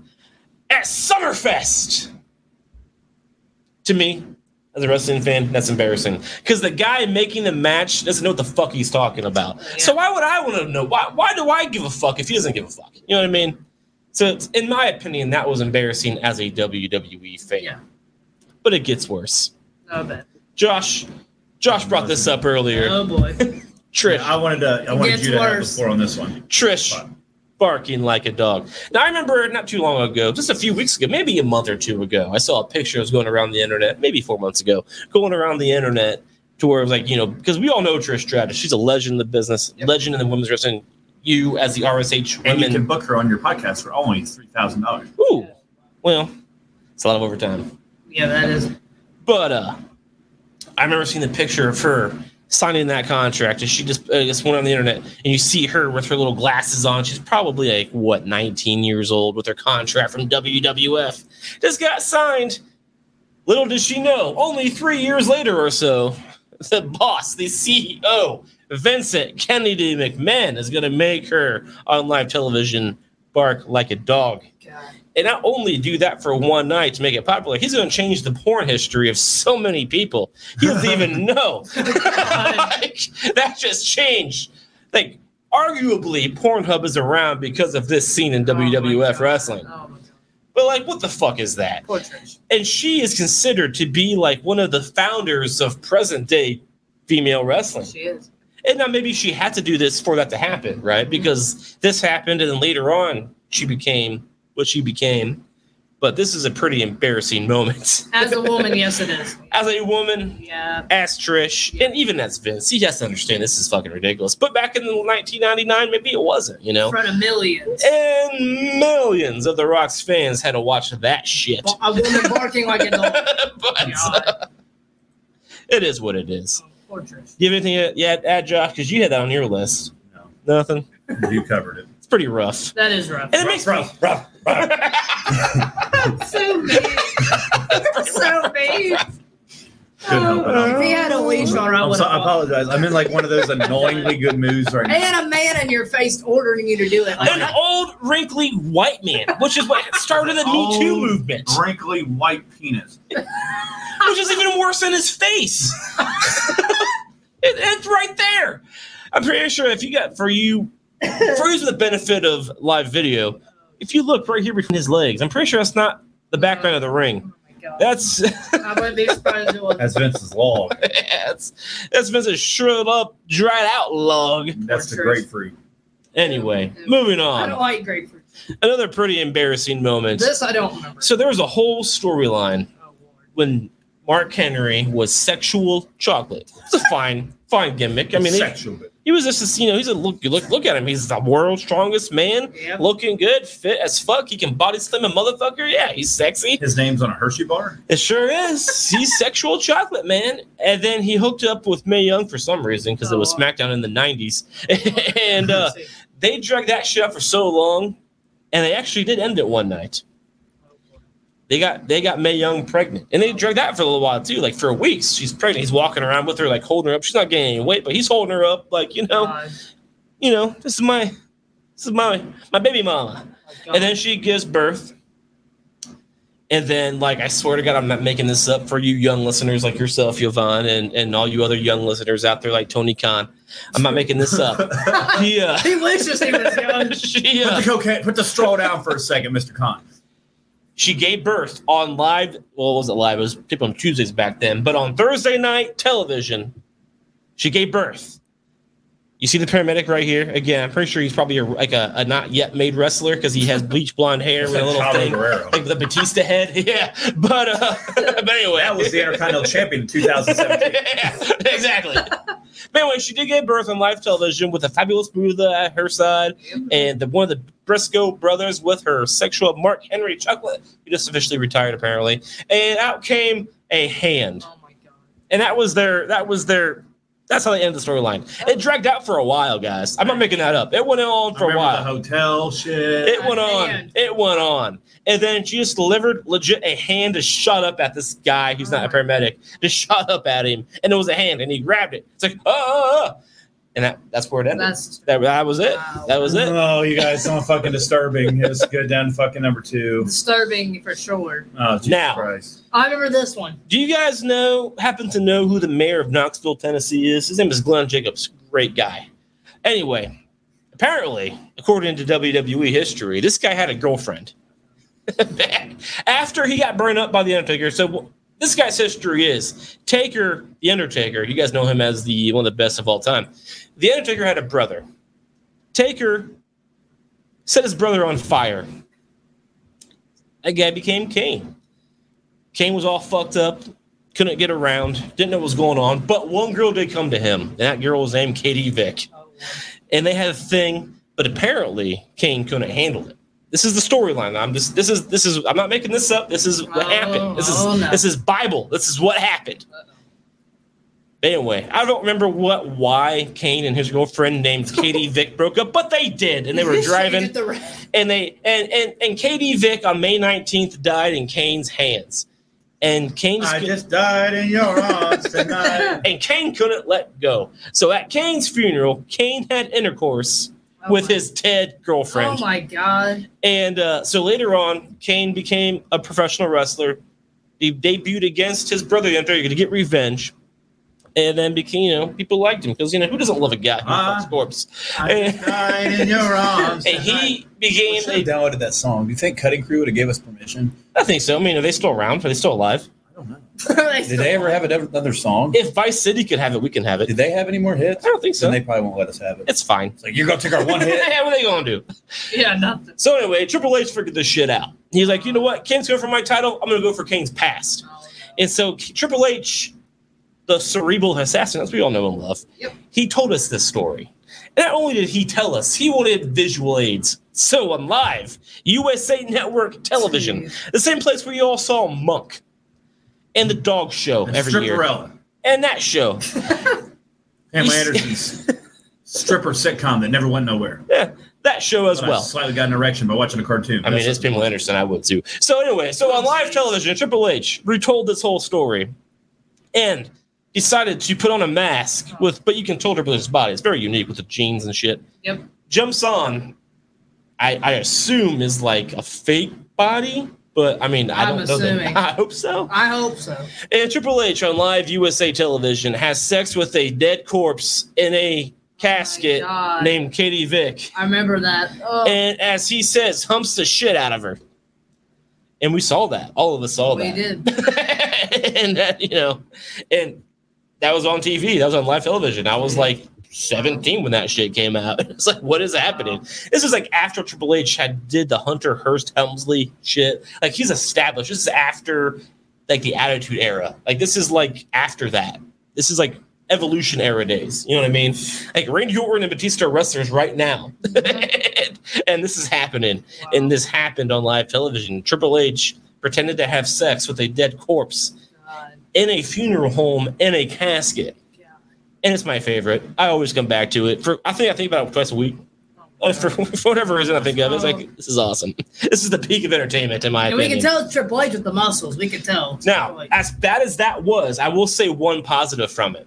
Speaker 1: at Summerfest. To me, as a wrestling fan, that's embarrassing because the guy making the match doesn't know what the fuck he's talking about. So why would I want to know? Why why do I give a fuck if he doesn't give a fuck? You know what I mean? So it's- in my opinion, that was embarrassing as a WWE fan.
Speaker 3: Yeah.
Speaker 1: But it gets worse.
Speaker 3: Oh, but-
Speaker 1: Josh, Josh brought this up earlier.
Speaker 3: oh boy.
Speaker 1: Trish,
Speaker 4: I wanted to. I wanted
Speaker 3: gets
Speaker 4: you to have the
Speaker 3: worse.
Speaker 4: floor on this one.
Speaker 1: Trish barking like a dog. Now I remember not too long ago, just a few weeks ago, maybe a month or two ago, I saw a picture that was going around the internet, maybe four months ago, going around the internet to where it was like, you know, because we all know Trish Stratus. She's a legend in the business, legend in the women's wrestling. You as the RSH
Speaker 4: And you
Speaker 1: women.
Speaker 4: can book her on your podcast for only three thousand dollars.
Speaker 1: Ooh, well, it's a lot of overtime.
Speaker 3: Yeah, that is.
Speaker 1: But uh, I remember seeing the picture of her signing that contract, and she just uh, just went on the internet, and you see her with her little glasses on. She's probably like what 19 years old with her contract from WWF. Just got signed. Little did she know, only three years later or so, the boss, the CEO, Vincent Kennedy McMahon, is going to make her on live television bark like a dog
Speaker 3: God.
Speaker 1: and not only do that for one night to make it popular, he's going to change the porn history of so many people. He doesn't even know. like, that just changed. Like, arguably, Pornhub is around because of this scene in
Speaker 3: Oh, my
Speaker 1: WWF
Speaker 3: God.
Speaker 1: wrestling.
Speaker 3: Oh, my God.
Speaker 1: But, like, what the fuck is that?
Speaker 3: Poor Trish.
Speaker 1: And she is considered to be, like, one of the founders of present day female wrestling.
Speaker 3: She is.
Speaker 1: And now maybe she had to do this for that to happen, right? Because this happened, and then later on, she became what she became. But this is a pretty embarrassing moment.
Speaker 3: As a woman, yes, it is.
Speaker 1: As a woman,
Speaker 3: Yeah.
Speaker 1: as Trish, and even as Vince, he has to understand this is fucking ridiculous. But back in 1999, maybe it wasn't, you
Speaker 3: In
Speaker 1: know?
Speaker 3: front of millions.
Speaker 1: And millions of The Rock's fans had to watch that shit.
Speaker 3: Well, A woman barking like a dog. Oh,
Speaker 1: but
Speaker 3: God.
Speaker 1: it is what it is.
Speaker 3: Oh, Poor Trish.
Speaker 1: Do you have anything to add, add Josh? Because you had that on your list.
Speaker 4: No.
Speaker 1: Nothing.
Speaker 4: You covered it.
Speaker 1: It's pretty rough.
Speaker 3: That is rough.
Speaker 1: And it makes
Speaker 5: Rob, Rob, Rob.
Speaker 3: so mean. so mean.
Speaker 4: Couldn't help it.
Speaker 3: Oh, if he had a leash on, I
Speaker 4: I'm
Speaker 3: would
Speaker 4: so, I
Speaker 3: have.
Speaker 4: apologize. I'm in like one of those annoyingly good moods right
Speaker 3: I
Speaker 4: now.
Speaker 3: had a man in your face ordering you to do it.
Speaker 1: an
Speaker 3: Like,
Speaker 1: old wrinkly white man, which is what started the Me Too
Speaker 4: Old
Speaker 1: movement,
Speaker 4: Wrinkly white penis.
Speaker 1: which is even worse than his face. It, it's right there. I'm pretty sure if you got for you for using the benefit of live video, if you look right here between his legs, I'm pretty sure that's not the background of the ring.
Speaker 3: Oh my god.
Speaker 1: That's
Speaker 3: I wouldn't be surprised if it was.
Speaker 5: That's Vince's log.
Speaker 1: that's that's Vince's shriveled up, dried out log.
Speaker 5: That's the grapefruit.
Speaker 1: Anyway, moving
Speaker 3: I don't
Speaker 1: on.
Speaker 3: like grapefruit.
Speaker 1: Another pretty embarrassing moment.
Speaker 3: This I don't remember.
Speaker 1: So there was a whole storyline
Speaker 3: oh, Lord.
Speaker 1: when Mark Henry was sexual chocolate. It's a fine, fine gimmick. I mean, he,
Speaker 5: sexual. but
Speaker 1: he was just, a, you know, he's a look. You look, look at him. He's the world's strongest man,
Speaker 3: Yeah.
Speaker 1: looking good, fit as fuck. He can body slam a motherfucker. Yeah, he's sexy.
Speaker 4: His name's on a Hershey bar.
Speaker 1: It sure is. He's sexual chocolate, man. And then he hooked up with Mae Young for some reason because it was
Speaker 3: Oh.
Speaker 1: SmackDown in the 90s. and uh, they dragged that shit out for so long, and they actually did end it one night. They got they got Mae Young pregnant, and they dragged that for a little while too, like for weeks. She's pregnant. He's walking around with her, like holding her up. She's not getting any weight, but he's holding her up, like you know,
Speaker 3: God.
Speaker 1: you know, this is my this is my my baby mama.
Speaker 3: God.
Speaker 1: And then she gives birth. And then, like, I swear to God, I'm not making this up for you young listeners like yourself, Yvonne, and, and all you other young listeners out there like Tony Khan. I'm not making this up. He, uh,
Speaker 3: he wishes he was young.
Speaker 1: she,
Speaker 4: Put
Speaker 1: uh,
Speaker 4: the cocaine, put the straw down for a second, Mr. Khan.
Speaker 1: she gave birth on live. Well, it wasn't live. It was people on Tuesdays back then. But on Thursday night television, she gave birth. You see the paramedic right here again. I'm pretty sure he's probably a, like a, a not yet made wrestler because he has bleach blonde hair with a little
Speaker 5: Chavo
Speaker 1: thing,
Speaker 5: Guerrero.
Speaker 1: like the Batista head. Yeah, but uh, but anyway,
Speaker 5: That was the Intercontinental Champion in 2017.
Speaker 1: yeah, exactly. But anyway, she did give birth on live television with a fabulous Buddha at her side and the, one of the Briscoe brothers with her sexual Mark Henry chocolate. He just officially retired apparently. And out came a hand.
Speaker 3: Oh my god.
Speaker 1: And that was their that was their that's how they ended the storyline. It dragged out for a while, guys. I'm not making that up. It went on
Speaker 4: I
Speaker 1: for a
Speaker 4: remember
Speaker 1: while.
Speaker 4: the hotel shit.
Speaker 1: It went
Speaker 3: A
Speaker 1: on.
Speaker 3: hand.
Speaker 1: It went on. And then she just delivered legit a hand to shut up at this guy who's
Speaker 3: Uh-huh.
Speaker 1: not a paramedic. Just shot up at him. And it was a hand and he grabbed it. It's like, oh, oh, oh. And that, that's where it ended.
Speaker 3: That's
Speaker 1: that, that was it.
Speaker 3: Wow.
Speaker 1: That was it.
Speaker 5: Oh, you guys sound fucking disturbing. It was good down to fucking number two.
Speaker 3: disturbing for sure.
Speaker 5: Oh, Jesus
Speaker 1: Now.
Speaker 5: Christ.
Speaker 3: I remember this one.
Speaker 1: Do you guys know, happen to know who the mayor of Knoxville, Tennessee is? His name is Glenn Jacobs. Great guy. Anyway, apparently, according to WWE history, this guy had a girlfriend. After he got burned up by The Undertaker. So, this guy's history is Taker, The Undertaker. You guys know him as the one of the best of all time. The Undertaker had a brother. Taker set his brother on fire. That guy became Kane. Kane was all fucked up, couldn't get around, didn't know what was going on. But one girl did come to him, and that girl was named Katie Vick. And they had a thing, but apparently Kane couldn't handle it. This is the storyline. I'm just this is this is I'm not making this up. This is what
Speaker 3: Oh,
Speaker 1: happened. This is
Speaker 3: oh, no.
Speaker 1: this is Bible. This is what happened. Anyway, I don't remember what why Kane and his girlfriend named Katie Vick broke up, but they did, and they were
Speaker 3: She
Speaker 1: driving
Speaker 3: did the rest.
Speaker 1: and they and and and KD Vick on May 19th died in Kane's hands, and Kane just
Speaker 4: I
Speaker 1: cou-
Speaker 4: just died in your arms tonight.
Speaker 1: and Kane couldn't let go. So at Kane's funeral, Kane had intercourse
Speaker 3: Oh
Speaker 1: with
Speaker 3: my-
Speaker 1: his dead girlfriend,
Speaker 3: Oh my god.
Speaker 1: and uh, so later on, Kane became a professional wrestler. He debuted against his brother the Undertaker to get revenge. And then became, you know, people liked him because you know who doesn't love a guy who
Speaker 4: Uh,
Speaker 1: fucks corpse.
Speaker 4: I just died in your arms.
Speaker 1: And he became
Speaker 5: Should
Speaker 1: a.
Speaker 5: have downloaded that song. Do you think Cutting Crew would have gave us permission?
Speaker 1: I think so. I mean, are they still around? Are they still alive?
Speaker 5: Did they ever have another song?
Speaker 1: If Vice City could have it, we can have it.
Speaker 5: Did they have any more
Speaker 1: I
Speaker 5: hits?
Speaker 1: don't think so.
Speaker 5: Then they probably won't let us have it.
Speaker 1: it's fine.
Speaker 5: It's like you're gonna take our one hit.
Speaker 1: yeah, what are they gonna do?
Speaker 3: yeah, nothing.
Speaker 1: So anyway, Triple H figured this shit out. He's like, you know what? Kane's going for my title. I'm gonna go for Kane's past. And so K- Triple H, the cerebral assassin, that's what we all know and love.
Speaker 3: Yep.
Speaker 1: He told us this story. And not only did he tell us, he wanted visual aids. So on live USA Network television, the same place where you all saw Monk and the Dog Show
Speaker 4: And
Speaker 1: every year,
Speaker 4: Stripperella.
Speaker 1: and that show.
Speaker 4: Pamela
Speaker 1: You s-
Speaker 4: Anderson's stripper sitcom that never went nowhere.
Speaker 1: Yeah, that show as
Speaker 4: But I
Speaker 1: well.
Speaker 4: slightly got an erection by watching a cartoon.
Speaker 1: I mean,
Speaker 4: That's-
Speaker 1: it's Pamela Anderson. I would too. So anyway, so on live television, Triple H retold this whole story, and decided to put on a mask with, but you can tell Triple H's body. It's very unique with the jeans and shit.
Speaker 3: Yep.
Speaker 1: Jumps on, I, I assume is like a fake body, But I mean, I
Speaker 3: I'm
Speaker 1: don't know. that-
Speaker 3: assuming.
Speaker 1: I hope so.
Speaker 3: I hope so.
Speaker 1: And Triple H on live USA television has sex with a dead corpse in a casket
Speaker 3: Oh God.
Speaker 1: named Katie Vick.
Speaker 3: I remember that. Oh,
Speaker 1: And as he says, humps the shit out of her. And we saw that. All of us saw
Speaker 3: we
Speaker 1: that.
Speaker 3: did.
Speaker 1: and that, you know, and that was on TV. That was on live television. I was like 17 when that shit came out. It's like, what is happening? This is like after Triple H had did the Hunter Hearst Helmsley shit. Like he's established. This is after like the Attitude Era. Like this is like after that. This is like Evolution Era days. You know what I mean? Like Randy Orton and Batista are wrestlers right now, and,
Speaker 3: Mm-hmm.
Speaker 1: this is happening. And this happened on live television. Triple H pretended to have sex with a dead corpse
Speaker 3: God.
Speaker 1: in a funeral home in a casket.
Speaker 3: Yeah.
Speaker 1: And it's my favorite. I always come back to it. For I think I think about it twice a week.
Speaker 3: Oh,
Speaker 1: Uh, For, for whatever reason, I think of it. It's like this is awesome. This is the peak of entertainment, in my
Speaker 3: And we
Speaker 1: opinion.
Speaker 3: can tell it's Triple H with the muscles. We can tell. It's
Speaker 1: Now,
Speaker 3: Triple H.
Speaker 1: as bad as that was, I will say one positive from it.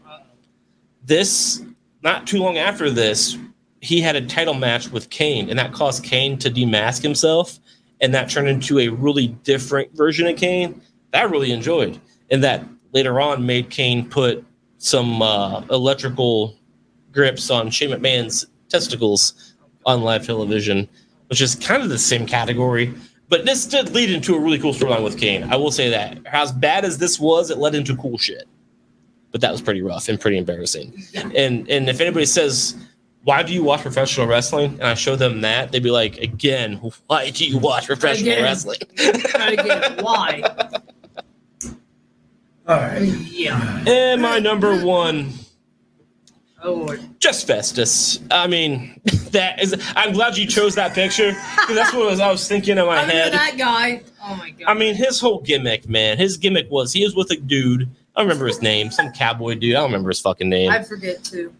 Speaker 1: This, not too long after this, he had a title match with Kane, and that caused Kane to demask himself, and that turned into a really different version of Kane that I really enjoyed, and that later on made Kane put some uh, electrical grips on Shane McMahon's testicles on live television, which is kind of the same category. But this did lead into a really cool storyline with Kane. I will say that. As bad as this was, it led into cool shit. But that was pretty rough and pretty embarrassing. And and if anybody says, Why do you watch professional wrestling? And I show them that, they'd be like, Again, why do you watch professional
Speaker 3: Again.
Speaker 1: wrestling?
Speaker 3: Try to get why.
Speaker 5: All right.
Speaker 3: Yeah.
Speaker 1: and my number one
Speaker 3: Oh Lord.
Speaker 1: just Festus. I mean, that is. I'm glad you chose that picture 'cause that's what was, I was thinking in my
Speaker 3: I knew
Speaker 1: head.
Speaker 3: that guy. Oh my God.
Speaker 1: I mean, his whole gimmick, man. His gimmick was he was with a dude. I don't remember his name. Some cowboy dude. I don't remember his fucking name.
Speaker 3: I forget too.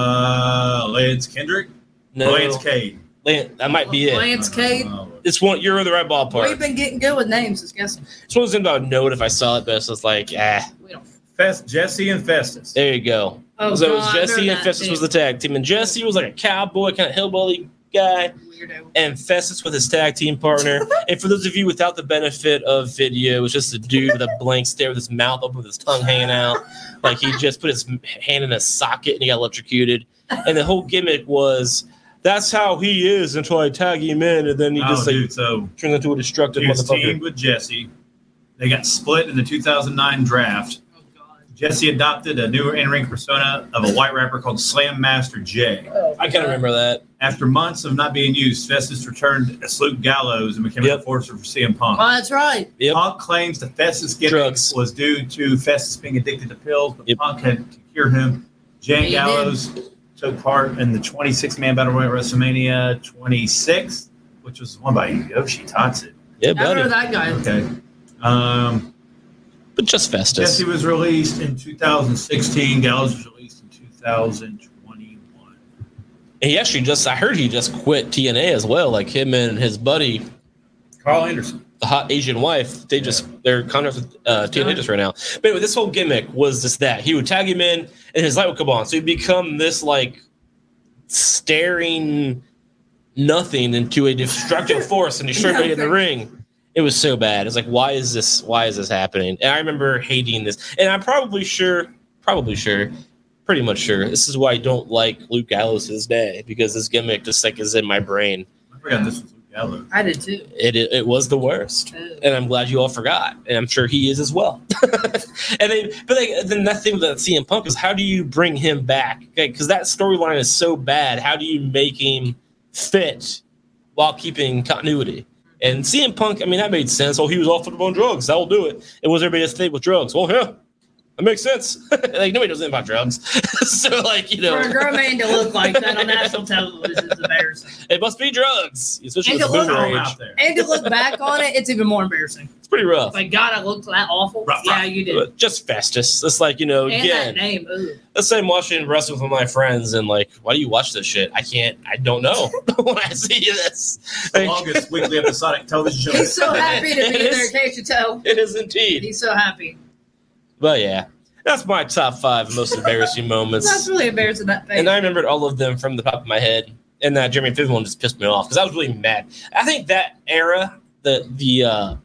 Speaker 4: Uh, Lance Kendrick,
Speaker 1: no,
Speaker 4: Lance Cade. Oh,
Speaker 1: Lan- that might be it.
Speaker 3: Lance Cade.
Speaker 1: It's one. You're in the right
Speaker 3: We've
Speaker 1: ballpark.
Speaker 3: been getting good with names. It's guessing.
Speaker 1: It's one of those things I would know it if I saw it, but it's just like, ah,
Speaker 3: We don't.
Speaker 4: Fest, Jesse and Festus.
Speaker 1: there you go.
Speaker 3: Oh
Speaker 1: so it
Speaker 3: God,
Speaker 1: was Jesse
Speaker 3: they're
Speaker 1: and
Speaker 3: that
Speaker 1: Festus
Speaker 3: big.
Speaker 1: was the tag team, and Jesse was like a cowboy kind of hillbilly guy.
Speaker 3: weirdo.
Speaker 1: and Festus with his tag team partner. and for those of you without the benefit of video, it was just a dude with a blank stare with his mouth open with his tongue hanging out. Like he just put his m- hand in a socket and he got electrocuted. And the whole gimmick was that's how he is until I tag him in and then he
Speaker 4: Oh,
Speaker 1: just like
Speaker 4: dude, so
Speaker 1: turns into a destructive
Speaker 4: he was
Speaker 1: motherfucker.
Speaker 4: teamed with Jesse. They got split in the 2009 draft.
Speaker 3: Oh God.
Speaker 4: Jesse adopted a new in-ring persona of a white rapper called Slam Master J.
Speaker 3: Oh,
Speaker 1: I can't remember that.
Speaker 4: After months of not being used, Festus returned as Luke Gallows and became
Speaker 1: Yep.
Speaker 4: an enforcer for CM Punk.
Speaker 3: Oh, that's right.
Speaker 1: Yep.
Speaker 4: Punk claims the Festus gimmick
Speaker 1: Drugs.
Speaker 4: was due to Festus being addicted to pills, but
Speaker 1: Yep.
Speaker 4: Punk had to cure him. Jan
Speaker 3: He
Speaker 4: Gallows took part in the 26 man battle royal at WrestleMania 26, which was won by Yoshi Tatsu.
Speaker 1: Yeah,
Speaker 3: I remember
Speaker 1: buddy.
Speaker 3: that guy.
Speaker 4: Okay. Um,
Speaker 1: But just Festus.
Speaker 4: Jesse was released in 2016. Gallows was released in 2021.
Speaker 1: And he actually just I heard he just quit TNA as well. Like him and his buddy
Speaker 5: Carl Anderson.
Speaker 1: the hot Asian wife, they just their contract with uh, TNA just right now. But anyway, this whole gimmick was just that he would tag him in, and his light would come on, so he'd become this like staring nothing into a destructive force and destroy everybody in the ring. It was so bad. It's like, why is this? Why is this happening? And I remember hating this, and I'm probably sure, probably sure. Pretty much sure. This is why I don't like Luke Gallows to this day because this gimmick just like is in my brain.
Speaker 4: I forgot this was Luke Gallows.
Speaker 3: I did too.
Speaker 1: It it, it was the worst
Speaker 3: Too.
Speaker 1: and I'm glad you all forgot, and I'm sure he is as well. and they, but they, then that thing with that CM Punk is how do you bring him back? Because that storyline is so bad. How do you make him fit while keeping continuity? And CM Punk, I mean, that made sense. Oh, he was off on drugs. That will do it. It was everybody just think with drugs. Well, yeah, that makes sense. like nobody knows anything about drugs, so like you
Speaker 3: For a
Speaker 1: know,
Speaker 3: grown man to look like that on national television is embarrassing.
Speaker 1: it must be drugs, especially
Speaker 3: And
Speaker 1: with
Speaker 3: the look-
Speaker 1: boomer
Speaker 4: All
Speaker 1: age.
Speaker 4: out there.
Speaker 3: And to look back on it, it's even more embarrassing.
Speaker 1: It's pretty rough.
Speaker 3: Like God, I looked that awful.
Speaker 4: Ruh,
Speaker 3: Yeah, you did.
Speaker 1: But just Festus. It's like you know,
Speaker 3: And
Speaker 1: again.
Speaker 3: that name. Ooh.
Speaker 1: let's say I'm watching wrestling with my friends and like, why do you watch this shit? I can't. I don't know when I see this.
Speaker 4: The
Speaker 1: Like,
Speaker 4: longest weekly episodic television show.
Speaker 3: He's so happy to be
Speaker 1: It
Speaker 3: in
Speaker 1: is.
Speaker 3: there. Can't you tell?
Speaker 1: it is indeed.
Speaker 3: He's so happy.
Speaker 1: But yeah, that's my top five most embarrassing
Speaker 3: That's
Speaker 1: moments,
Speaker 3: really embarrassing. That face.
Speaker 1: and I remembered all of them from the top of my head. And that Jeremy Fifth one just pissed me off because I was really mad. I think that era, the the uh,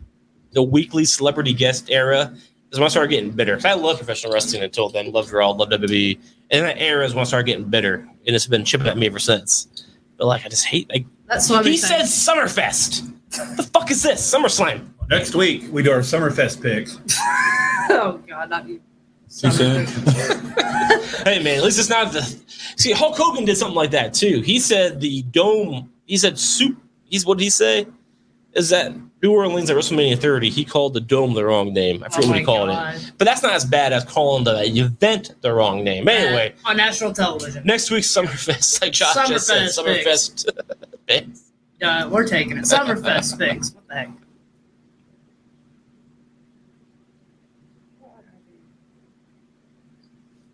Speaker 1: the weekly celebrity guest era is when I started getting bitter. 'Cause I love professional wrestling until then, loved Raw, loved WWE, and that era is when I started getting bitter, and it's been chipping at me ever since. But like, I just hate. Like,
Speaker 3: That's what I'm
Speaker 1: he
Speaker 3: saying.
Speaker 1: says Summerfest. the fuck is this SummerSlam?
Speaker 5: Next week we do our Summerfest picks.
Speaker 3: oh God, not you.
Speaker 2: Too soon.
Speaker 1: Hey man, at least it's not the. See, Hulk Hogan did something like that too. He said the dome. He said soup. He's what did he say? Is that New Orleans at WrestleMania 30? He called the dome the wrong name. I forget
Speaker 3: Oh
Speaker 1: what he
Speaker 3: my
Speaker 1: called
Speaker 3: God.
Speaker 1: it. But that's not as bad as calling the event the wrong name. Anyway,
Speaker 3: on national television.
Speaker 1: next week's Summerfest, like Josh just said,
Speaker 3: Summerfest
Speaker 1: Summerfest. Picks.
Speaker 3: Uh, we're taking it. Summerfest fix. What the heck?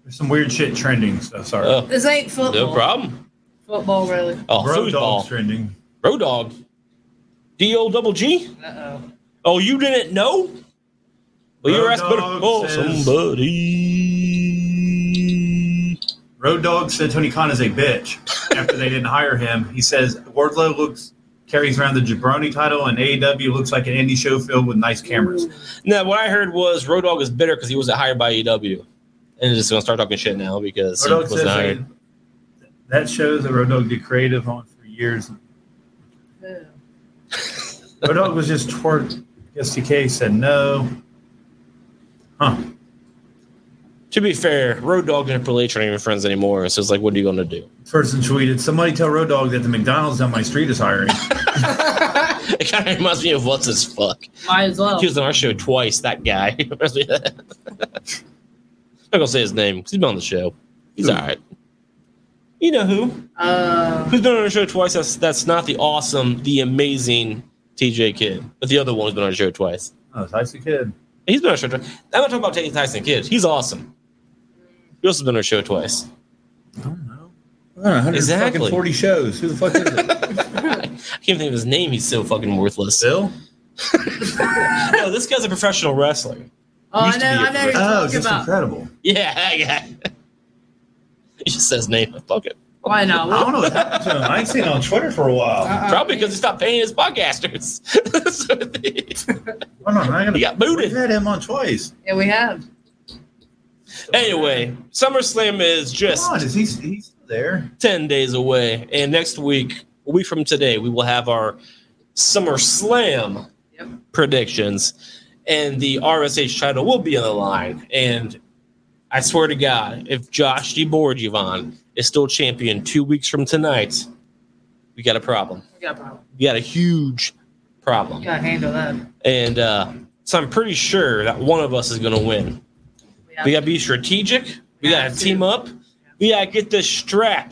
Speaker 4: There's some weird shit trending. So sorry.
Speaker 1: oh,
Speaker 3: This ain't football.
Speaker 1: no problem.
Speaker 3: Football, really.
Speaker 1: Oh,
Speaker 4: Road
Speaker 1: football.
Speaker 4: dog's trending.
Speaker 1: Road dog. D O double G.
Speaker 3: Uh oh.
Speaker 1: Oh, you didn't know? Well, you're
Speaker 4: Road
Speaker 1: asking.
Speaker 4: Dogg
Speaker 1: Oh,
Speaker 4: says-
Speaker 1: somebody.
Speaker 4: Road Dog said Tony Khan is a bitch after they didn't hire him. He says Wardlow looks carries around the jabroni title and AEW looks like an indie show filled with nice cameras.
Speaker 1: No, what I heard was Road Dogg is bitter because he wasn't hired by EW, and just gonna start talking shit now because
Speaker 4: Road
Speaker 1: he
Speaker 4: Dogg
Speaker 1: wasn't
Speaker 4: says
Speaker 1: hired.
Speaker 4: they- that shows that Road Dogg did creative on for years.
Speaker 3: Ew.
Speaker 4: Road Dogg was just toward SDK said no. Huh.
Speaker 1: To be fair, Road Dogg and Triple H aren't even friends anymore. So it's like, what are you gonna do?
Speaker 4: Person tweeted, somebody tell Road Dogg that the McDonald's down my street is hiring.
Speaker 1: It kind of reminds me of what's his fuck.
Speaker 3: Might as well.
Speaker 1: He was on our show twice. That guy. I'm not gonna say his name. 'cause He's been on the show. He's all right. You know who?
Speaker 3: Uh,
Speaker 1: Who's been on the show twice? That's that's not the awesome, the amazing TJ Kidd, but the other one who's been on the show twice.
Speaker 4: oh, it's Icy Kid.
Speaker 1: He's been on the show twice. I'm not talking about Taking Tyson Kidd. He's awesome. He also been on the show twice.
Speaker 4: I don't know.
Speaker 1: Exactly.
Speaker 5: 140 shows. Who the fuck is it?
Speaker 1: I can't think of his name. He's so fucking worthless.
Speaker 4: Bill?
Speaker 1: No, this guy's a professional wrestler.
Speaker 3: oh, I
Speaker 4: Used
Speaker 3: know.
Speaker 4: to be a
Speaker 3: I know who you're
Speaker 4: Oh,
Speaker 3: talking
Speaker 4: just
Speaker 3: about.
Speaker 4: incredible.
Speaker 1: Yeah, that guy. he just says name. Fuck it.
Speaker 3: Why not?
Speaker 4: I don't know what happened to him. I ain't seen him on Twitter for a while.
Speaker 5: Ah.
Speaker 3: Uh-uh.
Speaker 1: Probably because he stopped paying his podcasters. That's what it is.
Speaker 4: Hold on, I gotta,
Speaker 1: he got booted.
Speaker 4: We've had him on twice.
Speaker 3: Yeah, we have.
Speaker 1: anyway, SummerSlam is just
Speaker 4: Come on, is he, he's still there?
Speaker 1: 10 days away. And next week, a week from today, we will have our Summer Slam
Speaker 3: Yep.
Speaker 1: predictions. And the RSH title will be on the line. And I swear to God, if Josh DeBorgivon is still champion two weeks from tonight, we got a problem.
Speaker 3: We got a problem.
Speaker 1: We got a huge problem.
Speaker 3: We gotta handle that.
Speaker 1: And uh, so I'm pretty sure that one of us is going to win.
Speaker 3: We have
Speaker 1: We gotta be strategic. We gotta team up. We gotta get this strap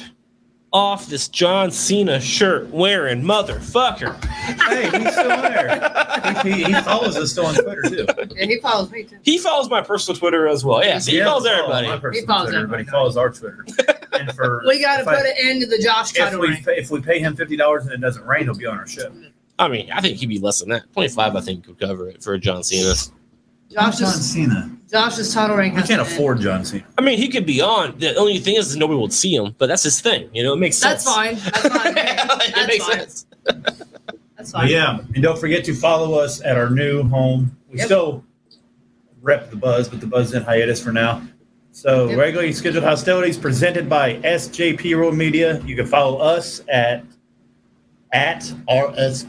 Speaker 1: off this John Cena shirt wearing motherfucker.
Speaker 4: Hey, he's still there. He, he, he follows us still on Twitter too.
Speaker 3: yeah, he follows me too.
Speaker 1: He follows my personal Twitter as well. Yeah, so he
Speaker 4: Yeah,
Speaker 1: follows
Speaker 4: follow
Speaker 5: Oh,
Speaker 4: my
Speaker 1: everybody.
Speaker 4: personal
Speaker 3: He follows
Speaker 4: Twitter, but he
Speaker 3: everybody.
Speaker 4: follows our Twitter. And for
Speaker 3: We gotta
Speaker 4: if I-
Speaker 3: put an end to the Josh
Speaker 4: if
Speaker 3: title
Speaker 4: we
Speaker 3: reign.
Speaker 4: pay, if we pay him fifty dollars and it doesn't rain, he'll be on our show.
Speaker 1: I mean, I think he'd be less than that. Twenty five, I think, could cover it for John Cena.
Speaker 4: John
Speaker 3: Josh's
Speaker 4: Cena.
Speaker 3: Josh's title reign.
Speaker 4: We
Speaker 3: has
Speaker 4: can't
Speaker 3: to end.
Speaker 4: afford John Cena.
Speaker 1: I mean, he could be on. The only thing is, nobody would see him, but that's his thing. You know, it makes
Speaker 3: That's
Speaker 1: sense.
Speaker 3: fine. That's fine.
Speaker 1: it
Speaker 3: That's
Speaker 1: makes
Speaker 3: fine.
Speaker 1: sense.
Speaker 3: That's
Speaker 4: But
Speaker 3: fine.
Speaker 4: yeah,
Speaker 5: And don't forget to follow us at our new home. We
Speaker 3: Yep.
Speaker 5: still rep the buzz, but the buzz is in hiatus for now. So
Speaker 3: Yep.
Speaker 5: regularly scheduled hostilities presented by SJP World Media. You can follow us at at RS.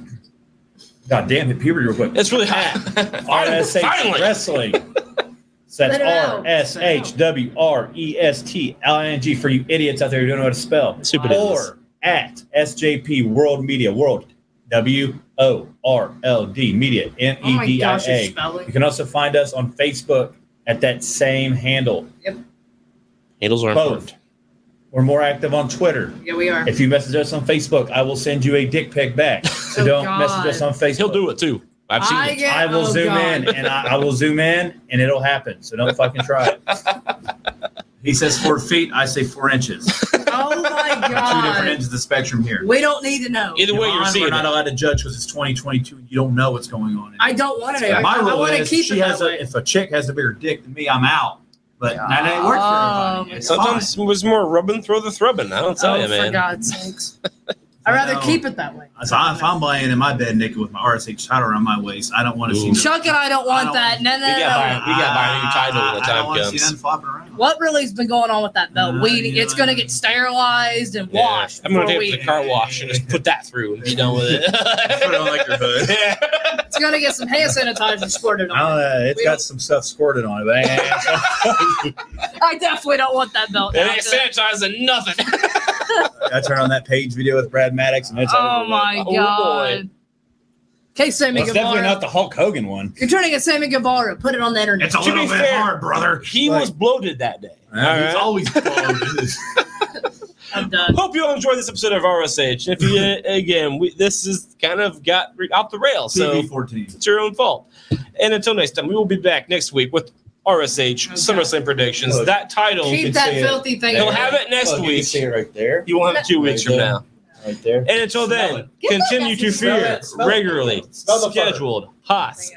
Speaker 5: God damn, hit puberty real quick.
Speaker 1: It's really hot. Finally.
Speaker 5: RSH
Speaker 1: Finally.
Speaker 5: Wrestling. So
Speaker 3: Let
Speaker 5: That's
Speaker 3: it out.
Speaker 5: R S H W R E S T L I N G for you idiots out there who don't know how to spell.
Speaker 1: Stupid idiots.
Speaker 5: Or at SJP World Media World W O R L D Media M
Speaker 3: Oh
Speaker 5: E
Speaker 3: my
Speaker 5: D I
Speaker 3: gosh, your
Speaker 5: A. You
Speaker 3: spelling.
Speaker 5: can also find us on Facebook at that same handle.
Speaker 1: Handles are
Speaker 5: Both.
Speaker 1: important.
Speaker 5: We're more active on Twitter.
Speaker 3: Yeah, we are.
Speaker 5: If you message us on Facebook, I will send you a dick pic back. So
Speaker 3: Oh,
Speaker 5: don't
Speaker 3: God.
Speaker 5: message us on Facebook.
Speaker 1: He'll do it too. I've seen
Speaker 3: I
Speaker 1: it.
Speaker 3: get.
Speaker 5: I will
Speaker 3: oh,
Speaker 5: zoom
Speaker 3: God.
Speaker 5: in and I, I will zoom in and it'll happen. So don't fucking try it.
Speaker 4: he says four feet. I say four inches.
Speaker 3: Oh my
Speaker 4: Two different
Speaker 3: God.
Speaker 4: ends of the spectrum here.
Speaker 3: We don't need to know.
Speaker 1: Either way,
Speaker 4: Ron,
Speaker 1: you're seeing
Speaker 4: we're not
Speaker 1: it.
Speaker 4: allowed to judge because it's 2022. You don't know what's going on.
Speaker 3: I don't want to know.
Speaker 4: My
Speaker 3: I,
Speaker 4: rule
Speaker 3: want to
Speaker 4: is
Speaker 3: keep
Speaker 4: she
Speaker 3: it
Speaker 4: has
Speaker 3: that way.
Speaker 4: a, if a chick has a bigger dick than me, I'm out. But that ain't work for
Speaker 3: Oh,
Speaker 4: everybody. It's
Speaker 1: Sometimes it was more rubbing, throw the thrubbing. I don't tell
Speaker 3: oh,
Speaker 1: you, man.
Speaker 3: for God's sakes. I'd rather
Speaker 4: No.
Speaker 3: keep it that way.
Speaker 4: So I, if I'm laying in my bed naked with my RSH tied around my waist, I don't want to see.
Speaker 1: Ooh.
Speaker 3: Chuck and I don't want
Speaker 4: I don't-
Speaker 3: that. No, no,
Speaker 1: We got
Speaker 3: no.
Speaker 1: Byron- we got Byron tied all the
Speaker 4: I- I- I
Speaker 1: time
Speaker 4: don't wanna see
Speaker 1: comes.
Speaker 4: nothing flopping around.
Speaker 3: What really's been going on with that belt?
Speaker 4: Uh,
Speaker 3: Weeding.
Speaker 4: yeah.
Speaker 3: It's gonna get sterilized and
Speaker 1: Yeah.
Speaker 3: washed.
Speaker 1: I'm gonna
Speaker 3: for
Speaker 1: take
Speaker 3: a
Speaker 1: it
Speaker 3: week.
Speaker 1: to the car wash and just put that through and be done with it.
Speaker 4: Put it on like your hood.
Speaker 1: Yeah.
Speaker 3: It's gonna get some hand sanitizer squirted on. it.
Speaker 4: Oh, yeah, it's
Speaker 3: We
Speaker 4: got
Speaker 3: don't-
Speaker 4: some stuff squirted on it. But
Speaker 3: I definitely don't want that belt.
Speaker 1: It
Speaker 3: now.
Speaker 1: ain't sanitizing nothing.
Speaker 4: I- I turn on that page video with Brad Maddox, and it's
Speaker 3: Oh
Speaker 4: over with.
Speaker 3: my
Speaker 1: Oh, boy.
Speaker 3: god. Okay, Sammy
Speaker 5: Well, it's definitely
Speaker 3: Guevara.
Speaker 5: not the Hulk Hogan one.
Speaker 3: You're trying to get Sammy Guevara. Put it on the internet.
Speaker 4: It's a
Speaker 1: To
Speaker 4: little
Speaker 1: be
Speaker 4: bit
Speaker 1: fair-
Speaker 4: hard, brother.
Speaker 1: He
Speaker 4: Like-
Speaker 1: was bloated that day.
Speaker 4: Yeah,
Speaker 1: All right.
Speaker 4: He's always bloated.
Speaker 3: I'm done.
Speaker 1: Hope you all enjoyed this episode of RSH. If you did, again, we, this is kind of got re- off the rails, so
Speaker 4: TV fourteen.
Speaker 1: it's your own fault. And until next time, we will be back next week with RSH
Speaker 3: Okay.
Speaker 1: SummerSlam predictions.
Speaker 5: Look.
Speaker 1: that title,
Speaker 3: Keep
Speaker 5: can
Speaker 3: that
Speaker 5: see it.
Speaker 3: filthy thing.
Speaker 1: he'll
Speaker 3: away.
Speaker 1: have it next
Speaker 5: Look, you can
Speaker 1: week.
Speaker 5: see it right there.
Speaker 1: You won't have it two weeks from now.
Speaker 5: Right there.
Speaker 1: And until
Speaker 5: Smell
Speaker 1: then,
Speaker 5: it.
Speaker 3: Get the
Speaker 1: continue to
Speaker 3: message.
Speaker 1: fear
Speaker 5: Smell it. Smell it.
Speaker 1: regularly
Speaker 5: Smell the fire.
Speaker 1: scheduled hosts.